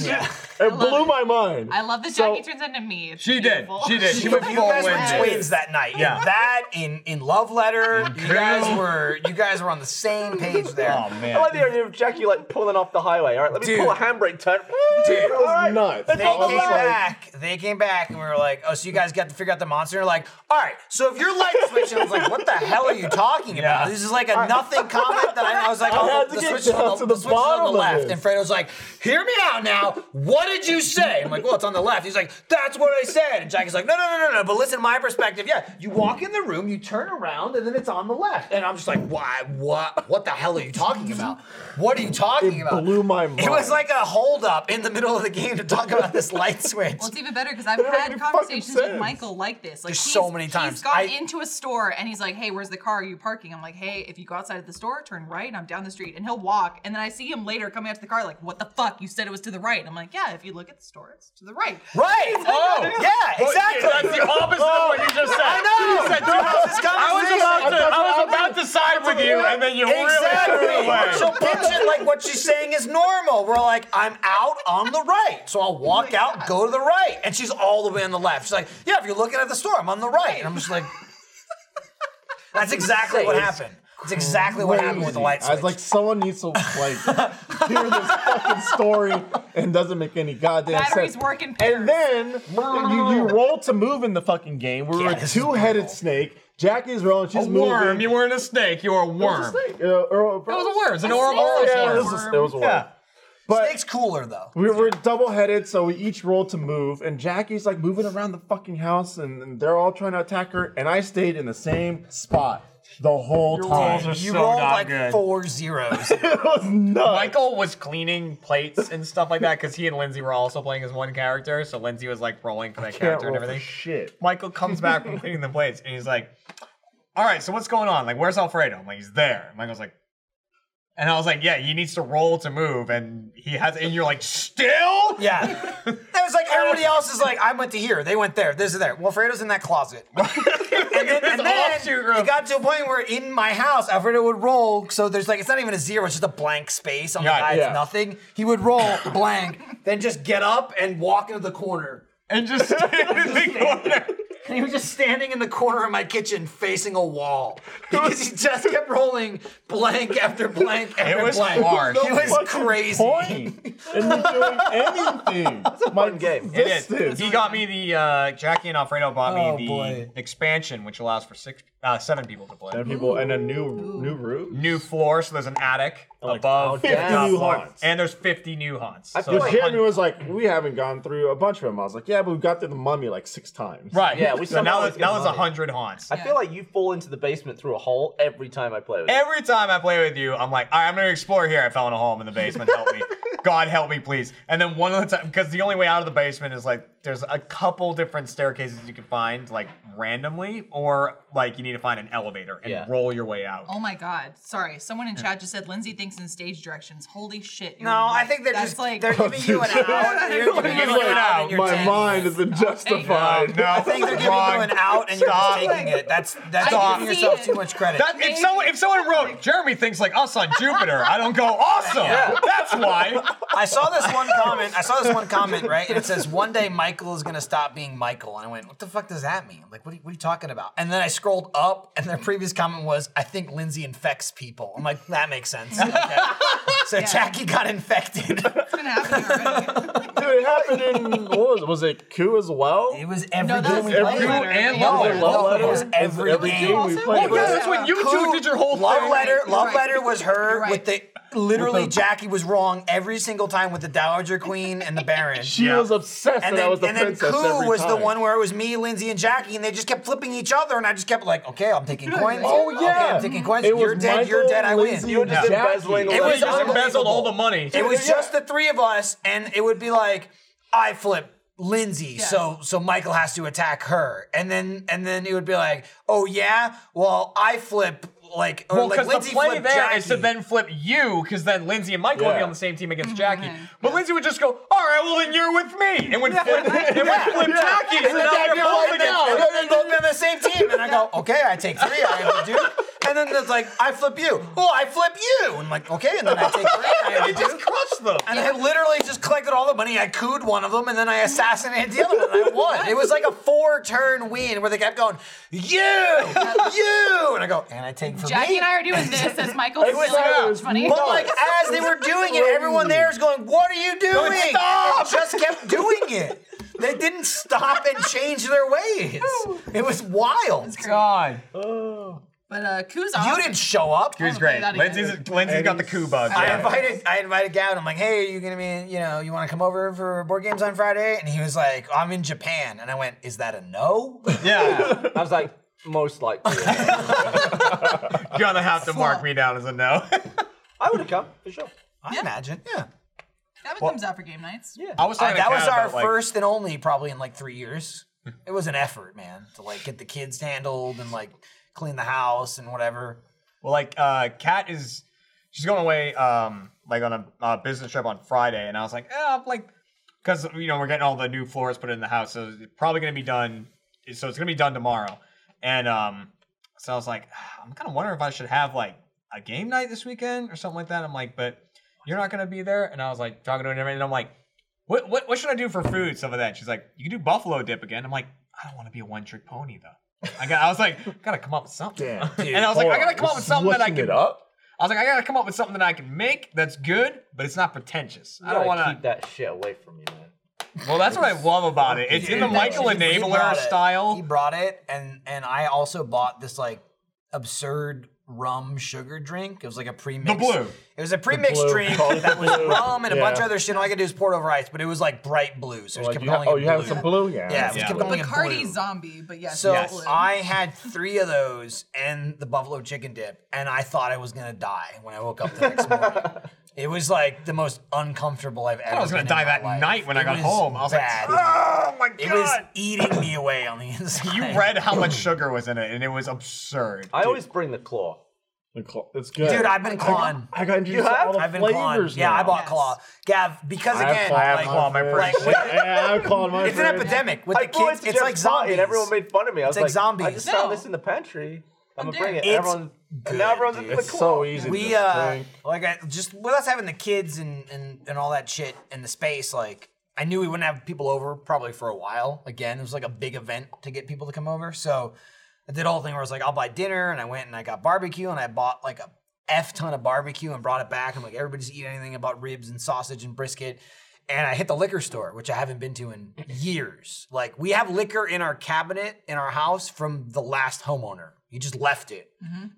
it blew my mind.
I love that
So-
Jackie turns into me. It's
She did.
beautiful.
She did. She went
you
full
guys
Wednesday.
were twins that night.
Yeah.
Yeah. That in in love letter, you guys
Crew.
were you guys were on the same page there.
Oh, I like the idea of Jackie like pulling off the highway. All right, let me
Dude.
pull a handbrake turn.
Dude,
All right,
They
let's all
came
this way.
back. They came back, and we were like, "Oh, so you guys got to figure out the monster?" And you're like, "All right." So if your light switch, I was like, "What the hell are you talking about?"
Yeah.
This is like a nothing comment that I, I was like,
I
"Oh,
had to
the
get
switch is
down
on
to
the,
the
the, switch is on
bottom
the
of
left."
this.
And Fredo's like, "Hear me out now. What did you say?" I'm like, "Well, it's on the left." He's like, "That's what I said." And Jackie's like, "No, no, no, no, no. But listen, my perspective. Yeah, you walk in the room, you turn around, and then it's on the left." And I'm just like, "Why? What? What the hell are you talking about? What are you talking about?"
blew my mind.
It was like a holdup in the middle of the game to talk about this light switch.
Well, it's even better because I've had conversations with
sense.
Michael like this. Like
There's
he's-
so many times.
He's gone
I-
into a store and he's like, "Hey, where's the car? Are you parking?" I'm like, "Hey, if you go outside of the store, turn right, and I'm down the street." And he'll walk, and then I see him later coming out to the car, like, "What the fuck? You said it was to the right." And I'm like, "Yeah, if you look at the store, it's to the right."
Right.
It's like-
Oh, yeah, exactly.
That's the opposite of what you just said.
I know.
You said,
That's this
I was about to, I was about to side with you, and then you
exactly.
really threw it away.
She'll pitch it like what she's saying is normal. We're like, I'm out on the right, so I'll walk out, go to the right, and she's all the way on the left. She's like, Yeah, if you're looking at the store, I'm on the right, and I'm just like, That's exactly what
It's
happened. That's exactly what happened with the
Crazy.
light
I
switch.
was like, someone needs to like hear this fucking story and doesn't make any goddamn
Batteries
sense.
working.
And then you, you roll to move in the fucking game. We were a two-headed snake. Jackie's rolling. She's
a
moving.
worm. You weren't a snake. You were a worm.
It was
a worm. It's an
A
oral oral
snake is
worm.
a worm. Yeah, it was a- it was a worm.
Yeah.
But
Snake's cooler though.
We were double-headed, so we each rolled to move, and Jackie's like moving around the fucking house, and, and they're all trying to attack her, and I stayed in the same spot the whole time.
you rolled like four zeros.
it was nuts.
Michael was cleaning plates and stuff like that because he and Lindsay were also playing as one character. So Lindsay was like rolling for that character and
roll for
everything.
Shit.
Michael comes back from cleaning the plates and he's like, "All right, so what's going on? Like, where's Alfredo?" I'm like, "He's there." And Michael's like, and I was like, "Yeah, he needs to roll to move," and he has. And you're like, "Still?"
Yeah. It was like everybody else is like, I went to here, they went there, this is there. Well, Fredo's in that closet. and then, and then it got to a point where in my house, Alfredo would roll. So there's like, it's not even a zero, it's just a blank space on
Yeah,
the guy,
yeah.
it's nothing. He would roll blank, then just get up and walk into the corner.
And just stand in the corner.
And he was just standing in the corner of my kitchen facing a wall because he just kept rolling blank after blank
It
after
was
blank.
hard.
It
No fucking
was crazy.
and you're doing anything. It's a fun game.
It is. He got me the uh, Jackie and Alfredo bought me
Oh,
the expansion, which allows for six, uh, seven people to play.
Seven people and a new new room,
new floor. So there's an attic above
how
the
dare
top
you.
floor,
Haunts.
and there's 50 new haunts.
I
So
feel
it's
Jeremy was like, we haven't gone through a bunch of them. I was like, yeah, but we've got through the mummy like six times.
Right.
Yeah, we
so now
there's
there's now there's a hundred haunts.
I feel like you fall into the basement through a hole every time I play with you.
Every time I play with you, I'm like, all right, I'm gonna explore here. I fell in a hole I'm in the basement. Help me. God help me, please. And then one of the time, because the only way out of the basement is like there's a couple different staircases you can find, like randomly, or like you need to find an elevator and
Yeah.
roll your way out.
Oh my God! Sorry, someone in chat just said Lindsay thinks in stage directions. Holy shit!
No, I think they're
That's
just
like
they're giving you an out. You're giving
He's
you an out.
like,
and you're
my
taking
mind is justified.
No, no.
I think they're giving you an out and you're just
Stop.
taking it. That's that's
Stop.
giving yourself too much credit.
That, if, someone, if someone wrote, Jeremy thinks like us on Jupiter, I don't go, awesome! That's why.
I saw this one comment. I saw this one comment, right? And it says, "One day Michael is gonna stop being Michael." And I went, "What the fuck does that mean? I'm like, what are, you, what are you talking about?" And then I scrolled up, and their previous comment was, "I think Lindsay infects people." I'm like, "That makes sense." Okay. So Jackie got infected.
Dude, it happened in what was it? Was it Coup as well?
It was
every
No, that game was we
every
played.
Coup
Letter.
and
Yeah,
Love
it
Letter.
was Love Letter. It was every game.
game we
Also-
played.
Oh, yeah, that's
when
you two did your whole love
thing.
letter.
You're
Love
right.
letter was her with the literally
With the-
Jackie was wrong every single time with the Dowager Queen and the Baron.
She was obsessed that I was the
and
princess
then Coup
every
was the
time.
one where it was me, Lindsay, and Jackie, and they just kept flipping each other, and I just kept like, okay, I'm taking coins.
Oh,
Okay,
yeah.
I'm taking coins.
It was
You're dead. You're
Michael,
dead. I win.
Lindsay, You were just and Jackie. embezzling
It was
You just embezzled all the
money. It was
Yeah.
just the three of us, and it would be like, I flip. Lindsay, so so Michael has to attack her, and then and then it would be like, oh yeah, well I flip like or
Well,
like
because
Lindsay
the play
flipped
there is to
Jackie.
then flip you, because then Lindsay and Michael would be
Yeah.
on the same team against Jackie. But Lindsay would just go, "All right, well then you're with me," and would flip, and would flip Jackie,
and then
now
Jackie
you're
falls
both
down,
against-
and then they're both on the same team, and I go, okay, I take three, I am the duke, and then it's like I flip you, well I flip you, and I'm like okay, and then I take three, I am the duke,
crush them,
and I literally just collected all the money, I cooed one of them, and then I assassinated the other one, and I won. It was like a four turn win where they kept going you, you, and I go and I take for
Jackie
me.
and I are doing this as Michael's
It was
feeling
yeah.
it's funny.
But like as they were doing it, everyone there is going, "What are you doing?"
Going, "Stop!"
They just kept doing it. They didn't stop and change their ways. It was wild. God.
But uh, Koo's
You
awesome.
didn't show up.
He was I don't great. think that Lindsay's- either.
Lindsay's got the coup bug,
I
yeah.
invited I invited Gavin. I'm like, hey, are you gonna be, you know, you wanna come over for board games on Friday? And he was like, I'm in Japan. And I went, is that a no?
Yeah. I was like, most likely.
You're gonna have to mark me down as a no.
I would have come for sure.
I imagine. Yeah.
Gavin comes out for game nights. Yeah.
I was
Uh,
talking to
that was
Kat
our
about, like-
first and only probably in like three years. It was an effort, man, to like get the kids handled and like clean the house and whatever.
Well, like, uh, Kat is, she's going away, um, like on a uh, business trip on Friday, and I was like, eh, like, because you know we're getting all the new floors put in the house, so it's probably gonna be done. So it's gonna be done tomorrow, and um, so I was like, "Ah, I'm kind of wondering if I should have like a game night this weekend or something like that. I'm like, but you're not gonna be there, and I was like talking to her, and I'm like, what what what should I do for food? Some of that. She's like, you can do buffalo dip again. I'm like, I don't want to be a one trick pony though. I got, I was like, gotta come up with something.
dude,
and I was like,
hold
I gotta
on,
come up
this
with
is
something that I
looking
can.
it up?
I was like, I gotta come up with something that I can make that's good, but it's not pretentious. I don't want to
keep that shit away from you, man.
Well, that's what I love about it. It's in the
Dude,
Michael
he- he
Enabler
brought it.
style.
He brought it, and and I also bought this like absurd rum sugar drink. It was like a pre-mixed.
blue.
It was a pre-mixed
blue.
drink
Called
that was
blue.
rum and a bunch of
Yeah.
other shit. All I could do is pour it over ice, but it was like bright blue. So I just
Like,
kept
you ha-
calling
oh,
it
you have
blue.
some blue? Yeah.
Yeah, I just
Yeah.
kept calling it blue.
Bacardi zombie, but yes.
So
yes.
I had three of those and the buffalo chicken dip, and I thought I was gonna die when I woke up the next morning. It was like the most uncomfortable I've ever.
I was gonna
been in
die
my
that
life.
night when I
It
got
was
home. I was
bad.
like, oh my
It was
god.
eating me away on the inside.
You read how much sugar was in it, and it was absurd.
I always bring the claw.
The claw. It's
good.
Dude, I've been
I got-
clawing.
I got
introduced to all the
I've been clawing.
flavors
Yeah, I
now.
bought claw. Gav, because
I have
again,
claw, I have
like,
claw, my
like,
friend.
with-
Yeah, I have claw, my
it's
friend.
an epidemic with
I
the
bought
kids.
it to
It's like
Jeff's party,
zombies.
And everyone made fun of me. I was
It's like zombies.
I just found
No.
this in the pantry. I'm
How
gonna bring
dare
it.
you.
Everyone, and now everyone's into the
It's
claw.
so easy to We, just uh, drink. like I just with us having the kids and, and and all that shit in the space, like I knew we wouldn't have people over probably for a while. Again, it was like a big event to get people to come over. So I did all the thing where I was like, I'll buy dinner, and I went and I got barbecue, and I bought like a f ton of barbecue and brought it back. I'm like, everybody's eat anything about ribs and sausage and brisket. And I hit the liquor store, which I haven't been to in years. Like we have liquor in our cabinet in our house from the last homeowner. You just left it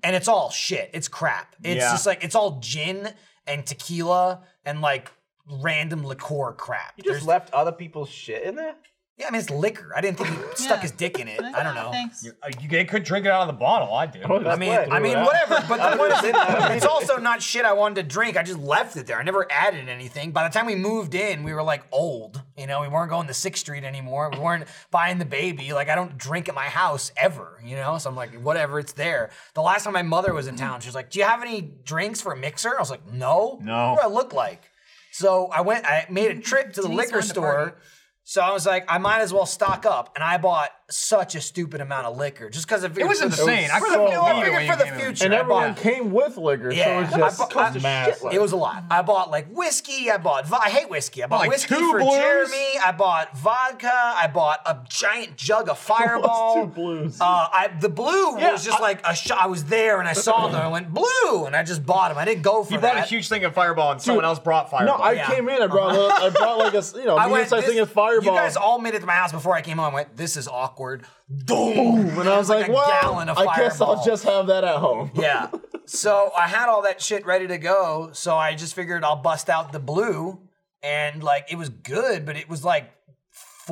and it's all shit. It's crap. It's
Yeah.
just like it's all gin and tequila and like random liqueur crap.
You just left other people's shit in there.
Yeah, I mean it's liquor. I didn't think he stuck his dick in it. I don't know.
You, uh, you- they could drink it out of the bottle. I
Oh,
did.
I mean, I mean, whatever. But the point is, it- it's also not shit I wanted to drink. I just left it there. I never added anything. By the time we moved in, we were like old. You know, we weren't going to Sixth Street anymore. We weren't buying the baby. Like I don't drink at my house ever. You know, so I'm like, whatever. It's there. The last time my mother was in town, she was like, "Do you have any drinks for a mixer?" I was like, "No."
No.
What do I look like? So I went. I made a trip to the
Denise
liquor
wanted to
store So I was like, I might as well stock up, and I bought such a stupid amount of liquor just because of
It was insane. I
For the,
couldn't
no, I
believe it
figured for
when you
the
came in.
future,
And
I
everyone
bought,
came with liquor,
yeah,
so it was
I
just
bought, I-
mass.
It was a lot. I bought like whiskey. I bought vi- I hate whiskey. I bought
Like
whiskey
two
for
blues?
Jeremy. I bought vodka. I bought a giant jug of Fireball.
two blues.
Uh, I the blue was just like a shot. I was there and I saw them. and I went blue, and I just bought them. I didn't go for
You
that.
brought a huge thing of Fireball, and someone else brought Fireball.
Fireball.
No, I
Yeah.
came in. I brought, a little, I brought like a s- you know
I
medium
went,
sized
this-
thing of fireball.
You guys all made it to my house before I came home. I went, this is awkward. Boom.
and I was like,
a
well,
gallon of
I guess I'll
Fireball.
just have that at home.
Yeah. So I had all that shit ready to go. So I just figured I'll bust out the blue. And like, it was good, but it was like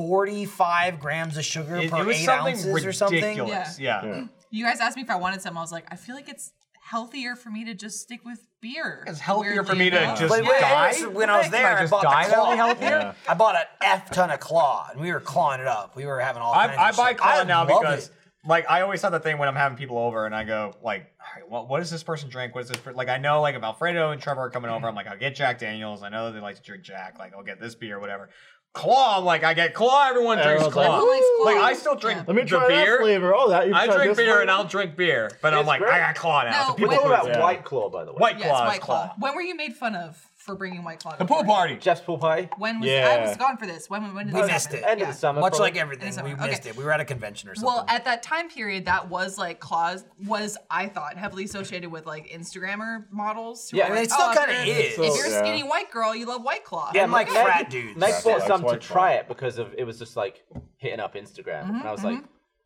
45 grams of sugar
It,
per
it was
eight
something
ounces
ridiculous.
or something.
Yeah.
You guys asked me if I wanted some. I was like, I feel like it's healthier for me to just stick with beer. It's
healthier for me to just
But when-
die?
anyways, when I was
Like,
there,
like,
I
just
bought
die?
the
That'll
claw.
be healthier? Yeah.
I bought an f ton of claw, and we were clawing it up. We were having all kinds
I, I
of
buy
shit.
claw
I
now
love
because,
it.
like, I always have the thing when I'm having people over, and I go like, "All right, well, what does this person drink? What is this? Per-? Like, I know like if Alfredo and Trevor are coming over, I'm like, I'll get Jack Daniels. I know they like to drink Jack. Like, I'll get this beer, whatever. Claw, I'm like, I get claw. Everyone drinks
Everyone's like,
claw.
"Ooh."
Like, I still drink.
Let me
the
try that
beer.
flavor. Oh, that- you've
I
tried
drink
this
beer
one?
and I'll drink beer, but I'm like, I got claw now.
No,
so people
when-
who-
What about
Yeah.
White Claw, by the way?
White
Yeah,
claw
it's
is
White
claw.
Claw. When were you made fun of for bringing White Claw? to
The pool party.
Jeff's pool party.
When was I
Yeah.
was gone for this? When when did
We
this
missed
happen?
it.
End of the summer,
Much
probably.
like
End
everything,
of
we
summer.
missed
Okay.
it. We were at a convention or something.
Well, at that time period, that was like Claws was I thought heavily associated with like Instagrammer models. who
Yeah,
were
and
like, "Oh,
it still
if
kinda
you're-
is.
If you're a
Yeah.
skinny white girl, you love White Claw.
Yeah, And, like,
Meg-
frat dudes.
Meg
That's
bought
it.
some
That's
to
why-
try it because of it was just like hitting up Instagram,
Mm-hmm,
and I was like,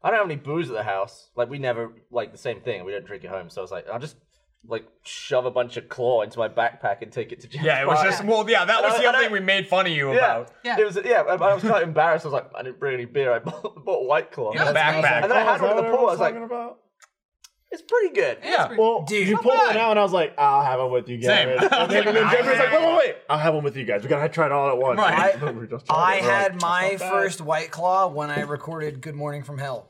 I don't have any booze at the house. Like we never like the same thing. We don't drink at home, so I was like, I'll just like shove a bunch of claw into my backpack and take it to. Jeff's
Yeah, it was
party.
just well, yeah, that
And I-
was the
and
other
I-
thing we made fun of you
yeah.
about.
Yeah.
It was yeah, I, I was kind of embarrassed. I was like, I didn't bring any beer. I bought, bought White Claw.
Yeah, that's backpack. crazy.
And then I
Is
had
that
one
what
at the pool.
everyone's
I was like,
talking about?
it's pretty good.
Yeah.
Well,
Dude,
you
not
pulled
bad.
one out, and I was like, I'll have it with you
Same.
guys. And then, and then Jeffrey was like, wait, wait, wait, I'll have one with you guys. We gotta try it all at once.
Right.
We were just
I
trying it. We're like,
had
"That's
my
not bad."
first White Claw when I recorded Good Morning from Hell.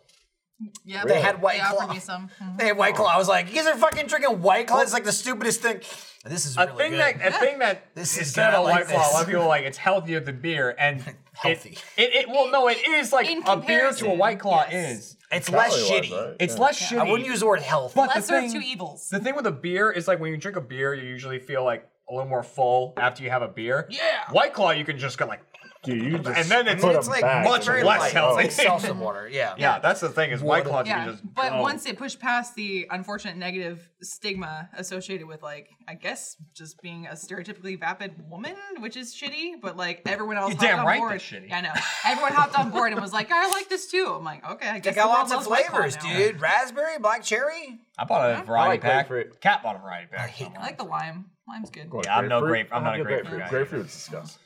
Yeah,
They had White
they
Claw.
offered me some. Mhm.
They had White Claw. I was like, you guys are fucking drinking White Claw? It's like the stupidest thing. This is
a
really
thing
good.
that a thing that
This
this
is
is said
good, I
about
like
White Claw. A lot
this.
of people are like it's healthier than beer, and
Healthy.
It, it, it well, no, it is like
In
a beer to a
comparison,
White Claw
yes.
is.
It's less
Calorie-wise,
shitty.
right? It's less
I
shitty.
wouldn't use the word health.
But the
Lesser of
thing-
two evils.
The thing with a beer is like when you drink a beer, you usually feel like a little more full after you have a beer.
Yeah.
White Claw, you can just go like,
Dude, you just
and then it's,
put
it's
them
like
back. Oh.
much
Very
less
light.
healthy.
Like salsa water, yeah.
yeah, that's the thing is White Claw, you
Yeah,
can just
but
go.
once it pushed past the unfortunate negative stigma associated with like, I guess just being a stereotypically vapid woman, which is shitty. But like everyone else,
You're
hopped
damn
on
right
board.
that's shitty.
Yeah, I know. Everyone hopped on board and was like, I like this too. I'm like, okay, I
They
guess
got
the world
lots of
loves White Claw
flavors,
now.
dude. Raspberry, black cherry.
I bought a
I
variety
like
pack.
grapefruit.
Cat bought a variety pack.
I like the lime. Lime's good.
Yeah, I'm no
Grapefruit?
grape. I'm not a
I'll have
grapefruit guy.
Grapefruit's disgusting.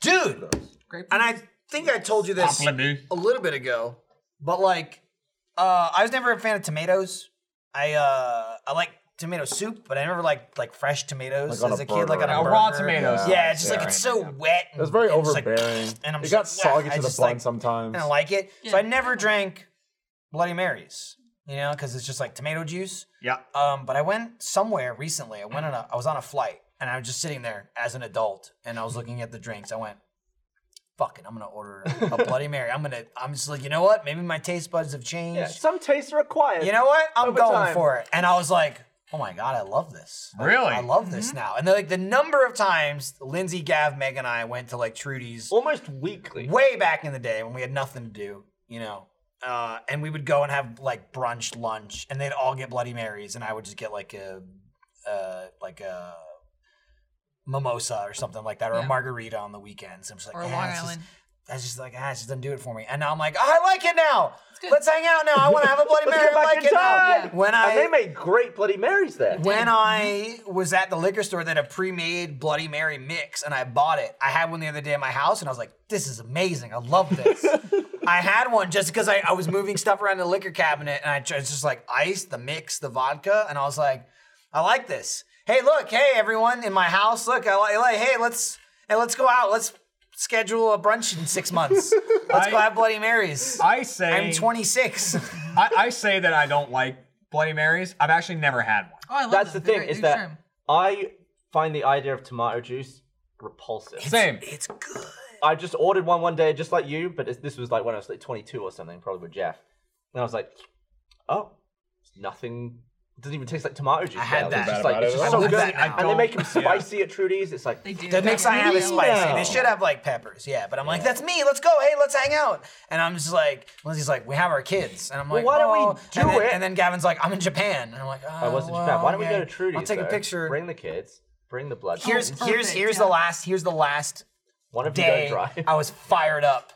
Dude,
Grape.
and I think I told you this
Compliment.
a little bit ago, but like, uh, I was never a fan of tomatoes. I uh, I like tomato soup, but I never liked like fresh tomatoes
Like on
as
a
a, kid, like on a
burger.
Yeah, raw
burger.
tomatoes.
Yeah, it's just
Yeah.
like it's so wet. And,
It was very
and it's, like,
overbearing.
and I'm
it got
just- yeah,
soggy
I
to the
just,
bun
like-
sometimes.
I don't like it. So I never drank Bloody Marys, you know, because it's just like tomato juice.
Yeah.
Um, but I went somewhere recently. I went on a, I was on a flight and I was just sitting there as an adult and I was looking at the drinks. I went, fuck it, I'm gonna order a Bloody Mary. I'm gonna, I'm just like, you know what? Maybe my taste buds have changed.
Yeah, some tastes are acquired.
You know what? I'm
over
going
time.
for it. And I was like, oh my God, I love this. Like,
Really?
I love
Mm-hmm.
this now. And then, like, the number of times Lindsay, Gav, Meg, and I went to like Trudy's
almost weekly.
way back in the day when we had nothing to do, you know. Uh, and we would go and have like brunch, lunch, and they'd all get Bloody Marys, and I would just get like a, uh, like a mimosa or something like that, or
Yeah.
a margarita on the weekends. I'm just like,
Or
"Ah,
Long
it's
Island.
Just, that's just like, ah, it just doesn't do it for me. And now I'm like, "Oh, I like it now.
good.
Let's hang out now. I want to have a Bloody
Let's
Mary.
get
I
back
like
in
it now.
time.
When I
and they made great Bloody Marys there.
when
Mm-hmm.
I was at the liquor store that had pre-made Bloody Mary mix and I bought it, I had one the other day at my house and I was like, this is amazing. I love this. I had one just because I, I was moving stuff around in the liquor cabinet and I tr- it's just like ice, the mix, the vodka, and I was like, I like this. Hey, look, hey everyone in my house, look, I like, like hey, let's hey, let's go out. Let's schedule a brunch in six months. Let's go
I-
have Bloody Marys.
I say
I'm 26.
I, I say that I don't like Bloody Marys. I've actually never had one.
Oh, I love
That's the
them.
thing
They're-
is
they're
that
extreme.
I find the idea of tomato juice repulsive.
Same.
It's good.
I just ordered one one day, just like you, but it's- this was like when I was like 22 or something, probably with Jeff. And I was like, oh, it's nothing. It doesn't even taste like tomato juice. I
had that.
It's just,
Bad
like,
about
it's
it.
just
I
so
love
good.
that now.
And they make them
Yeah.
spicy at Trudy's. It's like, they
do.
That makes I have it spicy. They should
have.
have like peppers, yeah. But I'm like, that's me. Let's go. Hey, let's hang out. And I'm just like, Lindsay's like, we have our kids, and I'm
Well,
like,
why don't we
oh.
do
and then,
it?
And then Gavin's like, I'm in Japan, and I'm like, oh,
I was in
well,
Japan. Why don't we
okay.
go to Trudy's?
I'll take a
though?
picture.
Bring the kids. Bring the blood.
Here's here's here's the last here's the last
One of you go
day
drive.
I was fired up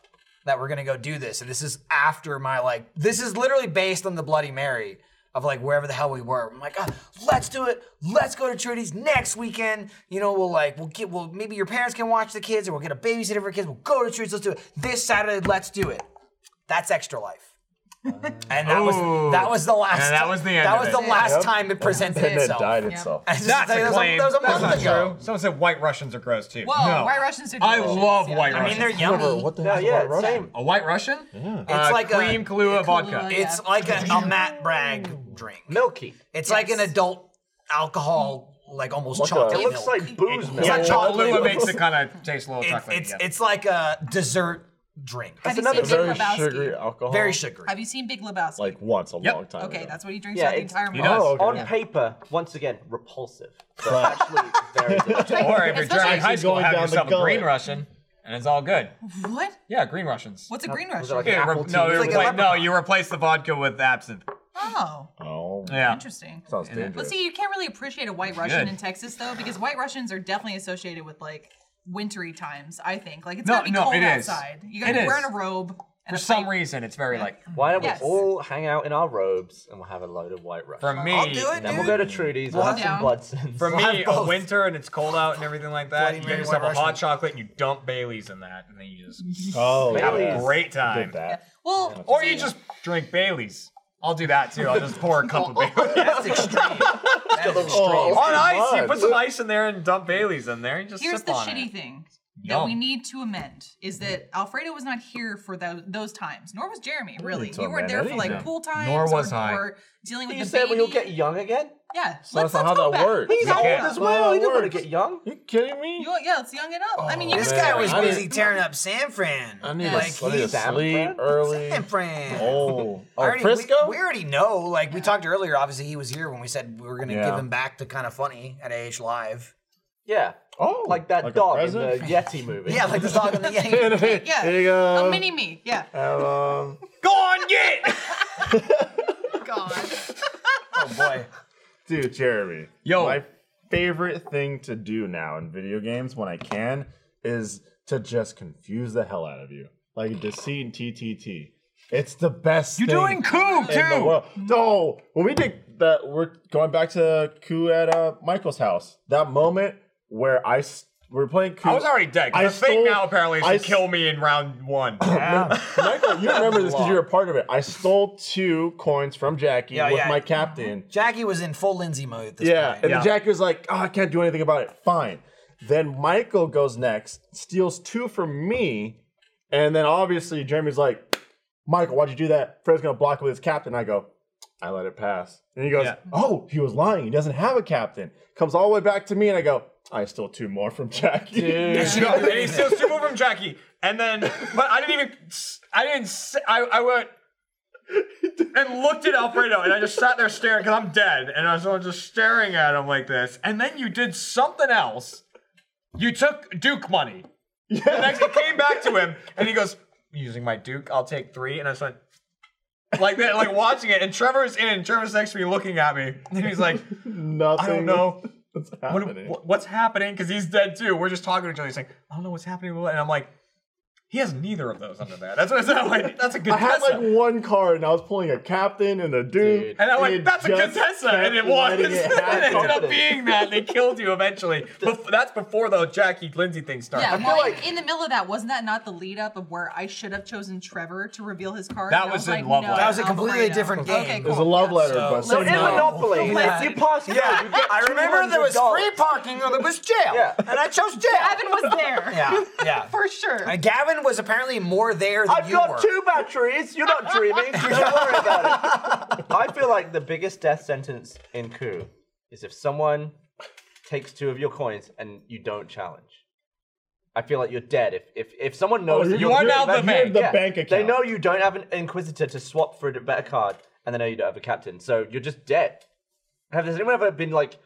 that we're gonna go do this, and this is after my like this is literally based on the Bloody Mary of like wherever the hell we were. I'm like, "Ah, let's do it. Let's go to Trudy's next weekend. You know, we'll like we'll get well maybe your parents can watch the kids, or we'll get a babysitter for kids. We'll go to Trudy's. Let's do it this Saturday. Let's do it. That's extra life. And that
Ooh.
was that was the last.
And that was the end
That
of
was
it.
the last
Yep.
time it presented
And it
itself.
died itself.
I was just
That's
saying,
a
that was a-
claim.
that was a
That's
month
not
ago.
true. Someone said white Russians are gross too.
Whoa,
no.
white Russians are
I
delicious,
love
yeah.
white
I mean,
Russians.
they're yummy. Whatever, what the hell is a white Russian?
A white Russian? Yeah.
It's like a-
Uh, cream Kahlua
Oh,
vodka.
It's like a, a Matt Bragg drink.
Milky.
It's like an adult alcohol, like almost
Like a-
chocolate.
uh, It looks
milk.
like booze
It's
milk.
like
Yeah,
chocolate.
Kahlua makes it kinda taste a little
It's-
chocolatey,
It's
yeah.
it's like a dessert drink.
Have That's you another seen Big very Lebowski? sugary
alcohol.
Very sugary.
Have you seen Big Lebowski?
Like once a
long time Okay, ago. that's what he drinks out the entire
it's-
He does. Oh, okay.
On
Yeah.
paper, once again, repulsive. But actually, very delicious.
or if you're
Especially-
driving high school,
Going
have
down the
yourself a
gullet.
green Russian, and it's all good.
What?
Yeah, green Russians.
What's a green
Was it
Russian?
like an apple tea? no, you
It's
repla-
like a
no, you replace the vodka with absinthe.
Oh.
Oh, yeah.
Interesting.
Sounds
But see, you can't really appreciate a white Russian
Good.
in Texas though, because white Russians are definitely associated with like wintry times. I think like it's
No,
gotta be
no,
cold
it is.
outside. You
It
gotta be
is.
wearing a robe.
For some reason, it's very like.
Why don't
Yes.
we all hang out in our robes and we'll have a load of white Russians?
For me, I'll do it,
then
dude.
we'll go to Trudy's. We'll
Well,
have some
down.
blood sins.
For
We'll
me,
have
a
both.
winter and it's cold out and everything like that.
Bloody
You
Mary
get yourself a
White
hot
Russian.
chocolate and you dump Bailey's in that, and then you just
Oh,
have a
Baileys.
great time.
Did that.
Well,
Or you just drink Bailey's. I'll do that too. I'll just pour a cup of Bailey's.
That's extreme. That
Oh,
is extreme.
on ice, you put some ice in there and dump Bailey's in there. And just
Here's
sip
the
on
shitty
it.
thing that
Yum.
we need to amend is that Alfredo was not here for those, those times, nor was Jeremy. Really,
need to
you weren't
amend
there for like
anything.
pool times,
Nor was
or,
I.
or dealing with
You
the
said
baby.
we'll get young again?
yeah,
So
let's,
that's not
let's
how
go
that
back.
works.
Let's
He's
go
old
back.
as well. He doesn't want to get young. You kidding me?
You, yeah, let's young it up. I mean, you
This
can-
guy
man,
was
I need-
busy tearing up San Fran.
I need to
like
sl- I need to
he's
sleep early.
San Fran. I
Oh. Oh,
already-
Frisco?
We, we already know. Like we talked earlier. Obviously, he was here when we said we were going to
Yeah.
give him back to kind of funny at AH Live.
Yeah. Oh, like that dog in the Yeti movie.
Yeah, like the dog in the Yeti.
yeah,
There you go.
a mini me. Yeah,
um,
Hello.
Go on, get.
God.
oh boy,
dude, Jeremy. Yo, my favorite thing to do now in video games when I can is to just confuse the hell out of you, like deceit and TTT. It's the best. You're
doing coup, too.
No, when we did that, we're going back to coup at uh, Michael's house. That moment where I s- we we're playing coup.
I was already dead. 'cause
I
the thing
stole-
now apparently is
I
to kill me in round one.
Michael, you remember this because you were a part of it. I stole two coins from Jackie
Yeah,
with
yeah.
my captain.
Jackie was in full Lindsay mode at this
Yeah,
point.
and then Jackie was like, oh, I can't do anything about it. Fine. Then Michael goes next, steals two from me, and then obviously Jeremy's like, Michael, why'd you do that? Fred's gonna block it with his captain. I go, I let it pass. And he goes,
Yeah.
Oh, he was lying. He doesn't have a captain. Comes all the way back to me, and I go, I stole two more from Jackie.
No, and he steals two more from Jackie, and then but I didn't even I didn't s- I I went and looked at Alfredo, and I just sat there staring because I'm dead, and I was all just staring at him like this, and then you did something else. You took Duke money. The next it came back to him, and he goes, "Using my Duke, I'll take three. And I just went. Like that, like watching it, and Trevor's in, and Trevor's next to me looking at me, and he's like,
Nothing.
I don't know.
What's
what- what- what's happening? Because he's dead too. We're just talking to each other. He's like, I don't know what's happening. And I'm like, he has neither of those under there. That's what I said. I'm like, that's a good
I had
Tessa.
like one card, and I was pulling a captain and a dude.
and I'm like,
it
that's a
just
Contessa,
kept
and it was.
letting
and
it
it ended up
happen.
being that, and they killed you eventually. Bef- that's before the Jackie Lindsay thing started.
Yeah, well, in- in the middle of that, wasn't that not the lead up of where I should have chosen Trevor to reveal his card?
That
And I
was in
like,
Love
no,
Letter. That was a
Alfredo.
completely different game.
Okay,
It was
cool.
a love letter,
So-
but
So
same
in
novel.
Monopoly, Yeah. if you
pass
Yeah,
you get
I remember there was
$200.
free parking or there was jail, and I chose jail.
Gavin was there.
Yeah, yeah,
for sure.
Uh, Gavin was apparently more there than
I've
you
got
were.
two batteries. You're not dreaming. Don't worry about it. I feel like the biggest death sentence in coup is if someone takes two of your coins and you don't challenge. I feel like you're dead. If if, if someone knows
Oh,
that
you
you're-
are now the
you're
bank.
yeah.
the bank
They
account.
know you don't have an inquisitor to swap for a better card, and they know you don't have a captain, so you're just dead. Have has anyone ever been like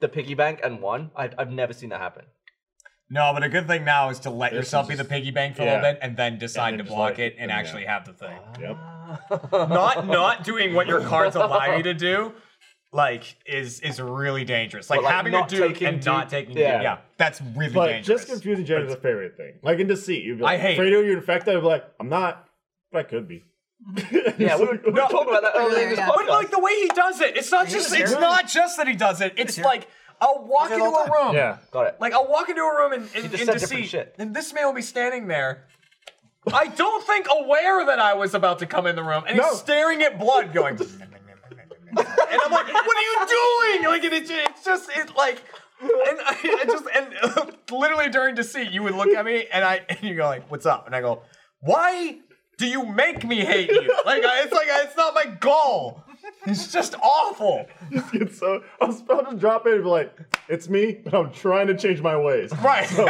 the piggy bank and won? I've I've never seen that happen.
No, but a good thing now is to let
This
yourself
is
be the
just-
piggy bank for a
yeah.
little bit and then decide
And
to
then
block
decide
it
to-
and
yeah.
actually have the thing.
Yep.
not not doing what your cards allow you to do, like is is really dangerous. Like,
But, like,
having a
not
duke
taking
and not
duke-
taking
yeah.
duke, yeah, that's really
but
dangerous.
just confusing Jay is a favorite thing. Like in deceit, you'd be
I
like,
hate
Fredo, you're infected. I'd be like, I'm not, but I could be.
yeah, we were, we were talking about that earlier in this
But
podcast.
like the way he does it, it's not
He
just
was
it's
here.
not just that he does it. It's like I'll walk into a room.
Yeah,
got it.
Like I'll walk into a room and, and,
just
and
said
to
different
see, and this man will be standing there. I don't think aware that I was about to come in the room, and
No.
he's staring at blood, going. and I'm like, "What are you doing?" Like, and it's, it's just it like, and I, I just and literally during deceit, you would look at me, and I and you go like, "What's up?" And I go, "Why do you make me hate you?" Like, I- it's like it's not my goal. It's just awful.
Just get so I was about to drop in and be like, it's me, but I'm trying to change my ways.
Right.
So,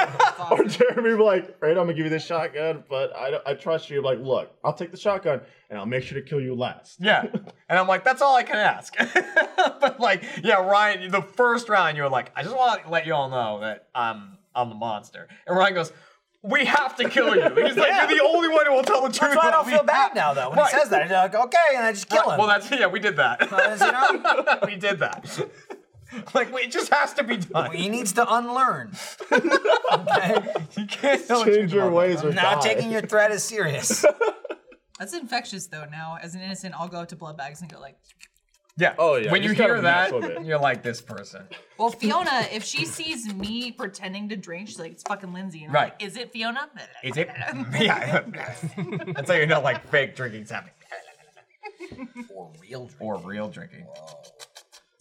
or Jeremy would be like, right, I'm gonna give you this shotgun, but I don't, I trust you. I'm like, look, I'll take the shotgun and I'll make sure to kill you last.
Yeah. And I'm like, that's all I can ask. but like, yeah, Ryan, the first round you were like, I just want to let you all know that I'm I'm the monster. And Ryan goes, We have to kill you. He's like,
Yeah.
You're the only one who will tell the truth.
That's why I don't
We
feel bad
have-"
now, though. When he
Right.
says that, I'm like, okay, and I just kill
Right.
him.
Well that's yeah, we did that. we did that. like we- it just has to be done.
he needs to unlearn.
You can't
change your ways or
I'm not
die.
taking your threat as serious.
That's infectious though. Now, as an innocent, I'll go up to blood bags and go like,
Yeah.
Oh yeah.
When you
just gotta
hear
mess
that,
with it.
you're like this person.
"Well, Fiona, if she sees me pretending to drink, she's like, it's fucking Lindsay." And I'm
Right.
like, is it Fiona?
Is it? Yeah. That's how you know like fake drinking's happening.
or real drinking.
Or real drinking.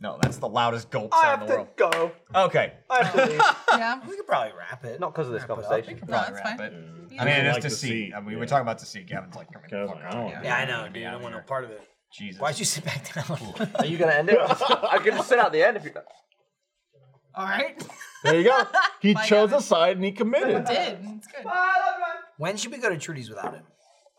No, that's the loudest gulp
I have
sound in
to
the world.
go.
Okay.
I have to leave.
yeah.
We could probably wrap it.
Not because of this conversation.
No, probably wrap it. I mean, it is deceit. I mean, we were talking about deceit. Gavin's like, come here. fuck outta here.
Yeah, I know, dude. I don't want no part of it.
Jesus.
Why'd you sit back down?
Are you gonna end it? I could just sit out the end if you.
All right.
There you go. He
Bye,
chose a side and he
I
committed.
did. It's good.
When should we go to Trudy's without him?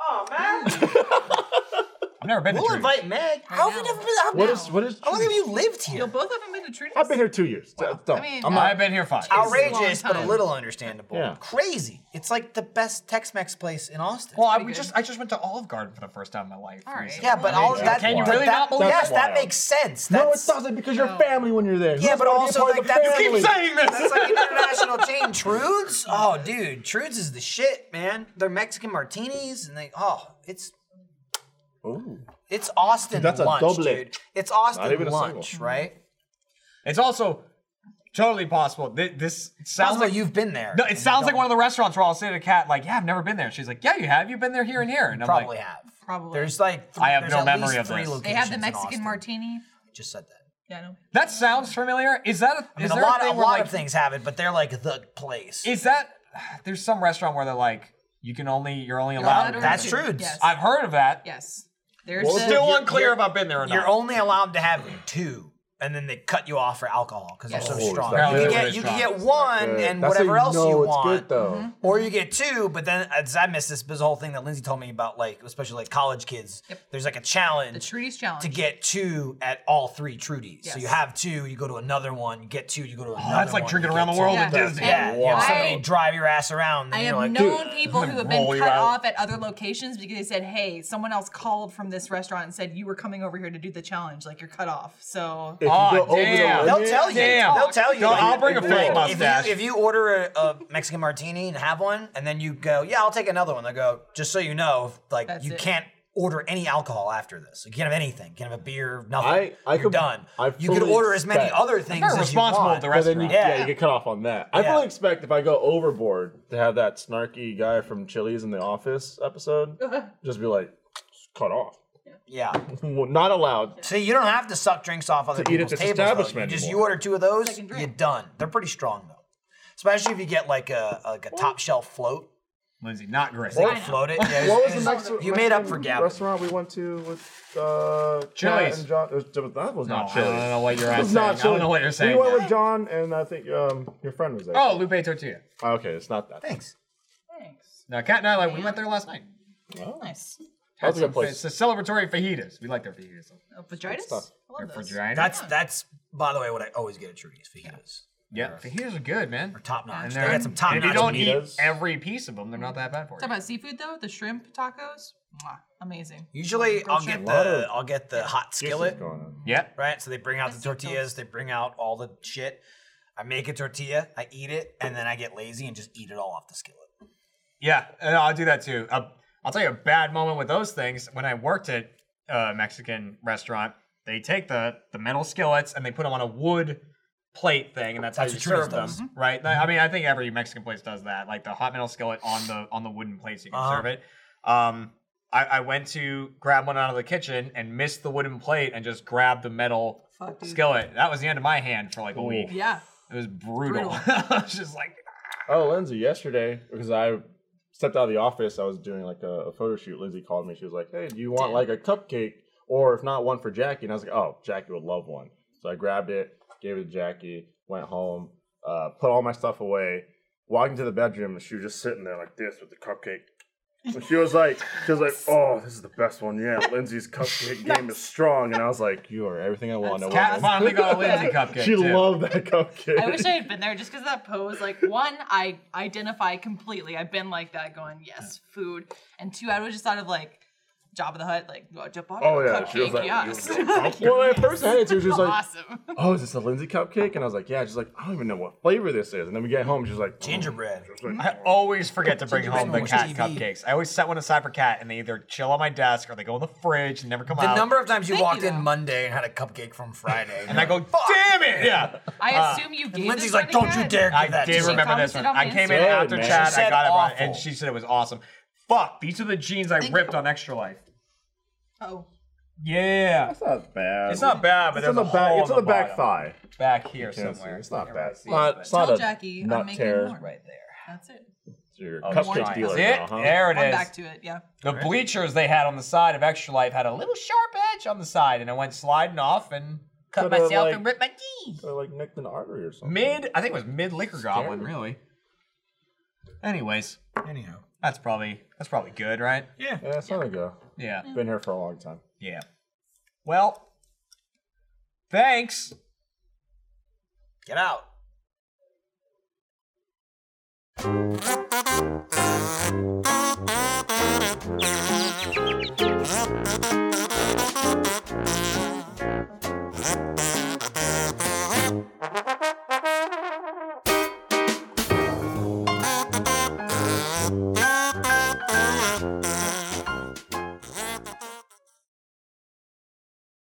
Oh man.
I've never been
We'll invite Meg. How have you never been out
What
now?
is what is?
How long have you lived here?
No, both of them been to Trudy's.
I've been here two years. Don't.
I mean,
I'm not-
I've been here five.
Outrageous,
It's a long
but a
time.
little understandable.
Yeah.
Crazy. It's like the best Tex-Mex place in Austin.
Well, I we just I just went to Olive Garden for the first time in my life.
right.
recently.
yeah, but all of that.
Can you
that-
really
that- oh,
not believe?
Yes,
That's
that
wild.
makes sense.
No, it
That's-
doesn't because you're family when you're there.
Yeah,
Who's
but
gonna be a
also,
part of
like,
the
that's-
Keep
family?
saying this.
That's like an international chain. Trude's? Oh, dude, Trude's is the shit, man. They're Mexican martinis, and they oh, it's
Ooh.
it's Austin
That's a
lunch,
double.
dude. It's
Not
Austin
even a
lunch,
single.
right?
It's also totally possible. This, this sounds
Possible
like
you've been there.
No, it sounds like one of the restaurants where I'll say to Kat, like, "Yeah, I've never been there." She's like, "Yeah, you have. You've been there, here, and here." And I'm
probably
like,
have.
Probably.
There's like th-
I have
there's
no
at
memory
least
of
three
this.
they have the
locations in
Mexican
Austin.
martini.
Just said that.
Yeah, I know.
"That sounds familiar." Is that a,
I
is
mean, a
there
lot,
a
a
thing where
lot
like
of things have it, but they're like the place.
Is that there's some restaurant where they're like you can only you're only allowed.
allowed
That's
Yes.
Trude's.
Yes.
I've heard of that.
Yes. There's
Well,
the-
still unclear if I've been there or
You're
not.
only allowed to have two, and then they cut you off for alcohol because
Yes.
they're so
Oh,
strong.
it's not
You can
good.
get you can get one
Good.
and
That's how
whatever
you
else
know
you
it's
want. Mm-hmm.
good though.
Or you get two, but then as I missed this, this whole thing that Lindsay told me about, like especially like college kids. There's like a
the
challenge
Trudy's challenge.
to get two at all three Trudies. So
Yes.
you have two, you go to another one, you get two, you go to another.
that's like
one,
drinking
you
around
get
the world
two.
at Yeah. Disney.
Yeah,
And
yeah. So
I-
they drive your ass around. And
I
you're
have
like,
known people who have been
roll
cut
you out.
off at other locations because they said, "Hey, someone else called from this restaurant and said you were coming over here to do the challenge. Like you're cut off." So
If you
Aw,
go over the
damn.
limit-
They'll tell you.
Damn.
They'll tell you.
No,
like,
I'll bring a
if-
fake
like, if you-
mustache.
If you, order a, a Mexican martini and have one, and then you go, yeah, I'll take another one. They go, just so you know, like
That's
you
it.
can't order any alcohol after this. You can't have anything. You can't have a beer. Nothing.
I- I
You're
could-
done.
I
you can
fully
order as many
expect-
other things
Very
as you
responsible
want.
of the
But then
restaurant.
you,
Yeah.
yeah. you get cut off on that. I
Yeah.
fully expect if I go overboard to have that snarky guy from Chili's in the office episode just be like, cut off.
Yeah.
Not allowed.
See, you don't have to suck drinks off other
To eat at
people's
this
tables. though.
establishment
You just you
anymore.
order two of those,
Second
you're
drink.
done. They're pretty strong though, especially if you get like a like a top shelf float.
Lindsay, not Grist.
Or float it. Yeah,
what
it's-
was the
it's-
next
You made up
Mexican
for Gavin.
Restaurant we went to with uh, Chad
Chili's.
and John. it was- That was
No,
not
I
Chili's.
don't know what you're
It was
saying.
not
I don't
Chili's.
know what you're saying
We went
now.
with John, and I think um, your friend was there.
Oh, Lupe Tortilla.
okay, it's not that.
Thanks.
No, Kat and I like we went there last night.
Nice.
Had
That's a good
some-
place.
It's the celebratory fajitas. We like their fajitas.
Oh,
Uh, Vaginas? I love those.
Vagina.
That's that's by the way what I always get at Chiri's fajitas.
Yeah, fajitas are good, man.
They're top notch.
And
They
they're-
got some top
If you
notch
don't
fajitas.
eat every piece of them, they're not that bad for
Talk
you.
about seafood though, the shrimp tacos, Mwah, amazing.
Usually
Grilled
I'll get
shrimp.
the I'll get the hot skillet.
Yeah.
Right? So they bring out the tortillas, they bring out all the shit. I make a tortilla, I eat it, and then I get lazy and just eat it all off the skillet.
Yeah, and I'll do that too. Uh, I'll tell you a bad moment with those things. When I worked at a Mexican restaurant, they take the the metal skillets and they put them on a wood plate thing, and that's how
That's
you
what Churros
serve them,
does. Mm-hmm.
right? I mean, I think every Mexican place does that, like the hot metal skillet on the on the wooden plate, so you can
Uh-huh.
serve it. Um, I, I went to grab one out of the kitchen and missed the wooden plate and just grabbed the metal
Fuck,
Mm.
dude.
skillet. That was the end of my hand for like a week.
Yeah.
It was brutal. I was just like,
Oh, Lindsay, yesterday, because I stepped out of the office, I was doing like a, a photo shoot. Lindsay called me. She was like, hey, do you want like a cupcake or if not, one for Jackie? And I was like, oh, Jackie would love one. So I grabbed it, gave it to Jackie, went home, uh, put all my stuff away, walked into the bedroom, and she was just sitting there like this with the cupcake. And she was like, she was like, oh, this is the best one yet. Lindsay's cupcake game is strong, and I was like, you are everything I want. in a
Cat
woman."
finally got a Lindsay cupcake,
She
too.
loved that cupcake.
I wish I had been there just because that pose. Like, one, I identify completely. I've been like that, going, yes, food. And two, I was just thought of like Job of the Hut, like, oh, jump on
Oh
a
yeah,
cupcake,
she was like,
yes.
"You want cupcake?" well, at first I had it, she was just like,
awesome.
"Oh, is this a Lindsay cupcake?" And I was like, "Yeah." She's like, "I don't even know what flavor this is." And then we get home, she's like,
"Gingerbread."
I always forget to bring home the
Watch
cat
TV.
cupcakes. I always set one aside for cat, and they either chill on my desk or they go in the fridge and never come
The
out.
number of times you walked in Monday and had a cupcake from Friday.
and I go, damn it! Yeah.
I
Ah.
Uh,
assume you
and
gave
Lindsay's
this
like,
one to
"Don't you
Kat."
dare give
I
that
did
to
remember
me.
this one.
Commented on
I
my
came in
Instagram.
after
Good, man.
chat.
She
I
said
got it, right, and
awful.
she said it was awesome. Fuck, these are the jeans I ripped on Extra Life.
Oh.
Yeah.
That's not bad.
It's not bad, but
it's
there's
on the
a
back.
hole
It's
on
on the
the
back
bottom.
thigh.
Back here
You can't see.
somewhere.
It's not bad. It's
see
not,
it,
it's
but-
not
Tell
a
Jackie I'm
nut
making
tear.
more. Right
there.
That's it.
It's your
Oh,
cupcake
giant.
dealer
That's
now,
it.
huh?
There it
I'm
is.
back to it. Yeah.
The bleachers they had on the side of Extra Life had a little sharp edge on the side, and I went sliding off and cut
Coulda,
myself
like-
and ripped my jeans.
Or like nicked an artery or something.
Mid, I think it was mid liquor goblin, really. Anyways,
anyhow,
that's probably that's probably good, right?
Yeah.
Yeah, it's not a go.
Yeah.
Been here for a long time.
Yeah. Well, thanks.
Get out.
Thank you.